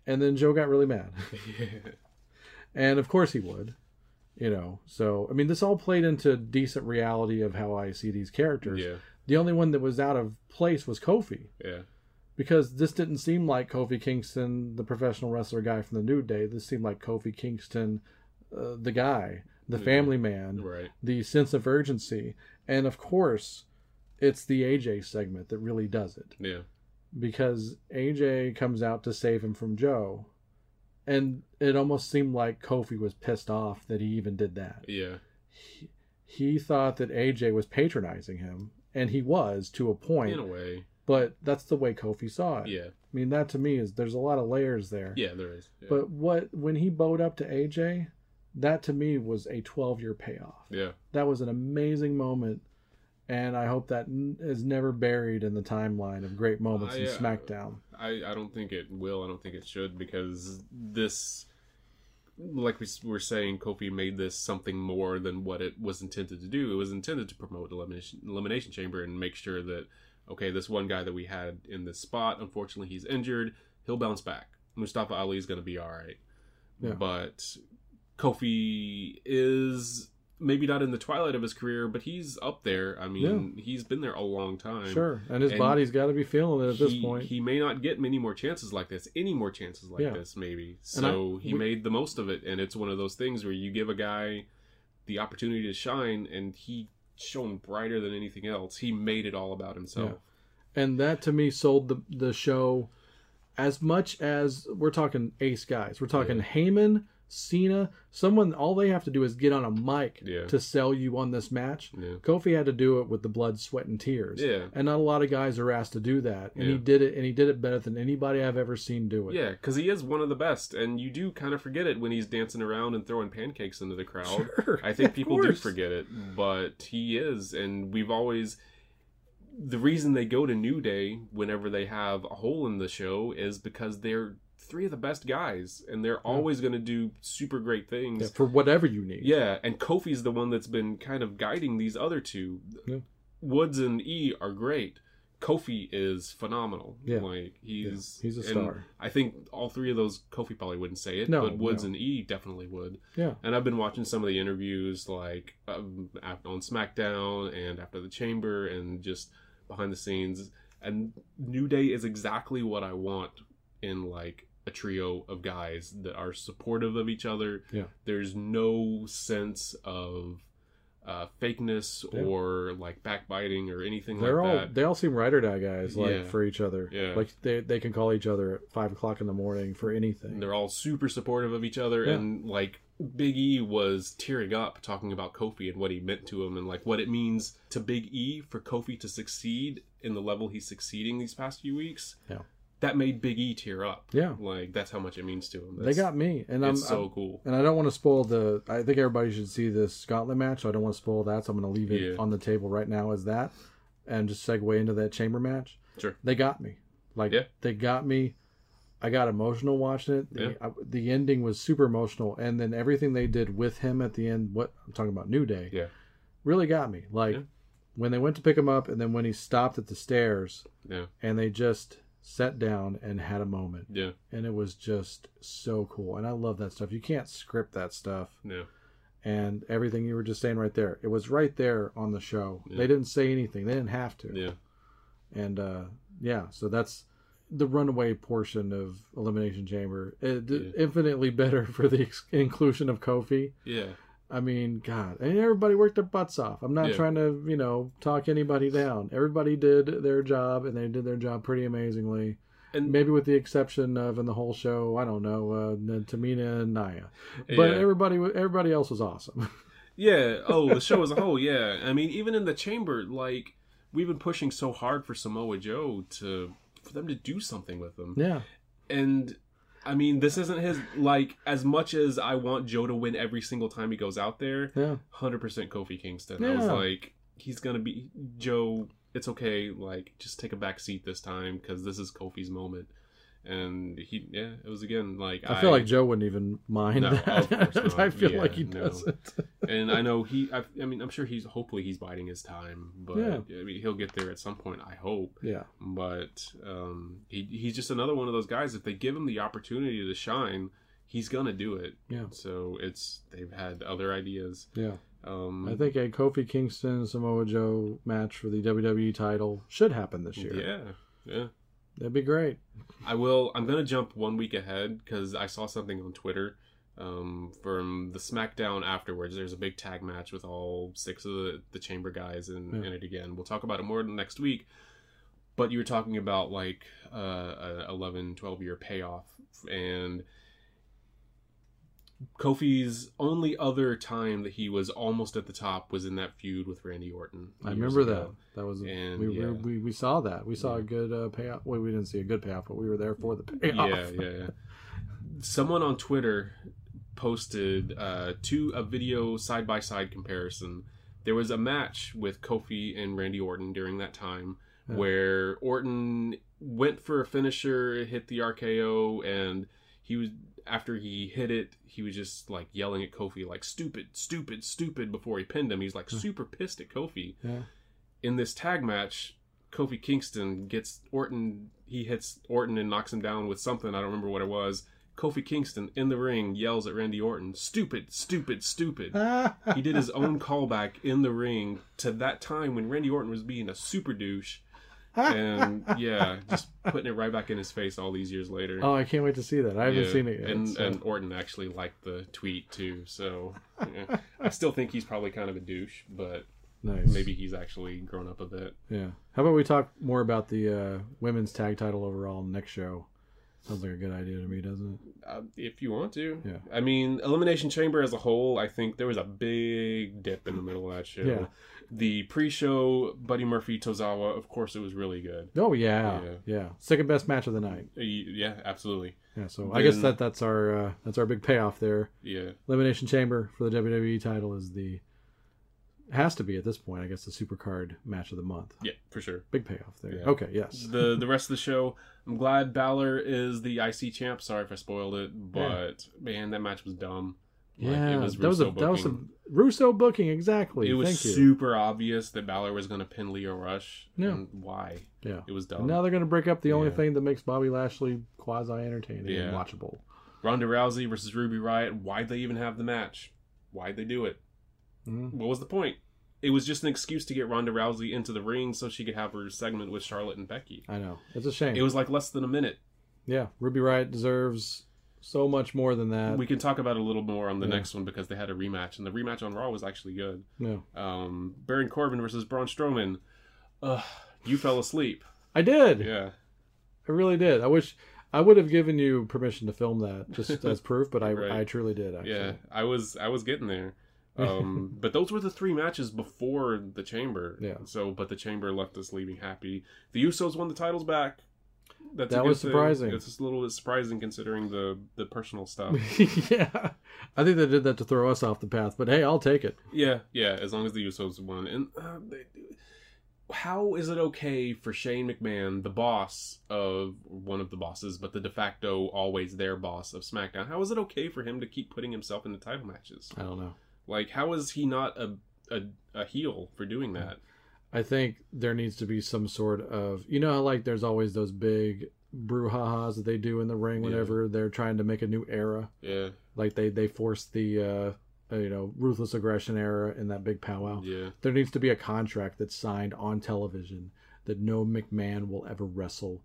Speaker 8: and then Joe got really mad. And of course he would. You know, so I mean, this all played into decent reality of how I see these characters.
Speaker 7: Yeah.
Speaker 8: The only one that was out of place was Kofi
Speaker 7: Yeah.
Speaker 8: because this didn't seem like Kofi Kingston, the professional wrestler guy from the New Day. This seemed like Kofi Kingston, uh, the guy, the family man,
Speaker 7: Mm-hmm. Right.
Speaker 8: the sense of urgency, and of course, it's the AJ segment that really does it
Speaker 7: Yeah.
Speaker 8: because AJ comes out to save him from Joe, and it almost seemed like Kofi was pissed off that he even did that.
Speaker 7: Yeah.
Speaker 8: He thought that AJ was patronizing him, and he was to a point,
Speaker 7: In a way.
Speaker 8: but that's the way Kofi saw it.
Speaker 7: Yeah.
Speaker 8: I mean, that to me is there's a lot of layers there.
Speaker 7: Yeah, there is. Yeah.
Speaker 8: But what when he bowed up to AJ, that to me was a 12 year payoff.
Speaker 7: yeah.
Speaker 8: That was an amazing moment. And I hope that n- is never buried in the timeline of great moments in
Speaker 7: I, uh,
Speaker 8: SmackDown.
Speaker 7: I, I don't think it will. I don't think it should because this, like we s- were saying, Kofi made this something more than what it was intended to do. It was intended to promote elimination elimination chamber and make sure that okay, this one guy that we had in this spot, unfortunately, he's injured. He'll bounce back. Mustafa Ali is going to be all right.
Speaker 8: Yeah.
Speaker 7: But Kofi is maybe not in the twilight of his career, but he's up there. I mean, he's been there a long time.
Speaker 8: Sure, and his
Speaker 7: And
Speaker 8: body's got to be feeling it at this
Speaker 7: he,
Speaker 8: point.
Speaker 7: he may not get many more chances like this, any more chances like
Speaker 8: Yeah.
Speaker 7: this, maybe. So he
Speaker 8: we-
Speaker 7: made the most of it, and it's one of those things where you give a guy the opportunity to shine, and he shone brighter than anything else. He made it all about himself.
Speaker 8: and that to me sold the the show as much as we're talking ace guys. We're talking Heyman, Cena, someone. All they have to do is get on a mic
Speaker 7: Yeah.
Speaker 8: to sell you on this match.
Speaker 7: Yeah.
Speaker 8: Kofi had to do it with the blood, sweat, and tears.
Speaker 7: Yeah.
Speaker 8: and not a lot of guys are asked to do that, and he
Speaker 7: Yeah.
Speaker 8: did it, and he did it better than anybody I've ever seen do it.
Speaker 7: Yeah, because he is one of the best, and you do kind of forget it when he's dancing around and throwing pancakes into the crowd.
Speaker 8: Sure,
Speaker 7: I think
Speaker 8: of
Speaker 7: people do
Speaker 8: course.
Speaker 7: forget it, but he is, and we've always. The reason they go to New Day whenever they have a hole in the show is because they're three of the best guys, and they're always going to do super great things.
Speaker 8: Yeah, for whatever you need.
Speaker 7: Yeah, and Kofi's the one that's been kind of guiding these other two.
Speaker 8: Yeah.
Speaker 7: Woods and E are great. Kofi is phenomenal.
Speaker 8: Yeah.
Speaker 7: Like he's
Speaker 8: Yeah, he's a
Speaker 7: and
Speaker 8: star.
Speaker 7: I think all three of those Kofi probably wouldn't say it,
Speaker 8: No,
Speaker 7: but Woods
Speaker 8: no.
Speaker 7: and E definitely would.
Speaker 8: Yeah.
Speaker 7: And I've been watching some of the interviews like um, af- on SmackDown and after the Chamber and just behind the scenes and New Day is exactly what I want in like a trio of guys that are supportive of each other.
Speaker 8: Yeah.
Speaker 7: There's no sense of uh, fakeness
Speaker 8: Yeah.
Speaker 7: or like backbiting or anything
Speaker 8: They're
Speaker 7: like
Speaker 8: all
Speaker 7: that.
Speaker 8: they all seem right or die guys like
Speaker 7: Yeah.
Speaker 8: for each other.
Speaker 7: Yeah.
Speaker 8: Like they they can call each other at five o'clock in the morning for anything.
Speaker 7: They're all super supportive of each other
Speaker 8: Yeah.
Speaker 7: and like Big E was tearing up talking about Kofi and what he meant to him and like what it means to Big E for Kofi to succeed in the level he's succeeding these past few weeks.
Speaker 8: Yeah.
Speaker 7: That made Big E tear up.
Speaker 8: Yeah.
Speaker 7: Like that's how much it means to him.
Speaker 8: They
Speaker 7: That's-
Speaker 8: got um, me, and I'm,
Speaker 7: it's so
Speaker 8: I'm-
Speaker 7: cool.
Speaker 8: and I don't want to spoil the. I think everybody should see this Scotland match. So I don't want to spoil that, so I'm going to leave it
Speaker 7: Yeah.
Speaker 8: on the table right now as that, and just segue into that chamber match.
Speaker 7: Sure.
Speaker 8: They got me, like
Speaker 7: Yeah.
Speaker 8: they got me. I got emotional watching it. The,
Speaker 7: Yeah.
Speaker 8: I- the ending was super emotional, and then everything they did with him at the end. What I'm talking about, New Day.
Speaker 7: Yeah.
Speaker 8: really got me. Like
Speaker 7: Yeah.
Speaker 8: when they went to pick him up, and then when he stopped at the stairs,
Speaker 7: Yeah.
Speaker 8: and they just sat down and had a moment
Speaker 7: Yeah.
Speaker 8: and it was just so cool. And I love that stuff. You can't script that stuff.
Speaker 7: Yeah.
Speaker 8: And everything you were just saying right there, it was right there on the show.
Speaker 7: Yeah.
Speaker 8: They didn't say anything. They didn't have to.
Speaker 7: Yeah.
Speaker 8: And uh, yeah, so that's the runaway portion of Elimination Chamber. It,
Speaker 7: Yeah.
Speaker 8: Infinitely better for the ex- inclusion of Kofi.
Speaker 7: Yeah.
Speaker 8: I mean, God, and everybody worked their butts off. I'm not
Speaker 7: Yeah.
Speaker 8: trying to, you know, talk anybody down. Everybody did their job, and they did their job pretty amazingly.
Speaker 7: And-
Speaker 8: maybe with the exception of in the whole show, I don't know, uh, N- Tamina and Naya, but
Speaker 7: Yeah.
Speaker 8: everybody, wa- everybody else was awesome.
Speaker 7: Yeah. Oh, the show as a whole. Yeah. I mean, even in the chamber, like we've been pushing so hard for Samoa Joe to for them to do something with him.
Speaker 8: yeah,
Speaker 7: and I mean, this isn't his like as much as I want Joe to win every single time he goes out there.
Speaker 8: yeah,
Speaker 7: Hundred percent, Kofi Kingston. I was
Speaker 8: Yeah.
Speaker 7: like, he's gonna be Joe. It's okay. Like, just take a back seat this time because this is Kofi's moment. And he, yeah, it was again like
Speaker 8: I feel like Joe wouldn't even mind.
Speaker 7: No, of
Speaker 8: that.
Speaker 7: course not.
Speaker 8: I feel
Speaker 7: Yeah,
Speaker 8: like he
Speaker 7: no.
Speaker 8: doesn't.
Speaker 7: and I know he. I, I mean, I'm sure he's. Hopefully, he's biding his time, but
Speaker 8: Yeah.
Speaker 7: I mean, he'll get there at some point. I hope
Speaker 8: yeah,
Speaker 7: but um, he, he's just another one of those guys. If they give him the opportunity to shine, he's gonna do it.
Speaker 8: Yeah.
Speaker 7: So it's they've had other ideas.
Speaker 8: yeah.
Speaker 7: Um,
Speaker 8: I think a Kofi Kingston Samoa Joe match for the WWE title should happen this year.
Speaker 7: Yeah. Yeah.
Speaker 8: That'd be great.
Speaker 7: I will. I'm gonna jump one week ahead because I saw something on Twitter um, from the SmackDown afterwards. There's a big tag match with all six of the, the Chamber guys in,
Speaker 8: Yeah.
Speaker 7: in it again. We'll talk about it more next week. But you were talking about like uh, a 11, 12 year payoff, and Kofi's only other time that he was almost at the top was in that feud with Randy Orton.
Speaker 8: I
Speaker 7: years
Speaker 8: remember
Speaker 7: ago.
Speaker 8: that. That was
Speaker 7: And,
Speaker 8: we,
Speaker 7: yeah.
Speaker 8: were we we saw that. We saw a good uh, payoff. Well, we didn't see a good payoff, but we were there for the payoff.
Speaker 7: Yeah, yeah, yeah. Someone on Twitter posted uh, two a video side by side comparison. There was a match with Kofi and Randy Orton during that time where Orton went for a finisher, hit the RKO, and he was after he hit it, he was just like yelling at Kofi like stupid, stupid, stupid before he pinned him. He's like super pissed at Kofi.
Speaker 8: Yeah.
Speaker 7: In this tag match, Kofi Kingston gets Orton. He hits Orton and knocks him down with something. I don't remember what it was. Kofi Kingston in the ring yells at Randy Orton, "Stupid, stupid, stupid." he did his own callback in the ring to that time when Randy Orton was being a super douche. and yeah, just putting it right back in his face all these years later.
Speaker 8: Oh, I can't wait to see that. I haven't
Speaker 7: Yeah,
Speaker 8: seen it yet.
Speaker 7: And,
Speaker 8: so-
Speaker 7: and Orton actually liked the tweet too, so yeah. I still think he's probably kind of a douche, but
Speaker 8: nice.
Speaker 7: maybe he's actually grown up a bit.
Speaker 8: Yeah. How about we talk more about the uh, women's tag title overall next show? Sounds like a good idea to me, doesn't it?
Speaker 7: Uh, if you want to,
Speaker 8: Yeah.
Speaker 7: I mean, Elimination Chamber as a whole, I think there was a big dip in the middle of that show.
Speaker 8: Yeah.
Speaker 7: The pre-show Buddy Murphy Tozawa, of course, it was really good.
Speaker 8: Oh yeah, yeah.
Speaker 7: Yeah.
Speaker 8: Second best match of the night.
Speaker 7: Uh, y- Yeah, absolutely.
Speaker 8: Yeah. So I guess
Speaker 7: Then-
Speaker 8: that that's our uh, that's our big payoff there.
Speaker 7: Yeah,
Speaker 8: Elimination Chamber for the WWE title is the has to be at this point. I guess the supercard match of the month.
Speaker 7: yeah, for sure.
Speaker 8: Big payoff there.
Speaker 7: Yeah.
Speaker 8: Okay. Yes.
Speaker 7: the the rest of the show. I'm glad Balor is the IC champ. Sorry if I spoiled it, but man, that match was dumb. Like,
Speaker 8: yeah.
Speaker 7: it was
Speaker 8: that was a
Speaker 7: Russo
Speaker 8: that was a
Speaker 7: booking.
Speaker 8: Russo booking exactly.
Speaker 7: It was
Speaker 8: Thank you.
Speaker 7: super obvious that Balor was going to pin Leo Rush.
Speaker 8: Yeah.
Speaker 7: and why?
Speaker 8: Yeah.
Speaker 7: It was dumb.
Speaker 8: And now they're going to break up the only
Speaker 7: Yeah.
Speaker 8: thing that makes Bobby Lashley quasi entertaining
Speaker 7: Yeah.
Speaker 8: and watchable.
Speaker 7: Ronda Rousey versus Ruby Riot. Why'd they even have the match? Why'd they do it?
Speaker 8: Mhm.
Speaker 7: What was the point? It was just an excuse to get Ronda Rousey into the ring so she could have her segment with Charlotte and Becky.
Speaker 8: I know. It's a shame.
Speaker 7: It was like less than a minute.
Speaker 8: Yeah, Ruby Riot deserves so much more than that.
Speaker 7: We can talk about it a little more on the
Speaker 8: Yeah.
Speaker 7: next one because they had a rematch, and the rematch on Raw was actually good.
Speaker 8: no,
Speaker 7: um, Baron Corbin versus Braun Strowman. Ugh, you fell asleep.
Speaker 8: I did.
Speaker 7: Yeah,
Speaker 8: I really did. I wish I would have given you permission to film that just as proof, but I
Speaker 7: Right.
Speaker 8: I truly did. Actually.
Speaker 7: yeah. I was I was getting there. Um, but those were the three matches before the Chamber.
Speaker 8: Yeah.
Speaker 7: So, but the Chamber left us leaving happy. The Usos won the titles back. That's a
Speaker 8: That
Speaker 7: good
Speaker 8: was
Speaker 7: thing.
Speaker 8: surprising.
Speaker 7: It's just a little bit surprising considering the the personal stuff.
Speaker 8: yeah. I think they did that to throw us off the path, but hey, I'll take it.
Speaker 7: yeah, yeah. As long as the Usos won, and uh, they, how is it okay for Shane McMahon, the boss of one of the bosses, but the de facto always their boss of SmackDown? How is it okay for him to keep putting himself into title matches?
Speaker 8: I don't know.
Speaker 7: Like, how is he not a a, a heel for doing that?
Speaker 8: I think there needs to be some sort of you know how like there's always those big brouhahas that they do in the ring
Speaker 7: Yeah.
Speaker 8: whenever they're trying to make a new era.
Speaker 7: Yeah,
Speaker 8: Like they they force the uh, uh you know ruthless aggression era in that big powwow.
Speaker 7: yeah,
Speaker 8: There needs to be a contract that's signed on television that no McMahon will ever wrestle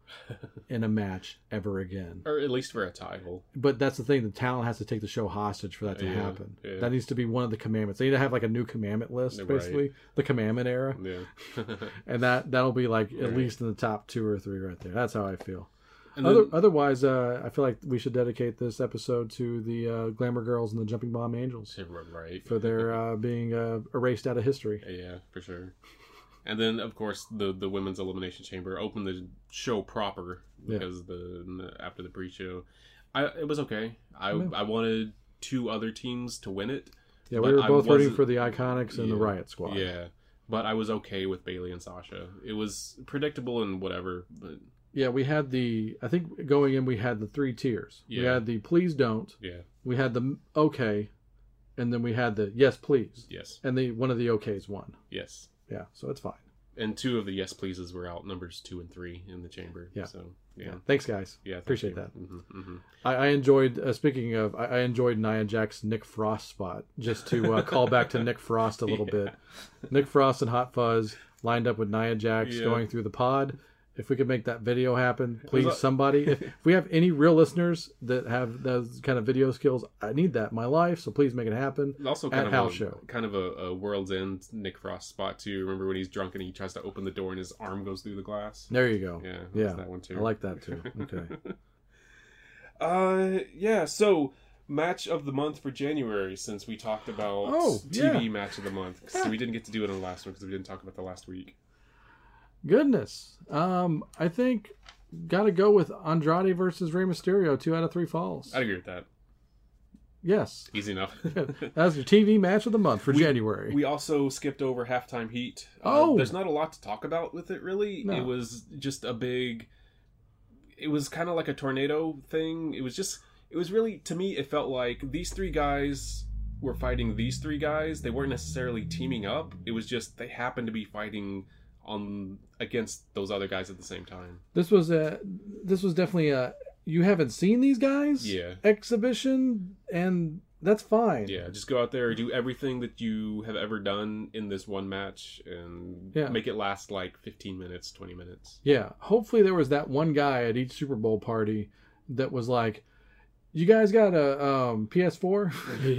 Speaker 8: in a match ever again.
Speaker 7: or at least for a title.
Speaker 8: But that's the thing, the talent has to take the show hostage for that to
Speaker 7: Yeah,
Speaker 8: happen.
Speaker 7: yeah.
Speaker 8: That needs to be one of the commandments. They need to have like a new commandment list,
Speaker 7: Right.
Speaker 8: basically. The commandment era.
Speaker 7: Yeah,
Speaker 8: And that that'll be like at
Speaker 7: Right.
Speaker 8: least in the top two or three right there. That's how I feel.
Speaker 7: and
Speaker 8: Other,
Speaker 7: then-
Speaker 8: otherwise, uh, I feel like we should dedicate this episode to the uh, Glamour Girls and the Jumping Bomb Angels
Speaker 7: right
Speaker 8: for their uh, being uh, erased out of history.
Speaker 7: Yeah, for sure. And then, of course, the the women's elimination chamber opened the show proper
Speaker 8: Yeah.
Speaker 7: because the after the pre-show, I it was okay. I I wanted two other teams to win it.
Speaker 8: Yeah, we
Speaker 7: But
Speaker 8: were
Speaker 7: I
Speaker 8: both rooting
Speaker 7: wasn't-
Speaker 8: for the Iconics and the
Speaker 7: Yeah.
Speaker 8: Riot Squad.
Speaker 7: Yeah, but I was okay with Bailey and Sasha. It was predictable and whatever, but
Speaker 8: Yeah, we had the. I think going in, we had the three tiers. We
Speaker 7: Yeah.
Speaker 8: had the please don't.
Speaker 7: yeah,
Speaker 8: We had the okay, and then we had the yes please.
Speaker 7: yes,
Speaker 8: And the one of the okays won.
Speaker 7: yes.
Speaker 8: Yeah, so it's fine.
Speaker 7: And two of the yes pleases were out numbers two and three in the chamber.
Speaker 8: Yeah.
Speaker 7: So
Speaker 8: Yeah.
Speaker 7: yeah,
Speaker 8: Thanks, guys.
Speaker 7: yeah.
Speaker 8: Appreciate that.
Speaker 7: hmm hmm
Speaker 8: I, I enjoyed. Uh, speaking of, I, I enjoyed Nia Jack's Nick Frost spot just to uh, call back to Nick Frost a little bit. Nick Frost and Hot Fuzz lined up with Nia Jax
Speaker 7: Yeah.
Speaker 8: going through the pod. If we could make that video happen, please,
Speaker 7: like-
Speaker 8: somebody. If, if we have any real listeners that have those kind of video skills, I need that in my life. So please make it happen.
Speaker 7: also
Speaker 8: at
Speaker 7: kind
Speaker 8: Hal
Speaker 7: of a,
Speaker 8: Show.
Speaker 7: kind of a, a world's end Nick Frost spot too. Remember when he's drunk and he tries to open the door and his arm goes through the glass?
Speaker 8: There you go.
Speaker 7: Yeah, that's
Speaker 8: yeah.
Speaker 7: that one too.
Speaker 8: I like that too. Okay.
Speaker 7: Uh, yeah. So match of the month for January, since we talked about
Speaker 8: Oh,
Speaker 7: TV
Speaker 8: yeah.
Speaker 7: match of the month, so we didn't get to do it on the last one because we didn't talk about the last week.
Speaker 8: Goodness. Um, I think got to go with Andrade versus Rey Mysterio. Two out of three falls.
Speaker 7: I agree with that.
Speaker 8: yes.
Speaker 7: Easy enough.
Speaker 8: That's your TV match of the month for January.
Speaker 7: We also skipped over halftime heat. Um,
Speaker 8: Oh!
Speaker 7: there's not a lot to talk about with it, really.
Speaker 8: No.
Speaker 7: It was just a big. It was kind of like a tornado thing. It was just. It was really to me. It felt like these three guys were fighting these three guys. They weren't necessarily teaming up. It was just they happened to be fighting on against those other guys at the same time.
Speaker 8: This was a this was definitely a you haven't seen these guys
Speaker 7: Yeah.
Speaker 8: exhibition and that's fine.
Speaker 7: Yeah, just go out there do everything that you have ever done in this one match and
Speaker 8: Yeah.
Speaker 7: make it last like 15 minutes, 20 minutes.
Speaker 8: Yeah. Hopefully there was that one guy at each Super Bowl party that was like, "You guys got a um, PS4?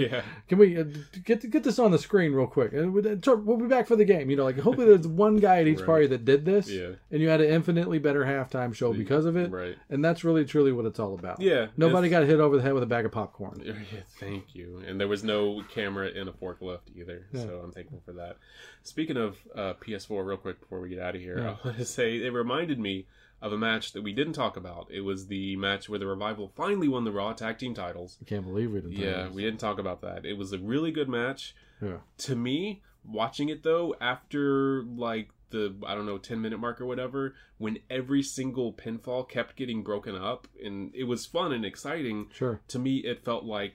Speaker 7: yeah.
Speaker 8: Can we uh, get get this on the screen real quick? Uh, And we'll we'll be back for the game." You know, like hopefully there's one guy at each
Speaker 7: Right.
Speaker 8: party that did this,
Speaker 7: Yeah.
Speaker 8: and you had an infinitely better halftime show because of it.
Speaker 7: Right.
Speaker 8: And that's really truly what it's all about.
Speaker 7: Yeah,
Speaker 8: Nobody
Speaker 7: it's-
Speaker 8: got hit over the head with a bag of popcorn.
Speaker 7: Yeah, Thank you. And there was no camera in a forklift either, so I'm thankful for that. Speaking of uh, PS4, real quick before we get out of here, I want to say it reminded me of a match that we didn't talk about. It was the match where the Revival finally won the Raw Tag Team titles.
Speaker 8: I can't believe we didn't. talk
Speaker 7: Yeah,
Speaker 8: about
Speaker 7: we
Speaker 8: this.
Speaker 7: didn't talk about that. It was a really good match.
Speaker 8: Yeah.
Speaker 7: To me, watching it though, after like the I don't know ten minute mark or whatever, when every single pinfall kept getting broken up, and it was fun and exciting.
Speaker 8: Sure.
Speaker 7: To me, it felt like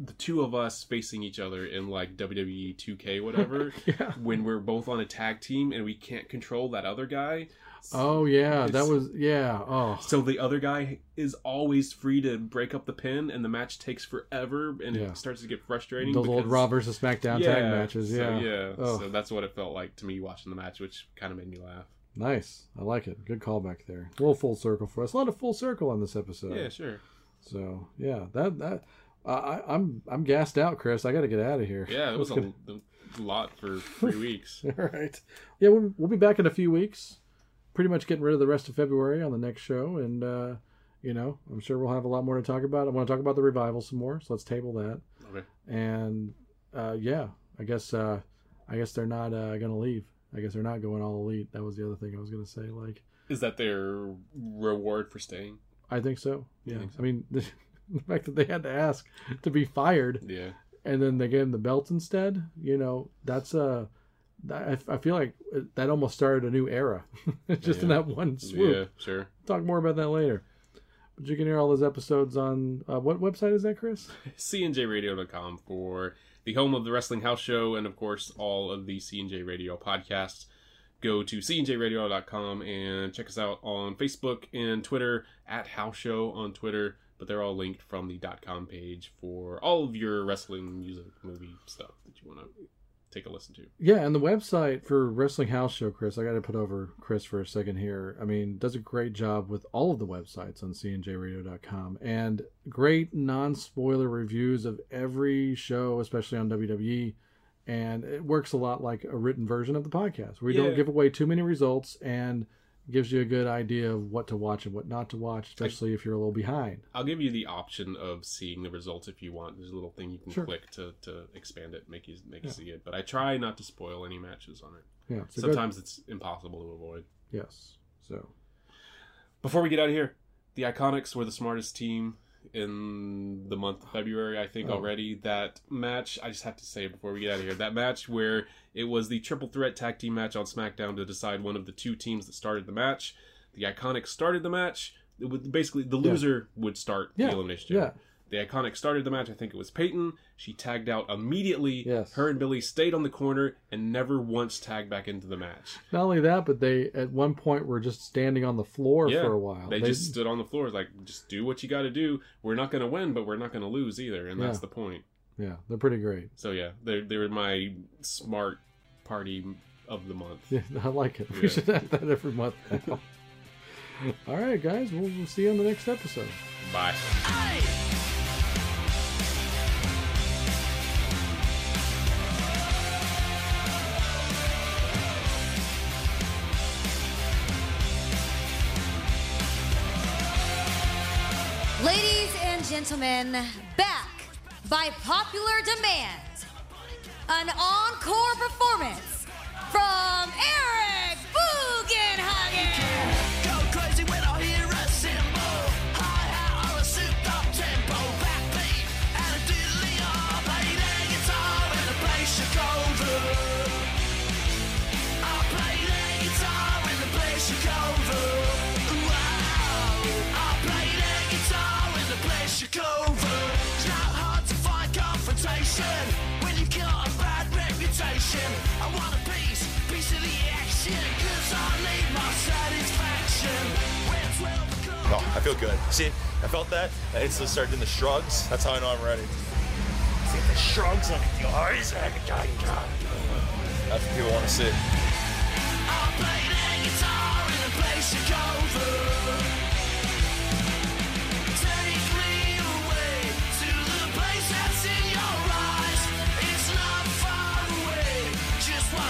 Speaker 7: the two of us facing each other in like WWE 2K whatever
Speaker 8: Yeah.
Speaker 7: when we're both on a tag team and we can't control that other guy
Speaker 8: Oh yeah, that
Speaker 7: It's-
Speaker 8: was yeah. Oh
Speaker 7: so the other guy is always free to break up the pin, and the match takes forever, and
Speaker 8: Yeah.
Speaker 7: it starts to get frustrating.
Speaker 8: those old
Speaker 7: because-
Speaker 8: Raw versus SmackDown
Speaker 7: Yeah,
Speaker 8: tag matches. Yeah,
Speaker 7: So, yeah.
Speaker 8: Oh,
Speaker 7: So that's what it felt like to me watching the match, which kind of made me laugh.
Speaker 8: nice. I like it. Good callback there. A little full circle for us. A lot of full circle on this episode.
Speaker 7: Yeah, sure.
Speaker 8: So yeah, that that I, I- I'm I'm gassed out, Chris. I got to get out of here.
Speaker 7: Yeah, it was a, a lot for three weeks.
Speaker 8: All right. Yeah, we'll, we'll be back in a few weeks. Pretty much getting rid of the rest of February on the next show, and uh, you know, I'm sure we'll have a lot more to talk about. I want to talk about the revival some more, so let's table that.
Speaker 7: Okay.
Speaker 8: And uh, yeah, I guess uh, I guess they're not uh, gonna leave. I guess they're not going all elite. That was the other thing I was gonna say. Like,
Speaker 7: Is that their reward for staying?
Speaker 8: I think so. Yeah. I mean, the, the fact that they had to ask to be fired
Speaker 7: Yeah.
Speaker 8: and then they gave him the belt instead. You know, that's a. I, I feel like that almost started a new era, just in that one swoop.
Speaker 7: Yeah, sure.
Speaker 8: Talk more about that later. But you can hear all those episodes on uh, what website is that, Chris?
Speaker 7: cnjradio.com for the home of the Wrestling House Show and, of course, all of the CNJ Radio podcasts. Go to cnjradio.com and check us out on Facebook and Twitter at House Show on Twitter, but they're all linked from the .com page for all of your wrestling music, movie stuff that you want to take a listen to.
Speaker 8: Yeah, and the website for Wrestling House Show, Chris. I got to put over Chris for a second here. I mean, does a great job with all of the websites on cnjradio.com and great non spoiler reviews of every show, especially on WWE. And it works a lot like a written version of the podcast. We
Speaker 7: Yeah.
Speaker 8: don't give away too many results and gives you a good idea of what to watch and what not to watch, especially if you're a little behind.
Speaker 7: I'll give you the option of seeing the results if you want. There's a little thing you can
Speaker 8: Sure.
Speaker 7: click to, to expand it, make you make you see it. But I try not to spoil any matches on it.
Speaker 8: Yeah, it's a good-
Speaker 7: Sometimes it's impossible to avoid.
Speaker 8: yes. So
Speaker 7: Before we get out of here, the Iconics were the smartest team in the month of February, I
Speaker 8: Oh.
Speaker 7: think already. That match, I just have to say it before we get out of here, that match where it was the triple threat tag team match on SmackDown to decide one of the two teams that started the match. The Iconics started the match. It would, basically, the loser would start
Speaker 8: Yeah.
Speaker 7: the elimination.
Speaker 8: Yeah.
Speaker 7: chamber. The Iconics started the match. I think it was Peyton. She tagged out immediately.
Speaker 8: Yes.
Speaker 7: Her and Billy stayed on the corner and never once tagged back into the match.
Speaker 8: not only that, but they at one point were just standing on the floor for a while.
Speaker 7: They, just stood on the floor, like, just do what you got to do. We're not going to win, but we're not going to lose either, and that's
Speaker 8: Yeah.
Speaker 7: the point.
Speaker 8: yeah, they're pretty great.
Speaker 7: So yeah, they're they're my smart party of the month.
Speaker 8: Yeah, I like it.
Speaker 7: Yeah.
Speaker 8: We should have that every month now. All right, guys. We'll, we'll see you on the next episode.
Speaker 7: Bye.
Speaker 9: Ladies and gentlemen, back by popular demand, an encore performance from Eric Bugenhagen.
Speaker 10: Go crazy when I hear a cymbal. Hi hat or a souped up tempo. Backbeat and a diddly arm. Play their guitar and the place should go I play their guitar and the place should go Wow. I play their guitar and the place should go It's not hard to find confrontation when you've got a bad reputation. I
Speaker 3: Oh, I feel good. See, I felt that. I instantly started doing the shrugs. That's how I know I'm ready. See, the shrugs look at the eyes. eh? That's what people want to see.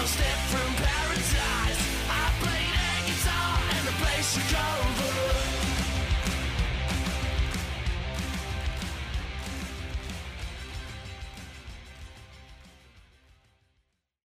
Speaker 10: Step from paradise. I played a guitar and the place took over.